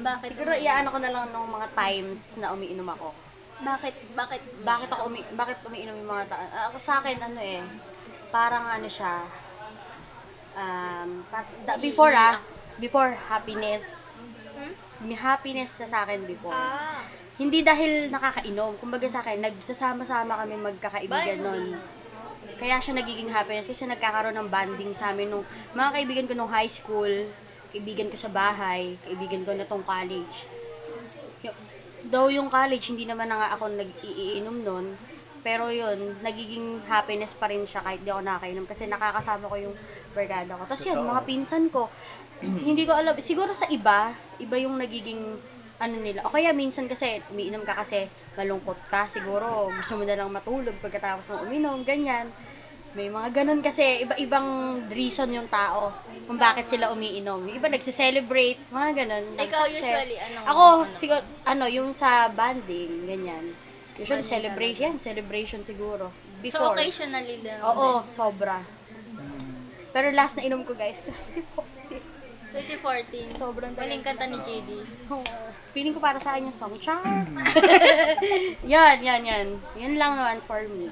[SPEAKER 1] Mm, bakit?
[SPEAKER 3] siguro iaano ko na lang nung mga times na umiinom ako.
[SPEAKER 1] Bakit, bakit,
[SPEAKER 3] Bakit ako umi bakit umiinom yung mga taon? Ako sa akin ano eh, parang ano siya. Um, pa- da- before ah, before happiness.
[SPEAKER 1] Hmm?
[SPEAKER 3] May happiness na sa akin before.
[SPEAKER 1] Ah,
[SPEAKER 3] Hindi dahil nakakainom. Kumbaga sa akin, nagsasama-sama kami magkakaibigan
[SPEAKER 1] Bye.
[SPEAKER 3] noon. Kaya siya nagiging happiness kasi nagkakaroon ng bonding sa amin nung mga kaibigan ko nung high school, kaibigan ko sa bahay, kaibigan ko na tong college. Y- Though yung college, hindi naman na nga ako nag-iinom noon. Pero yun, nagiging happiness pa rin siya kahit di ako nakakainom kasi nakakasama ko yung barkada ko. Tapos yan,
[SPEAKER 2] Totoo.
[SPEAKER 3] mga pinsan ko, hindi ko alam. Siguro sa iba, iba yung nagiging ano nila. O kaya minsan kasi umiinom ka kasi malungkot ka. Siguro gusto mo na lang matulog pagkatapos mo uminom, ganyan. May mga ganun kasi iba-ibang reason yung tao kung bakit sila umiinom. Yung iba nagse-celebrate, mga ganun.
[SPEAKER 1] ikaw
[SPEAKER 3] nagsuccess.
[SPEAKER 1] usually, anong,
[SPEAKER 3] Ako,
[SPEAKER 1] ano?
[SPEAKER 3] siguro, ano, yung sa banding, ganyan. Usually,
[SPEAKER 1] Banding
[SPEAKER 3] celebration. Celebration siguro.
[SPEAKER 1] So,
[SPEAKER 3] Before.
[SPEAKER 1] occasionally lang.
[SPEAKER 3] Oo, sobra. Pero last na inom ko, guys. (laughs)
[SPEAKER 1] 2014.
[SPEAKER 3] Sobrang
[SPEAKER 1] Huling kanta ni JD.
[SPEAKER 3] Feeling ko para sa akin yung song. Char!
[SPEAKER 1] (laughs)
[SPEAKER 3] yan, yan, yan. Yan lang naman for me.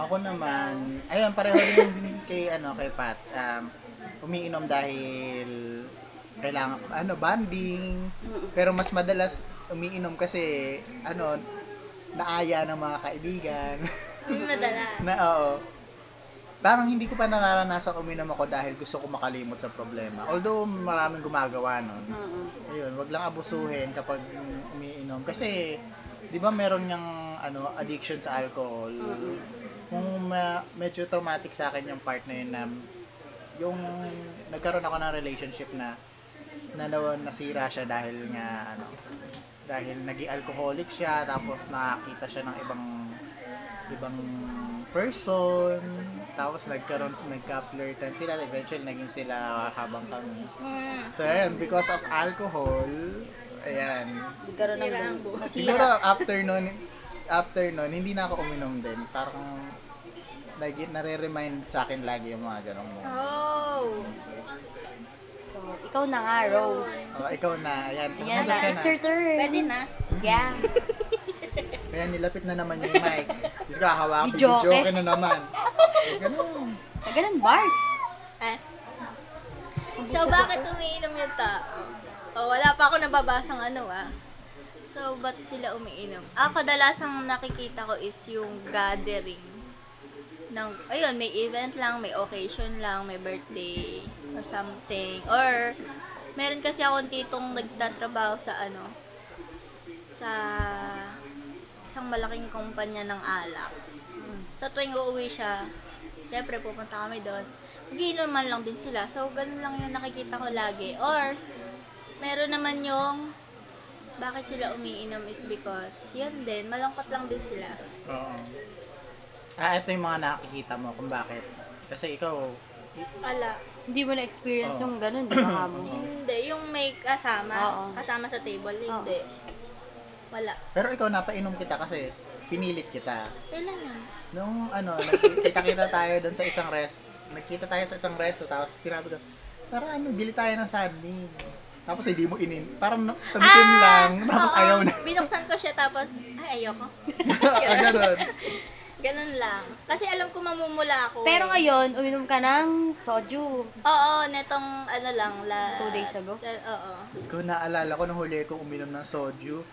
[SPEAKER 2] Ako naman, ayun, pareho din (laughs) kay, ano, kay Pat. Um, umiinom dahil kailangan, ano, banding. Pero mas madalas umiinom kasi, ano, naaya ng mga kaibigan. (laughs)
[SPEAKER 1] Yung madala.
[SPEAKER 2] na, oo. Parang hindi ko pa nararanasan uminom ako dahil gusto ko makalimot sa problema. Although maraming gumagawa nun. Ayun, wag lang abusuhin kapag umiinom. Kasi, di ba meron niyang ano, addiction sa alcohol? Kung ma- medyo traumatic sa akin yung part na yun na yung nagkaroon ako ng relationship na na na- nasira siya dahil nga ano dahil naging alcoholic siya tapos nakakita siya ng ibang ibang person tapos nagkaroon nagka-flirtan sila eventually naging sila habang kami
[SPEAKER 1] Hmm.
[SPEAKER 2] So, ayan, because of alcohol, ayan.
[SPEAKER 3] Nagkaroon ng
[SPEAKER 1] Sira ang
[SPEAKER 3] dugo.
[SPEAKER 2] Siguro after nun, after nun, hindi na ako uminom din. Parang lagi, nare-remind sa akin lagi yung mga ganong mga.
[SPEAKER 1] Oh.
[SPEAKER 3] So, ikaw na nga, Rose.
[SPEAKER 2] Oh, ikaw na, ayan.
[SPEAKER 3] Yan
[SPEAKER 2] Ayan,
[SPEAKER 3] na.
[SPEAKER 2] na.
[SPEAKER 3] It's your turn.
[SPEAKER 1] Pwede na.
[SPEAKER 3] Yeah.
[SPEAKER 2] Ayan, nilapit na naman yung mic. Diyos ko, hahawakan ko,
[SPEAKER 3] Bidyoke.
[SPEAKER 2] joke na naman. Ganun.
[SPEAKER 3] Ah, Ganun, bars.
[SPEAKER 1] Ah. So, bakit umiinom yung tao? Oh, wala pa ako nababasang ano ah. So, ba't sila umiinom? Ah, kadalasang nakikita ko is yung gathering. Ng, ayun, may event lang, may occasion lang, may birthday or something. Or, meron kasi akong titong nagtatrabaho sa ano, sa isang malaking kumpanya ng alak. Sa tuwing uuwi siya, syempre pupunta kami doon. Magiinuman lang din sila. So, ganun lang yung nakikita ko lagi. Or, meron naman yung bakit sila umiinom is because yun din, malungkot lang din sila.
[SPEAKER 2] Oo. Um, Ah, ito yung mga nakikita mo kung bakit. Kasi ikaw,
[SPEAKER 1] Ala.
[SPEAKER 3] Hindi mo na-experience
[SPEAKER 2] Oh.
[SPEAKER 3] yung ganun, di ba, mo?
[SPEAKER 1] Hindi, yung may kasama,
[SPEAKER 3] Oo.
[SPEAKER 1] kasama sa table, hindi. Wala.
[SPEAKER 2] pero ikaw napainom kita kasi pinilit kita.
[SPEAKER 1] Kailan yun?
[SPEAKER 2] Nung ano, nagkita-kita tayo doon sa isang rest. Nagkita tayo sa isang resto, tapos sinabi ko, tara ano, bili tayo ng sandwich. Tapos hindi mo inin. Parang na- tagutin lang, tapos
[SPEAKER 1] Ah! oo.
[SPEAKER 2] ayaw
[SPEAKER 1] (laughs)
[SPEAKER 2] na. (laughs)
[SPEAKER 1] Binuksan ko siya tapos, ay ayoko.
[SPEAKER 2] Ah, Ganun.
[SPEAKER 1] Ganun lang. Kasi alam ko mamumula ako.
[SPEAKER 3] Pero
[SPEAKER 1] eh.
[SPEAKER 3] ngayon, uminom ka ng soju.
[SPEAKER 1] Oo, netong ano lang, la...
[SPEAKER 3] Two days ago?
[SPEAKER 1] la- oo.
[SPEAKER 2] Tapos ko naalala ko nung huli kong uminom ng soju.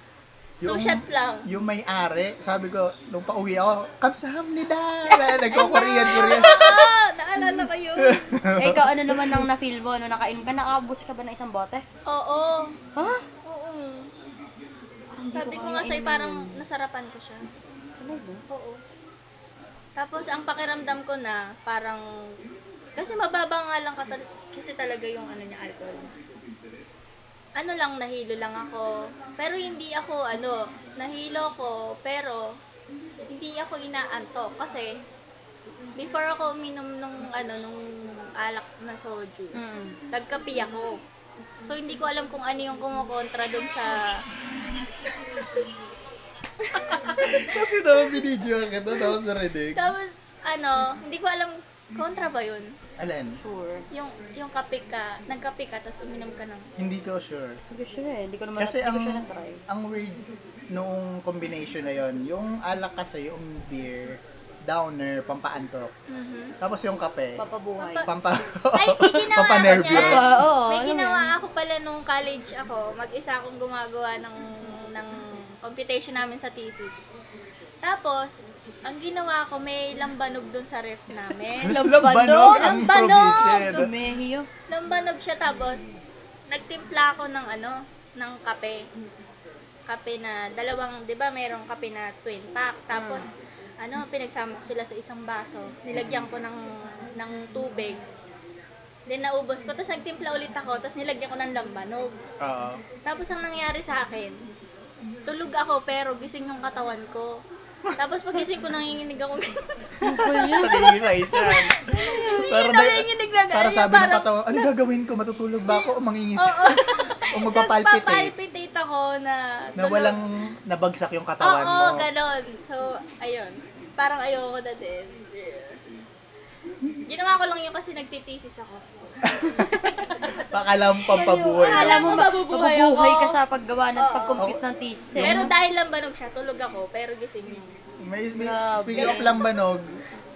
[SPEAKER 1] Two
[SPEAKER 2] (laughs)
[SPEAKER 1] shots lang.
[SPEAKER 2] Yung may-ari, sabi ko, nung pauwi ako, kamsahamnida! (laughs) Nagko-Korean-Korean.
[SPEAKER 1] Ah, (laughs) naalala ko yun.
[SPEAKER 2] (laughs)
[SPEAKER 3] eh, ikaw, ano naman ang na-feel mo? Ano, nakainom ka? Nakakabus ka ba ng isang bote?
[SPEAKER 1] Oo.
[SPEAKER 3] Ha?
[SPEAKER 1] Oo. Sabi ko nga sa'yo, parang nasarapan ko siya. Oo. Tapos, ang pakiramdam ko na, parang, kasi mababa nga lang katal- kasi talaga yung ano niya, alcohol. Ano lang, nahilo lang ako. Pero hindi ako, ano, nahilo ko, pero hindi ako inaantok kasi before ako uminom nung ano nung alak na soju.
[SPEAKER 3] Hmm.
[SPEAKER 1] Nagkapi ako. So, hindi ko alam kung ano yung kumukontra dun sa...
[SPEAKER 2] Kasi naman binidyo ka to, tapos narinig.
[SPEAKER 1] Tapos, ano, hindi ko alam, kontra ba yun?
[SPEAKER 2] Alin,
[SPEAKER 3] Sure.
[SPEAKER 1] Yung, yung kape ka, nagkape ka, tapos uminom ka ng...
[SPEAKER 2] hindi ko sure.
[SPEAKER 3] Hindi ko sure eh. Hindi ko naman
[SPEAKER 2] Kasi
[SPEAKER 3] hindi
[SPEAKER 2] ang
[SPEAKER 3] ko sure na-try.
[SPEAKER 2] ang weird noong combination na yon, yung alak kasi yung beer, downer, pampaantok.
[SPEAKER 1] Mhm.
[SPEAKER 3] Mm-hmm.
[SPEAKER 2] Tapos yung kape,
[SPEAKER 3] Papabuhay.
[SPEAKER 1] Papa-
[SPEAKER 2] pampa
[SPEAKER 1] Ay, may
[SPEAKER 2] (laughs)
[SPEAKER 1] ginawa ako
[SPEAKER 2] pampanervyos.
[SPEAKER 1] niyan.
[SPEAKER 3] Oo, oo,
[SPEAKER 1] May
[SPEAKER 3] alam
[SPEAKER 1] ginawa ako pala nung college ako. Mag-isa akong gumagawa ng, ng computation namin sa thesis. Tapos, ang ginawa ko, may lambanog dun sa ref namin.
[SPEAKER 2] Lambanog ang
[SPEAKER 1] Lambanog!
[SPEAKER 2] provision.
[SPEAKER 3] Sumehiyo.
[SPEAKER 1] Nambanog siya tapos nagtimpla ako ng ano, ng kape. Kape na dalawang, 'di ba, merong kape na twin pack tapos ano, pinagsama ko sila sa isang baso. Nilagyan ko ng ng tubig. Then naubos ko, tapos nagtimpla ulit ako, tapos nilagyan ko ng lambanog.
[SPEAKER 2] Oo.
[SPEAKER 1] Tapos ang nangyari sa akin, tulog ako pero gising yung katawan ko. Tapos pagising ko nanginginig ako. (laughs)
[SPEAKER 2] (laughs) Pag-iisation. Para, na,
[SPEAKER 1] nanginginig na
[SPEAKER 2] para
[SPEAKER 1] ganyan,
[SPEAKER 2] sabi ng
[SPEAKER 1] parang-
[SPEAKER 2] katawan, ano gagawin ko? Matutulog ba ako o mangingisip?
[SPEAKER 1] Oo.
[SPEAKER 2] (laughs) o magpapalpitate?
[SPEAKER 1] Nagpapalpitate ako na
[SPEAKER 2] Na
[SPEAKER 1] tulog-
[SPEAKER 2] walang nabagsak yung katawan
[SPEAKER 1] Oo,
[SPEAKER 2] mo.
[SPEAKER 1] ganon. So, ayun. Parang ayoko na din. Ginawa ko lang yun kasi nagtitesis ako.
[SPEAKER 2] Pakalam pampabuhay.
[SPEAKER 1] Alam
[SPEAKER 3] Alam
[SPEAKER 1] mo,
[SPEAKER 3] mo, ma-
[SPEAKER 1] mabubuhay
[SPEAKER 3] mabubuhay,
[SPEAKER 1] ako.
[SPEAKER 3] ka sa paggawa ng
[SPEAKER 1] Oo.
[SPEAKER 3] pag-compute ng thesis. eh.
[SPEAKER 2] ano?
[SPEAKER 1] Pero dahil lambanog siya, tulog ako, pero gising yun.
[SPEAKER 2] May speak,
[SPEAKER 3] Grabe.
[SPEAKER 2] speaking of lambanog,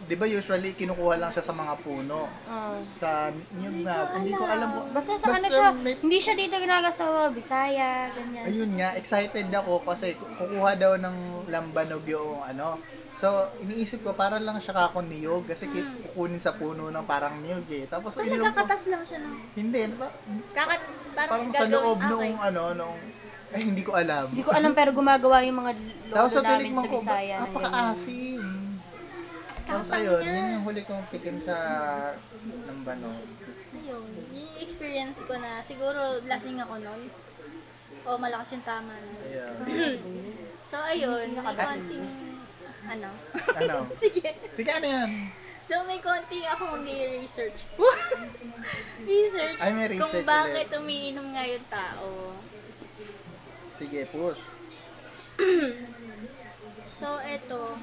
[SPEAKER 2] 'di ba usually kinukuha lang siya sa mga puno?
[SPEAKER 3] Ah.
[SPEAKER 2] Sa nyug na, hindi ko alam. kung-
[SPEAKER 3] Basta sa ano
[SPEAKER 2] Basta
[SPEAKER 3] siya,
[SPEAKER 2] may-
[SPEAKER 3] hindi siya dito ginagawa sa Bisaya, ganyan.
[SPEAKER 2] Ayun nga, excited ako kasi kukuha daw ng lambanog yung ano. So, iniisip ko para lang siya kakuniyog kasi ki-
[SPEAKER 3] Hmm.
[SPEAKER 2] kukunin sa puno ng parang niyog eh. Tapos
[SPEAKER 1] So,
[SPEAKER 2] ininom ko,
[SPEAKER 1] nagkakatas lang siya ng...
[SPEAKER 2] hindi, ano ba?
[SPEAKER 1] Kakat... Parang,
[SPEAKER 2] parang sa
[SPEAKER 1] gagawin-
[SPEAKER 2] loob
[SPEAKER 1] ah, okay.
[SPEAKER 2] nung ano, nung, ay hindi ko alam.
[SPEAKER 3] Hindi ko alam pero gumagawa yung mga
[SPEAKER 2] Tapos
[SPEAKER 3] lolo
[SPEAKER 2] sa
[SPEAKER 3] namin sa
[SPEAKER 2] tinikman ko,
[SPEAKER 3] Bisaya. na ganyan.
[SPEAKER 2] napaka-asim. Tapos
[SPEAKER 1] Tapang
[SPEAKER 2] ayun,
[SPEAKER 1] niya.
[SPEAKER 2] yun yung huli kong tikim sa lambanog.
[SPEAKER 1] Ayun. Yun yung experience ko na siguro lasing ako nun. O malakas yung tama nun.
[SPEAKER 2] Ayan.
[SPEAKER 1] So, ayun. May konting... Ano? (laughs)
[SPEAKER 2] ano?
[SPEAKER 1] Sige.
[SPEAKER 2] Sige, ano yan?
[SPEAKER 1] So, may konti akong ni-research. research.
[SPEAKER 2] Ay, may
[SPEAKER 1] Kung
[SPEAKER 2] research
[SPEAKER 1] bakit
[SPEAKER 2] ulit.
[SPEAKER 1] umiinom nga yung tao.
[SPEAKER 2] Sige, push.
[SPEAKER 1] So, eto.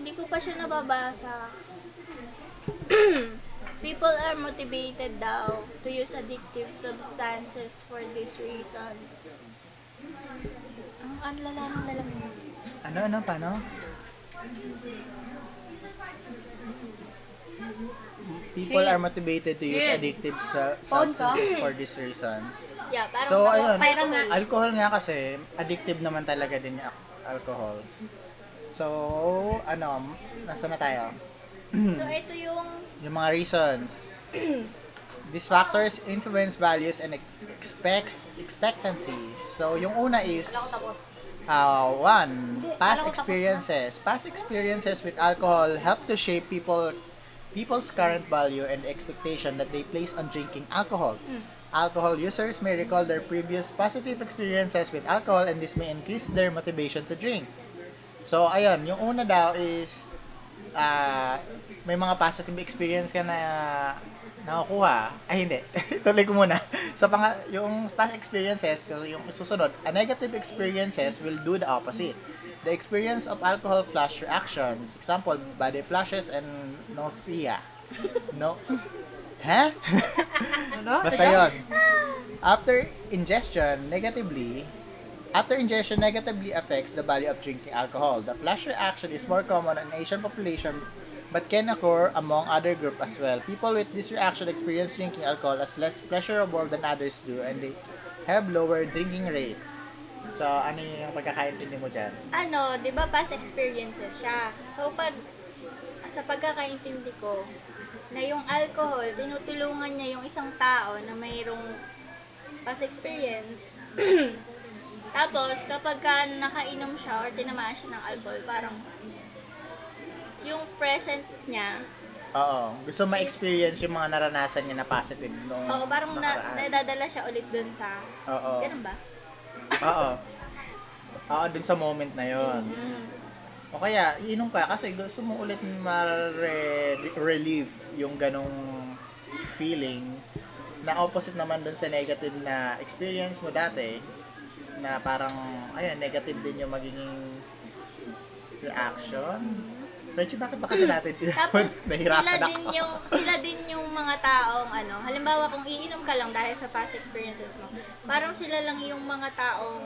[SPEAKER 1] Hindi ko pa siya nababasa. People are motivated daw to use addictive substances for these reasons. Ang ang lala ng lalamin.
[SPEAKER 2] Ano, ano, paano? People are motivated to use addictive su-
[SPEAKER 3] oh.
[SPEAKER 2] substances for these
[SPEAKER 3] (laughs)
[SPEAKER 2] reasons.
[SPEAKER 1] Yeah, parang
[SPEAKER 2] So,
[SPEAKER 1] nawa-
[SPEAKER 2] ayun,
[SPEAKER 1] parang nga.
[SPEAKER 2] alcohol nga kasi, addictive naman talaga din yung al- alcohol. So, ano, nasa na tayo?
[SPEAKER 1] So, ito yung
[SPEAKER 2] Yung mga reasons. (clears throat) These factors influence values and ex- expects expectancies. So, yung una is uh, one, past experiences. Past experiences with alcohol help to shape people people's current value and expectation that they place on drinking alcohol. Alcohol users may recall their previous positive experiences with alcohol and this may increase their motivation to drink. So, ayun, yung una daw is ah, may mga positive experience ka na nakukuha. Ay, hindi. (laughs) Tuloy ko muna. Sa pang yung past experiences, so yung susunod, a negative experiences will do the opposite. The experience of alcohol flash reactions, example, body flashes and nausea. No. Huh?
[SPEAKER 3] Ano?
[SPEAKER 1] Oh,
[SPEAKER 2] Basta yun. After ingestion, negatively, after ingestion negatively affects the value of drinking alcohol. The flash reaction is more common in Asian population but can occur among other group as well. People with this reaction experience drinking alcohol as less pleasurable than others do and they have lower drinking rates. So, ano yung pagkakaintindi mo dyan?
[SPEAKER 1] ano, di ba past experiences siya. So, pag, sa pagkakaintindi ko, na yung alcohol, tinutulungan niya yung isang tao na mayroong past experience. (clears throat) Tapos, kapag ka nakainom siya or tinamaan siya ng alcohol, parang yung present niya,
[SPEAKER 2] Oo. Gusto ma-experience yung mga naranasan niya na positive nung
[SPEAKER 1] oo, parang na,
[SPEAKER 2] nakaraan.
[SPEAKER 1] nadadala siya ulit dun sa,
[SPEAKER 2] Oo.
[SPEAKER 1] ganun ba?
[SPEAKER 2] Oo. Oo, dun sa moment na yon.
[SPEAKER 1] Mm.
[SPEAKER 2] O kaya, iinom ka kasi gusto mo ulit ma-relieve yung ganong feeling na opposite naman dun sa negative na experience mo dati na parang, ayun, negative din yung magiging reaction. Reggie, bakit ba kasi
[SPEAKER 1] (clears throat)
[SPEAKER 2] natin (laughs)
[SPEAKER 1] Tapos sila
[SPEAKER 2] nahirapan
[SPEAKER 1] din yung sila din yung mga taong ano, halimbawa kung iinom ka lang dahil sa past experiences mo. Parang sila lang yung mga taong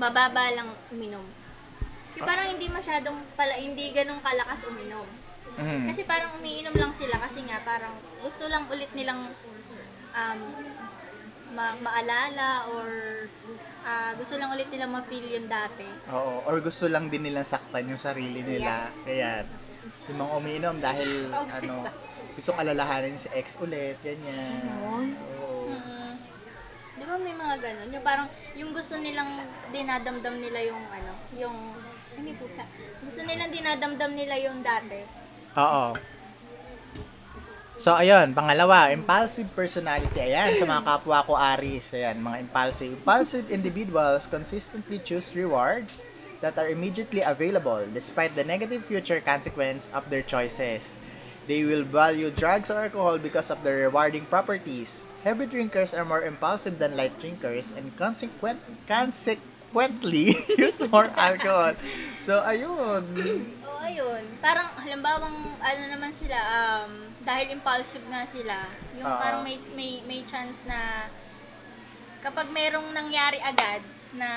[SPEAKER 1] mababa lang uminom. Yung parang hindi masyadong pala hindi ganun kalakas uminom.
[SPEAKER 2] Mhm.
[SPEAKER 1] Kasi parang umiinom lang sila kasi nga parang gusto lang ulit nilang um, ma- maalala or ah, gusto lang ulit nilang ma-feel yung dati.
[SPEAKER 2] Oo, or gusto lang din nilang saktan yung sarili nila. Ayan. Yung mga umiinom dahil ano, gusto alalahanin si ex ulit, ganyan. Oo.
[SPEAKER 1] Mm. Di ba may mga ganun? Yung parang, yung gusto nilang dinadamdam nila yung ano, yung, ay may pusa. Gusto nilang dinadamdam nila yung dati.
[SPEAKER 2] Oo. So, ayun, pangalawa, impulsive personality. Ayan, sa mga kapwa ko Aris, ayan, mga impulsive. Impulsive individuals consistently choose rewards that are immediately available despite the negative future consequence of their choices. They will value drugs or alcohol because of their rewarding properties. Heavy drinkers are more impulsive than light drinkers and consequent consequently (laughs) use more alcohol. So, ayun.
[SPEAKER 1] Oo, ayun. Parang, halimbawang, ano naman sila, um, dahil impulsive nga sila, yung
[SPEAKER 2] Oo.
[SPEAKER 1] parang may, may, may chance na, kapag merong nangyari agad, na,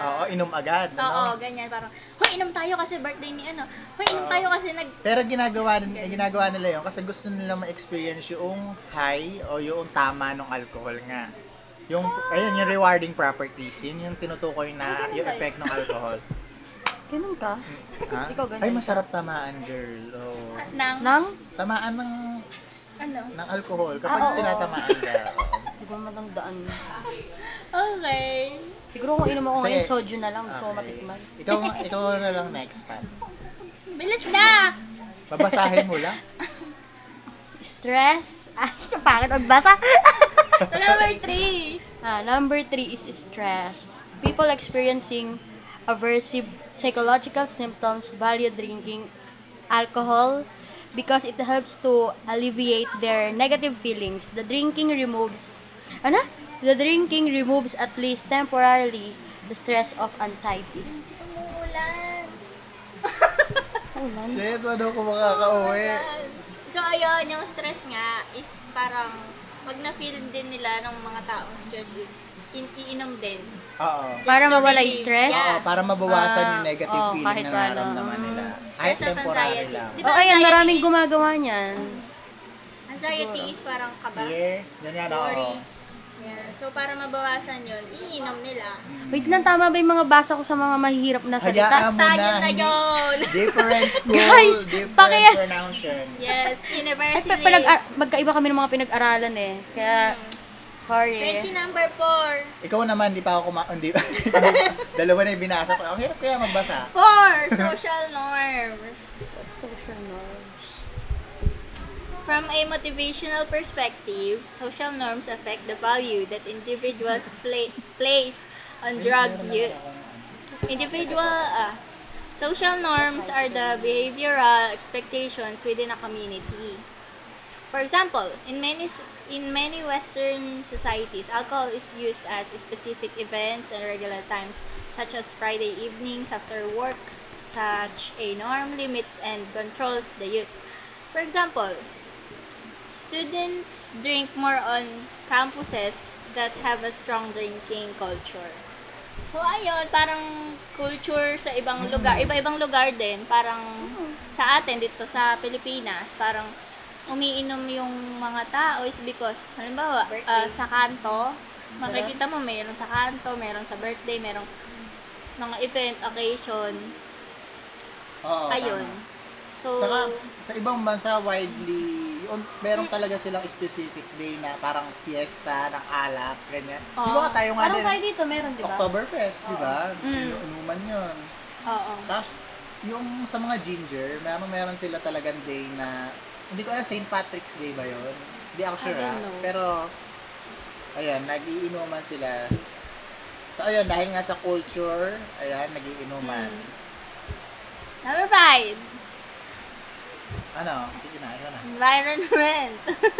[SPEAKER 2] Ah, Oo, inom agad. ano?
[SPEAKER 1] oo, ganyan, parang, hoy, inom tayo kasi birthday ni ano, hoy, inom tayo kasi nag,
[SPEAKER 2] Pero ginagawa, eh, ginagawa nila yun kasi gusto nila ma-experience yung high o yung tama ng alcohol nga. Yung, ayun, yung rewarding properties. Yun yung tinutukoy na yung effect ng
[SPEAKER 3] (laughs)
[SPEAKER 2] alcohol.
[SPEAKER 3] Ganun ka?
[SPEAKER 2] ha?
[SPEAKER 3] Ikaw ganyan.
[SPEAKER 2] Ay, masarap tamaan, girl. Oo.
[SPEAKER 1] ng,
[SPEAKER 3] Nang?
[SPEAKER 2] Tamaan ng,
[SPEAKER 1] ano,
[SPEAKER 2] ng alcohol
[SPEAKER 3] Ah,
[SPEAKER 2] kapag tinatamaan ka.
[SPEAKER 3] Hindi ko matandaan.
[SPEAKER 1] okay.
[SPEAKER 3] Siguro kung inom ako
[SPEAKER 2] Sige.
[SPEAKER 3] ngayon, soju na lang. (laughs) Gusto ko
[SPEAKER 2] Okay.
[SPEAKER 3] matikman.
[SPEAKER 2] Ikaw, ikaw na lang next, Pat.
[SPEAKER 1] Bilis na!
[SPEAKER 2] Babasahin mo
[SPEAKER 3] (laughs)
[SPEAKER 2] lang.
[SPEAKER 3] Stress. (laughs) Ay, sa pangit magbasa.
[SPEAKER 1] So, number three.
[SPEAKER 3] (laughs) Ah, number three is stress. People experiencing aversive psychological symptoms value drinking alcohol because it helps to alleviate their negative feelings. The drinking removes, ano? The drinking removes at least temporarily the stress of anxiety.
[SPEAKER 1] Umuulan.
[SPEAKER 3] Ulan.
[SPEAKER 2] Shit, ano ko makakauwi?
[SPEAKER 1] So, ayun, yung stress nga is parang pag na-feel din nila ng mga taong stress is in- iinom din.
[SPEAKER 2] Oo.
[SPEAKER 3] Para
[SPEAKER 1] to
[SPEAKER 3] mawala
[SPEAKER 1] relieve.
[SPEAKER 3] yung stress?
[SPEAKER 2] Oo,
[SPEAKER 1] Yeah.
[SPEAKER 2] para mabawasan yung negative
[SPEAKER 3] oo,
[SPEAKER 2] feeling
[SPEAKER 3] kahit
[SPEAKER 2] na
[SPEAKER 3] paano. Mm.
[SPEAKER 2] nararamdaman nila. Kahit
[SPEAKER 1] Stress of
[SPEAKER 2] temporary
[SPEAKER 1] anxiety.
[SPEAKER 2] lang.
[SPEAKER 1] Di ba
[SPEAKER 3] Oh, ayan,
[SPEAKER 1] anxiety
[SPEAKER 3] maraming
[SPEAKER 1] is-
[SPEAKER 3] gumagawa niyan.
[SPEAKER 1] Anxiety is parang kaba.
[SPEAKER 2] Fear, yun yan, oo.
[SPEAKER 1] Worry. Yeah. So, para mabawasan yun, iinom nila.
[SPEAKER 3] Wait lang, tama ba yung mga basa ko sa mga mahihirap na
[SPEAKER 2] Hayaan
[SPEAKER 3] salita?
[SPEAKER 2] mo
[SPEAKER 1] Tayo
[SPEAKER 2] na.
[SPEAKER 1] na
[SPEAKER 2] hindi-
[SPEAKER 1] yun! (laughs)
[SPEAKER 2] Different school,
[SPEAKER 3] Guys,
[SPEAKER 2] different
[SPEAKER 3] paki-
[SPEAKER 2] pronunciation.
[SPEAKER 1] yes,
[SPEAKER 3] Ay,
[SPEAKER 1] university.
[SPEAKER 3] pa- ah. pinag magkaiba kami ng mga pinag-aralan eh. Kaya, sorry.
[SPEAKER 1] Reggie number four.
[SPEAKER 2] Ikaw naman, di pa (laughs) ako kuma... Hindi, dalawa na yung binasa ko. Ang hirap kaya magbasa.
[SPEAKER 1] Four, social norms.
[SPEAKER 3] Social norms.
[SPEAKER 1] From a motivational perspective, social norms affect the value that individuals pla- place on drug use. Individual ah, social norms are the behavioral expectations within a community. For example, in many s- in many Western societies, alcohol is used as specific events and regular times, such as Friday evenings after work. Such a norm limits and controls the use. For example, students drink more on campuses that have a strong drinking culture. So ayun, parang culture sa ibang lugar, iba-ibang lugar din, parang sa atin dito sa Pilipinas, parang umiinom yung mga tao is because halimbawa ah, sa kanto Makikita mo, meron sa kanto, meron sa birthday, meron mga event, occasion,
[SPEAKER 2] Oo,
[SPEAKER 1] ayun.
[SPEAKER 2] Oh, tama.
[SPEAKER 1] So,
[SPEAKER 2] Saka, sa ibang bansa, widely, yun, meron talaga silang specific day na parang fiesta ng alak, ganyan.
[SPEAKER 1] Oo.
[SPEAKER 2] Di ba tayo nga
[SPEAKER 3] Parang
[SPEAKER 2] din,
[SPEAKER 3] tayo dito, meron, di ba?
[SPEAKER 2] Oktoberfest, di ba?
[SPEAKER 1] Mm.
[SPEAKER 2] Yung Inuman yun.
[SPEAKER 1] oo.
[SPEAKER 2] Tapos, yung sa mga ginger, meron, meron sila talagang day na, hindi ko alam, St. Patrick's Day ba yun? Hindi ako
[SPEAKER 1] I
[SPEAKER 2] sure,
[SPEAKER 1] don't
[SPEAKER 2] ah.
[SPEAKER 1] know.
[SPEAKER 2] Pero, ayan, nagiinuman sila. So, ayun, dahil nga sa culture, ayan, nagiinuman.
[SPEAKER 1] Hmm. Number five,
[SPEAKER 2] Ano? Sige na, ayun na.
[SPEAKER 1] environment. (laughs)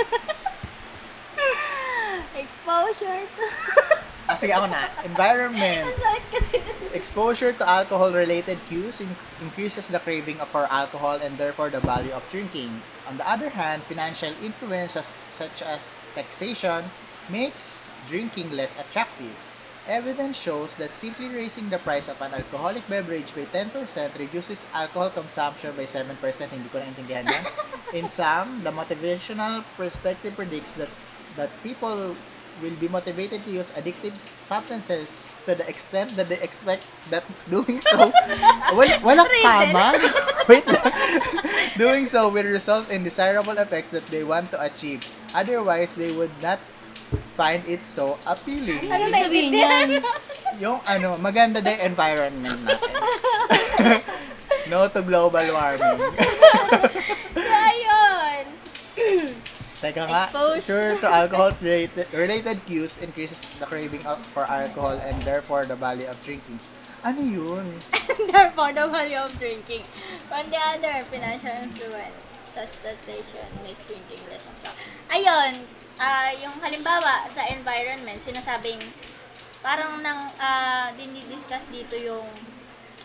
[SPEAKER 1] Exposure to...
[SPEAKER 2] Ah, sige, ako na. Environment.
[SPEAKER 1] (laughs) Ang sakit kasi.
[SPEAKER 2] Exposure to alcohol-related cues in- increases the craving for alcohol and therefore the value of drinking. On the other hand, financial influences such as taxation makes drinking less attractive. Evidence shows that simply raising the price of an alcoholic beverage by 10% reduces alcohol consumption by 7%. Hindi ko naintindihan yan. In some, the motivational perspective predicts that, that people will be motivated to use addictive substances to the extent that they expect that doing so wala, wala tama wait lang. doing so will result in desirable effects that they want to achieve otherwise they would not find it so appealing
[SPEAKER 4] Ibig
[SPEAKER 1] Ano ba
[SPEAKER 4] sabihin
[SPEAKER 1] yan?
[SPEAKER 4] yan?
[SPEAKER 2] yung ano maganda din environment natin no to global
[SPEAKER 1] (laughs)
[SPEAKER 2] warming
[SPEAKER 1] (laughs) So, ayun.
[SPEAKER 2] Teka nga,
[SPEAKER 1] Exposure.
[SPEAKER 2] sure to alcohol related, related cues increases the craving of, for alcohol and therefore the value of drinking. Ano yun?
[SPEAKER 1] Therefore, the value of drinking. On the other, financial influence, such taxation makes drinking less attractive. Ayun, ah yung halimbawa sa environment, sinasabing parang nang ah dinidiscuss dito yung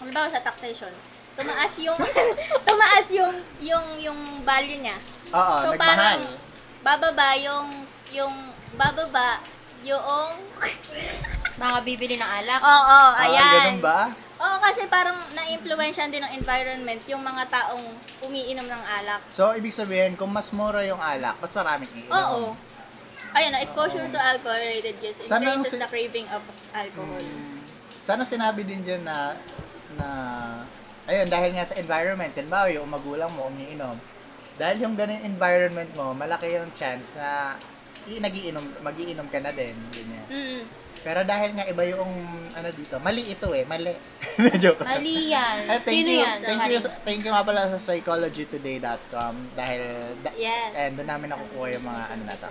[SPEAKER 1] halimbawa sa taxation, tumaas yung (laughs) tumaas yung yung yung value niya.
[SPEAKER 2] Oo, Ah,
[SPEAKER 1] So
[SPEAKER 2] nagmahal.
[SPEAKER 1] parang bababa yung yung bababa yung (laughs) Oo,
[SPEAKER 3] Mga bibili ng alak.
[SPEAKER 1] oh,
[SPEAKER 2] Ah, ganun
[SPEAKER 1] ayan.
[SPEAKER 2] ba?
[SPEAKER 1] Oo, kasi parang na-influensyan din ng environment yung mga taong umiinom ng alak.
[SPEAKER 2] So, ibig sabihin, kung mas mura yung alak, mas maraming iinom.
[SPEAKER 1] Oo. Ayun, na exposure to alcohol-related use
[SPEAKER 2] Sana ang
[SPEAKER 1] increases
[SPEAKER 2] si-
[SPEAKER 1] the craving of alcohol.
[SPEAKER 2] Sana sinabi din dyan na, na, ayun, dahil nga sa environment, yan ba, yung magulang mo umiinom. Dahil yung ganun yung environment mo, malaki yung chance na i- nagiinom, magiinom ka na din. Ganyan.
[SPEAKER 1] Mm.
[SPEAKER 2] Pero dahil nga iba yung ano dito, mali ito eh, mali. (laughs) Joke.
[SPEAKER 3] Mali yan.
[SPEAKER 2] Eh, thank
[SPEAKER 3] Sino
[SPEAKER 2] you,
[SPEAKER 3] yan?
[SPEAKER 2] Thank you, thank you nga pala sa psychologytoday.com dahil da-
[SPEAKER 1] Yes.
[SPEAKER 2] and doon namin nakukuha yung mga ano na to.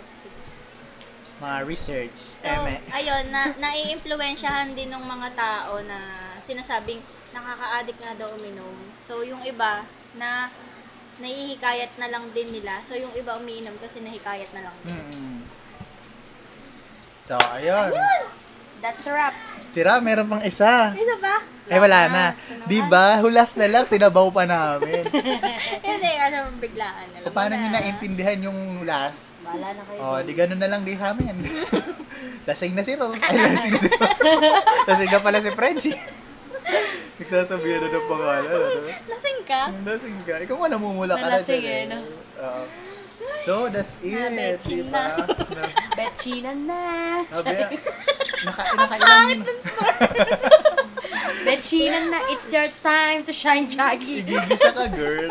[SPEAKER 2] Mga research.
[SPEAKER 1] So,
[SPEAKER 2] eme.
[SPEAKER 1] ayun, na, nai-influensyahan din ng mga tao na sinasabing nakaka-addict nga daw uminom. So, yung iba na naihikayat na lang din nila. So, yung iba umiinom kasi nahikayat na
[SPEAKER 2] (laughs)
[SPEAKER 1] lang.
[SPEAKER 2] Mm. So, ayun.
[SPEAKER 3] That's a wrap.
[SPEAKER 2] Sira, meron pang isa.
[SPEAKER 1] Isa ba?
[SPEAKER 2] Eh, wala na. Di ba? Hulas na lang, sinabaw pa namin.
[SPEAKER 1] Hindi, ano, biglaan. Alam
[SPEAKER 2] So,
[SPEAKER 1] mo
[SPEAKER 2] paano nyo
[SPEAKER 1] na.
[SPEAKER 2] naintindihan yung last?
[SPEAKER 3] Bahala na kayo.
[SPEAKER 2] Oh, di ganun na lang di sa amin. (laughs) lasing na si Rose. Ay, lasing na si (laughs) Rose. lasing na pala si Frenchie. Nagsasabihan na ng pangalan. Ano?
[SPEAKER 1] Lasing ka?
[SPEAKER 2] Lasing ka. Ikaw nga namumula ka na
[SPEAKER 3] Nalasing
[SPEAKER 2] dyan,
[SPEAKER 3] eh, no?
[SPEAKER 2] Oo. So, that's it.
[SPEAKER 1] Nabetching
[SPEAKER 2] Diba? (laughs)
[SPEAKER 3] Betchinan na.
[SPEAKER 2] Sabi, naka, nakailang,
[SPEAKER 3] Betchinan na. It's your time to shine,
[SPEAKER 2] (laughs)
[SPEAKER 3] Jaggy.
[SPEAKER 2] igigisa ka, girl.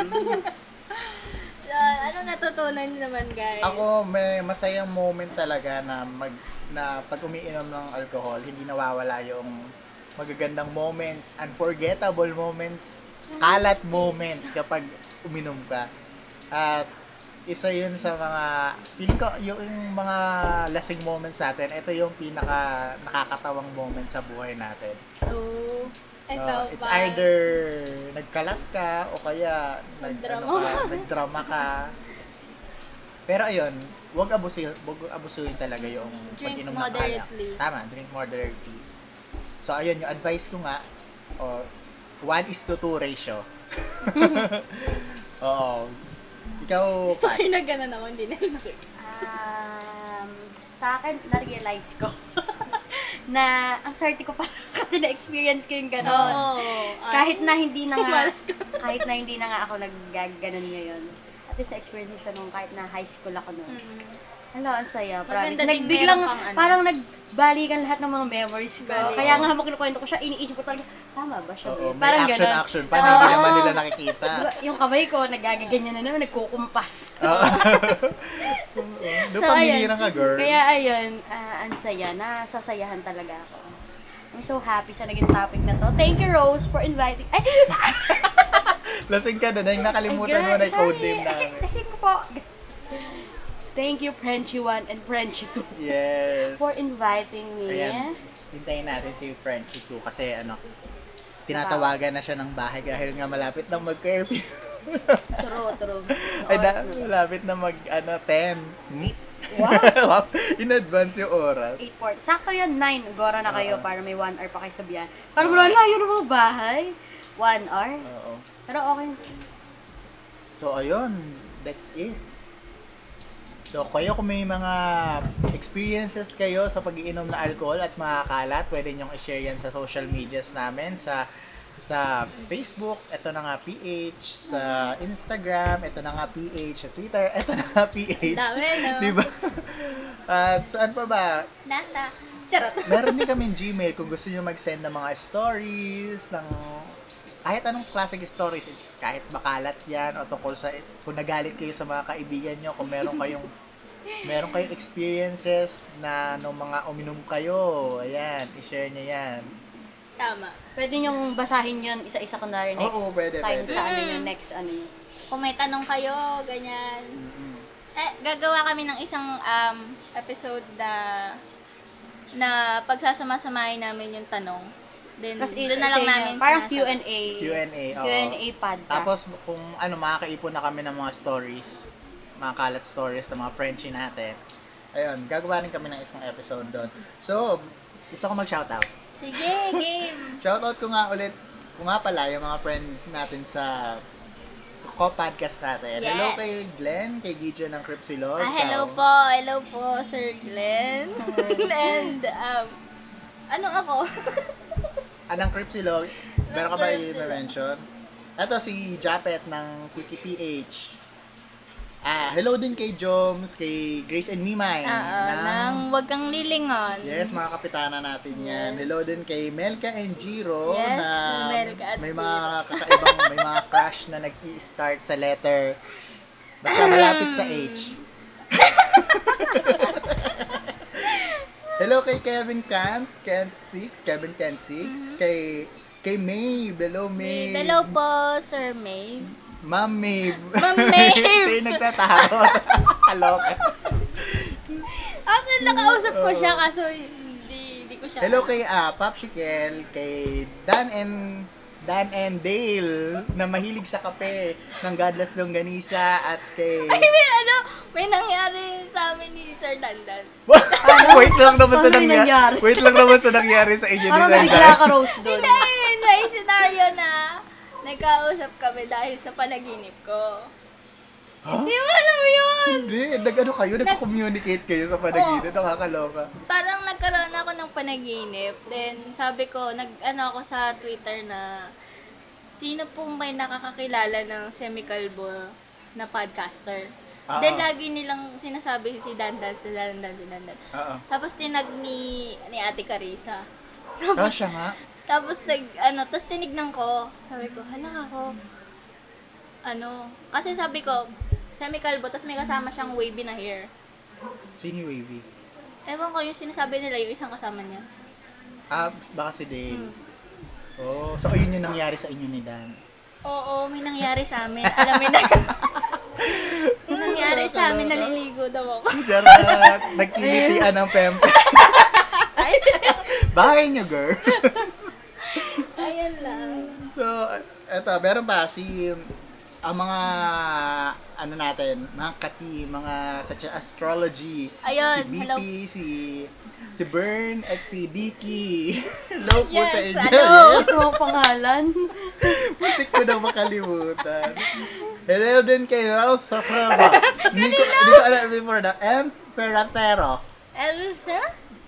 [SPEAKER 1] So, ano natutunan nyo naman, guys?
[SPEAKER 2] (laughs) Ako, may masayang moment talaga na mag na pag umiinom ng alcohol, hindi nawawala yung magagandang moments, unforgettable moments, kalat moments kapag uminom ka. At isa yun sa mga, feeling ko, yung mga lasing moments natin, ito yung pinaka nakakatawang moment sa buhay natin.
[SPEAKER 1] Oh, ito
[SPEAKER 2] Uh, it's
[SPEAKER 1] ba?
[SPEAKER 2] either nagkalat ka o kaya nag, ano
[SPEAKER 1] Nagdrama.
[SPEAKER 2] ka, nagdrama ka. Pero ayun, wag abusin, wag abusuhin talaga yung
[SPEAKER 1] Drink
[SPEAKER 2] pag-inom ng
[SPEAKER 1] moderately.
[SPEAKER 2] alak. Tama, drink moderately. So ayun, yung advice ko nga, o 1 is to 2 ratio. (laughs) Oo. Ikaw, Pat,
[SPEAKER 1] (laughs) Sorry na ganun ako, hindi na yun.
[SPEAKER 3] Um, sa akin, na-realize ko (laughs) na ang swerte ko pa (laughs) kasi na-experience ko yung gano'n.
[SPEAKER 1] Oo. ah.
[SPEAKER 3] Kahit na hindi na nga, kahit na hindi na nga ako naggaganon ngayon. At least na-experience ko siya nung kahit na high school ako noon.
[SPEAKER 4] Ala, ang saya, promise.
[SPEAKER 1] Mm. Maganda din
[SPEAKER 4] Nagbiglang,
[SPEAKER 1] meron kang ano.
[SPEAKER 4] parang nagbalikan lahat ng mga memories ko. Kaya nga habang kinukwento ko siya, iniisip ko talaga, tama ba siya?
[SPEAKER 2] Oo, may
[SPEAKER 4] parang
[SPEAKER 2] action,
[SPEAKER 4] ganun.
[SPEAKER 2] action pa. Hindi
[SPEAKER 4] Oo.
[SPEAKER 2] naman nila
[SPEAKER 4] (laughs)
[SPEAKER 2] nakikita.
[SPEAKER 4] Diba, yung kamay ko, nagaganyan na naman, nagkukumpas.
[SPEAKER 2] Oo. Ah, (laughs) Doon pamili
[SPEAKER 4] ayun.
[SPEAKER 2] ka, girl.
[SPEAKER 4] Kaya ayun, ah, ang saya, nasasayahan talaga ako. I'm so happy sa naging topic na to. Thank you, Rose, for inviting... Ay! (laughs)
[SPEAKER 2] Lasing ka na, dahil nakalimutan mo na yung code name namin.
[SPEAKER 4] Thank you po. Thank you, Frenchie 1 and Frenchie 2
[SPEAKER 2] Yes.
[SPEAKER 4] for inviting me.
[SPEAKER 2] Ayan. Hintayin natin si Frenchie too kasi ano, tinatawagan na siya ng bahay dahil nga malapit na mag-curfew.
[SPEAKER 4] True, true.
[SPEAKER 2] Ay, da, malapit na mag, ano, 10. Hmm? (laughs) In advance yung oras.
[SPEAKER 4] 8.40. Sakto yan, 9. Gora na kayo para may 1 hour pa kayo sa biyahe. Parang wala, layo na mga bahay. 1 hour.
[SPEAKER 2] Oo.
[SPEAKER 4] Pero okay.
[SPEAKER 2] So, ayun. That's it. So, kayo kung may mga experiences kayo sa pagiinom na alcohol at mga kalat, pwede nyong i-share yan sa social medias namin, sa sa Facebook, ito na nga PH, sa Instagram, ito na nga PH, sa Twitter, (laughs) ito na nga PH.
[SPEAKER 1] Dami, no?
[SPEAKER 2] Diba? At saan pa ba?
[SPEAKER 1] Nasa. Charot.
[SPEAKER 2] Meron din kami Gmail kung gusto nyo mag-send ng mga stories, ng kahit anong classic stories, kahit makalat yan o tungkol sa, kung nagalit kayo sa mga kaibigan nyo, kung meron kayong meron kayong experiences na nung mga uminom kayo, ayan, i-share nyo yan.
[SPEAKER 1] Tama.
[SPEAKER 4] Pwede niyong basahin yun isa-isa ko na rin next
[SPEAKER 2] Oo, pwede,
[SPEAKER 4] time
[SPEAKER 2] pwede.
[SPEAKER 4] sa ano yung next ano yun.
[SPEAKER 1] Kung may tanong kayo, ganyan. Eh, gagawa kami ng isang um, episode na na pagsasama-samahin namin yung tanong. Then,
[SPEAKER 4] Kasi
[SPEAKER 1] doon na lang namin
[SPEAKER 4] Parang
[SPEAKER 1] sinasabi.
[SPEAKER 4] Q&A.
[SPEAKER 2] Q&A, oo.
[SPEAKER 4] Q&A podcast.
[SPEAKER 2] Tapos kung ano, makakaipon na kami ng mga stories, mga kalat stories ng mga Frenchie natin. Ayun, gagawa rin kami ng isang episode doon. So, gusto ko mag-shoutout.
[SPEAKER 1] Sige, game.
[SPEAKER 2] Shoutout ko nga ulit, ko nga pala yung mga friends natin sa co-podcast natin.
[SPEAKER 1] Yes.
[SPEAKER 2] Hello kay Glenn, kay Gijo ng Cripsilog.
[SPEAKER 1] Ah, hello po. Hello po, Sir Glenn. (laughs) And, um, anong
[SPEAKER 2] (laughs)
[SPEAKER 1] ako?
[SPEAKER 2] Anang Cripsilog, meron ka ba
[SPEAKER 1] Ng
[SPEAKER 2] i-mention? Ito si Japet ng Quickie PH. Ah, hello din kay Joms, kay Grace and Mimay.
[SPEAKER 1] Ah, ah, nang wag kang lilingon.
[SPEAKER 2] Yes, mga kapitana natin yan. Hello din kay Melka and Jiro
[SPEAKER 1] Yes,
[SPEAKER 2] na
[SPEAKER 1] Melka at
[SPEAKER 2] may mga kakaibang, may mga
[SPEAKER 1] (laughs)
[SPEAKER 2] crush na nag start sa letter. Basta malapit sa
[SPEAKER 1] (laughs)
[SPEAKER 2] H. Hello kay Kevin Kant, Kent 6, Kevin Kent 6, kay kay May, below May.
[SPEAKER 1] Mm-hmm. Hello po, Sir Maeve.
[SPEAKER 2] Ma'am Maeve.
[SPEAKER 1] Ma'am Maeve.
[SPEAKER 2] (laughs) Sa'yo nagtatakot. Kaloka.
[SPEAKER 1] (laughs) Ako Ah, nakausap ko siya kaso hindi, hindi ko siya.
[SPEAKER 2] Hello kay ah, Pop Shikel, kay Dan and Dan and Dale na mahilig sa kape ng Godless Longganisa at kay...
[SPEAKER 1] (laughs) Ay, may ano, may nangyari sa amin ni Sir Dandan.
[SPEAKER 2] (laughs) Wait lang naman sa
[SPEAKER 4] Ano yung nangyari?
[SPEAKER 2] nangyari. Wait lang naman sa nangyari sa inyo ni
[SPEAKER 4] Parang
[SPEAKER 2] Sir
[SPEAKER 4] nabigla
[SPEAKER 2] Dan.
[SPEAKER 4] ka Rose
[SPEAKER 2] (laughs)
[SPEAKER 4] doon.
[SPEAKER 1] Ayun, may scenario na nagkausap kami dahil sa panaginip ko.
[SPEAKER 2] Huh?
[SPEAKER 1] Hindi mo alam yun!
[SPEAKER 2] Hindi, nag-ano kayo, nag-communicate kayo sa panaginip. Nakakaloka.
[SPEAKER 1] Parang nagkaroon ako ng panaginip. Then, sabi ko, nag, ano ako sa Twitter na, sino pong may nakakakilala ng semikalbo na podcaster?
[SPEAKER 2] Ah,
[SPEAKER 1] Then,
[SPEAKER 2] ah.
[SPEAKER 1] lagi nilang sinasabi si Dandan, si Dandan, si Dandan.
[SPEAKER 2] Oo.
[SPEAKER 1] Tapos, tinag ni, ni Ate Carissa.
[SPEAKER 2] Oh, siya nga.
[SPEAKER 1] (laughs) Tapos nag, ano, tapos tinignan ko. Sabi ko, hala ako. Ano, kasi sabi ko, siya may kalbo, tapos may kasama siyang wavy na hair.
[SPEAKER 2] Sino yung Wavy?
[SPEAKER 1] Ewan ko yung sinasabi nila, yung isang kasama niya.
[SPEAKER 2] Ah, baka si Dale.
[SPEAKER 4] Hmm.
[SPEAKER 2] Oh, so ayun yung nangyari sa inyo ni Dan.
[SPEAKER 1] Oo, may nangyari sa amin. Alam mo na. may nangyari sa amin, naliligo daw ako.
[SPEAKER 2] Charot! Nagkinitian ng
[SPEAKER 4] (laughs)
[SPEAKER 2] pempe. Bakit nyo, girl?
[SPEAKER 1] Ayun lang.
[SPEAKER 2] So, eto, meron pa si ang mga ano natin, mga kati, mga such as astrology. si
[SPEAKER 1] Ayun,
[SPEAKER 2] BP,
[SPEAKER 1] hello.
[SPEAKER 2] si si Bern at si Dicky. (laughs) hello po sa
[SPEAKER 1] Yes,
[SPEAKER 2] inyo. (laughs)
[SPEAKER 1] hello.
[SPEAKER 2] Yes,
[SPEAKER 4] Gusto mo pangalan?
[SPEAKER 2] Muntik ko na makalimutan. hello din kay Ralph
[SPEAKER 1] (laughs)
[SPEAKER 2] Safrava. Hindi ko, hindi ko alam before na. M. Ferratero.
[SPEAKER 1] Elsa?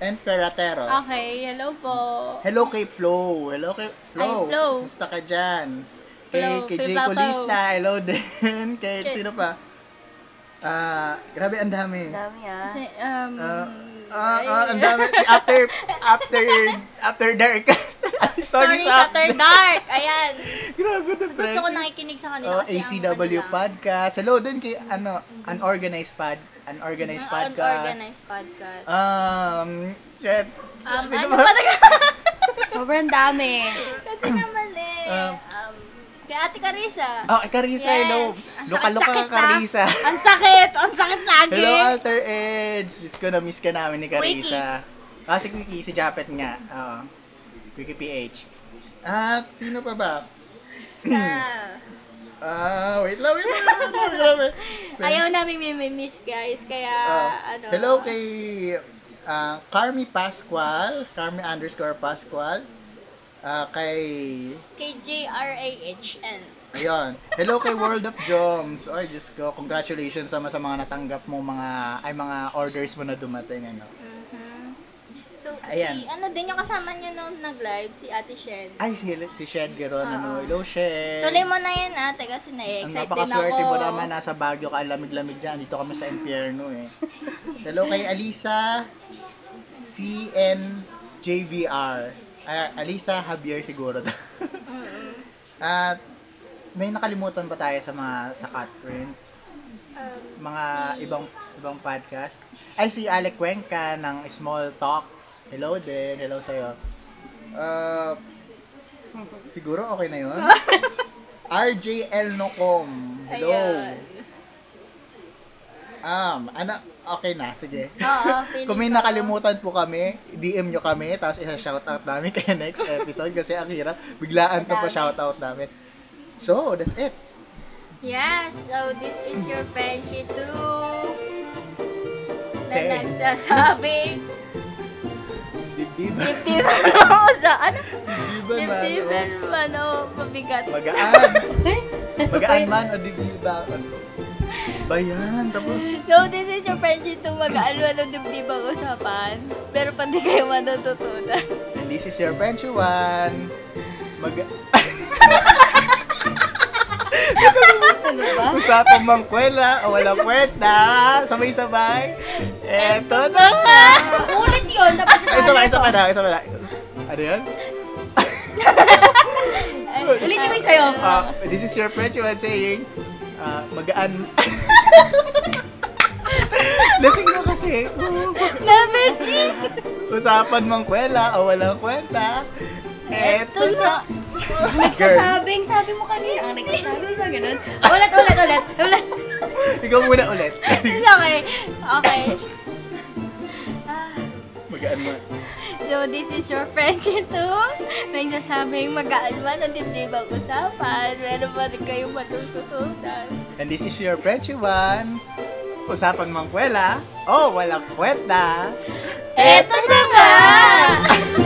[SPEAKER 2] M. Ferratero.
[SPEAKER 1] Okay, hello po.
[SPEAKER 2] Hello kay Flo. Hello kay Flo.
[SPEAKER 1] Ay, Flo.
[SPEAKER 2] Musta ka dyan?
[SPEAKER 1] Flo,
[SPEAKER 2] Kay, kay
[SPEAKER 1] kay
[SPEAKER 2] Jay
[SPEAKER 1] Babaw.
[SPEAKER 2] Colista. Hello din. (laughs) Kay,
[SPEAKER 1] Kay-
[SPEAKER 2] sino pa? Ah, grabe ang dami.
[SPEAKER 3] Dami ah.
[SPEAKER 1] Kasi, um,
[SPEAKER 2] Ah, ah, ah, ang dami. After, after, after dark. (laughs) I'm sorry
[SPEAKER 1] Stories
[SPEAKER 2] sa (laughs)
[SPEAKER 1] After Dark. Ayan.
[SPEAKER 2] Grabe na, pre.
[SPEAKER 1] Gusto ko nakikinig sa kanila
[SPEAKER 2] Oh,
[SPEAKER 1] kasi
[SPEAKER 2] ACW
[SPEAKER 1] ang ano kanila-
[SPEAKER 2] podcast. Hello din kay ano, unorganized pod, unorganized
[SPEAKER 1] Ah,
[SPEAKER 2] podcast.
[SPEAKER 1] Unorganized podcast.
[SPEAKER 2] Um, shit.
[SPEAKER 1] um,
[SPEAKER 2] Sino
[SPEAKER 1] ano
[SPEAKER 2] ba?
[SPEAKER 1] ba
[SPEAKER 2] (laughs)
[SPEAKER 1] taga?
[SPEAKER 3] Sobrang dami.
[SPEAKER 1] kasi naman eh.
[SPEAKER 2] Um,
[SPEAKER 1] um, kay Ate Carissa.
[SPEAKER 2] Oh, Carissa,
[SPEAKER 1] Yes.
[SPEAKER 2] hello.
[SPEAKER 1] Ang
[SPEAKER 2] Loka-loka ka,
[SPEAKER 1] sakit-sakit, ah.
[SPEAKER 2] Carissa.
[SPEAKER 1] (laughs) Ang sakit! Ang sakit lagi!
[SPEAKER 2] Hello, Alter Edge. Diyos ko, na-miss ka namin ni Carissa. Ah, si Quickie, si Japet nga. Oo. Quickie PH. At sino pa ba? (clears throat)
[SPEAKER 1] Ah.
[SPEAKER 2] Ah, wait lang, wait lang, wait lang, grabe.
[SPEAKER 1] (laughs) Ayaw namin mimimiss guys, kaya
[SPEAKER 2] Ah,
[SPEAKER 1] ano.
[SPEAKER 2] hello kay ah, Carmi Pascual, Carmi underscore Pascual. Ah, kay
[SPEAKER 1] Kay JRAHN.
[SPEAKER 2] Ayun. Hello kay World of Joms. Ay, Diyos ko. Congratulations sama sa mga natanggap mo mga, ay mga orders mo na dumating. Ano.
[SPEAKER 1] So,
[SPEAKER 2] Ayan.
[SPEAKER 1] si, ano din yung kasama niyo nung nag-live, si Ate Shen.
[SPEAKER 2] Ay, si, si Shed Geron. Ano. Hello, Shed.
[SPEAKER 1] Tuloy mo na yan ate, kasi
[SPEAKER 2] Ang
[SPEAKER 1] na-excite din ako.
[SPEAKER 2] napakaswerte mo naman. Nasa Baguio ka. Lamig-lamig dyan. Dito kami sa impyerno eh. Hello kay Alisa. CNJVR. Ah, Alisa Javier siguro. to. At may nakalimutan pa tayo sa mga sa cut print. mga ibang ibang podcast. Ay si Alec Cuenca ng Small Talk. Hello din, hello sa iyo. Ah, siguro okay na 'yon. RJL Nocom. Hello.
[SPEAKER 1] Ayun.
[SPEAKER 2] Um, ano, okay na, sige.
[SPEAKER 1] Oo,
[SPEAKER 2] (laughs)
[SPEAKER 1] feeling
[SPEAKER 2] Kung may
[SPEAKER 1] ko.
[SPEAKER 2] nakalimutan po kami, DM nyo kami, tapos isa-shoutout namin kaya (laughs) next episode kasi ang hirap, biglaan ka pa shoutout namin. So, that's it.
[SPEAKER 1] Yes, so this is your friend Chitru na
[SPEAKER 2] Say, (laughs)
[SPEAKER 1] nagsasabi
[SPEAKER 2] dibdib,
[SPEAKER 1] dibdiban mo sa ano?
[SPEAKER 2] dibdiban man, oh.
[SPEAKER 1] Dibdiban mo, ano, mabigat.
[SPEAKER 2] (laughs) Magaan. Magaan man o didiba. Ba yan? Tapos,
[SPEAKER 1] So, this is your friend Chitru, mag-ano-ano dibdibang usapan, pero pati kayo matututunan.
[SPEAKER 2] and this is your Frenchie one. Mag... Ano
[SPEAKER 3] ba?
[SPEAKER 2] Usapang mangkwela o walang kwenta. Sabay-sabay. Eto na!
[SPEAKER 3] Ulit yun. Dapat
[SPEAKER 2] Ay, isa pa, isa pa na, isa pa na. Ano yan?
[SPEAKER 3] Ulitin mo yung sa'yo.
[SPEAKER 2] Ah, this is your Frenchie one saying, ah, magaan. (laughs) Lasing mo kasi. Oh, Oo.
[SPEAKER 1] Nabeji!
[SPEAKER 2] Usapan mang kwela o walang kwenta. Eto (laughs) na. Girl,
[SPEAKER 3] Nagsasabing, sabi mo kanina. Ang nagsasabi sa ganun. Ulit, ulit, ulit. Ulit.
[SPEAKER 2] ikaw muna ulit. (laughs)
[SPEAKER 1] Okay, okay.
[SPEAKER 2] Magaan mo.
[SPEAKER 1] So, this is your friend (laughs) Chito. Nagsasabing mag-aalman ang dibdibang usapan, pero pati kayo matututunan.
[SPEAKER 2] And this is your Frenchie one. Usapan mang kwela o walang kwenta.
[SPEAKER 1] Eto na nga!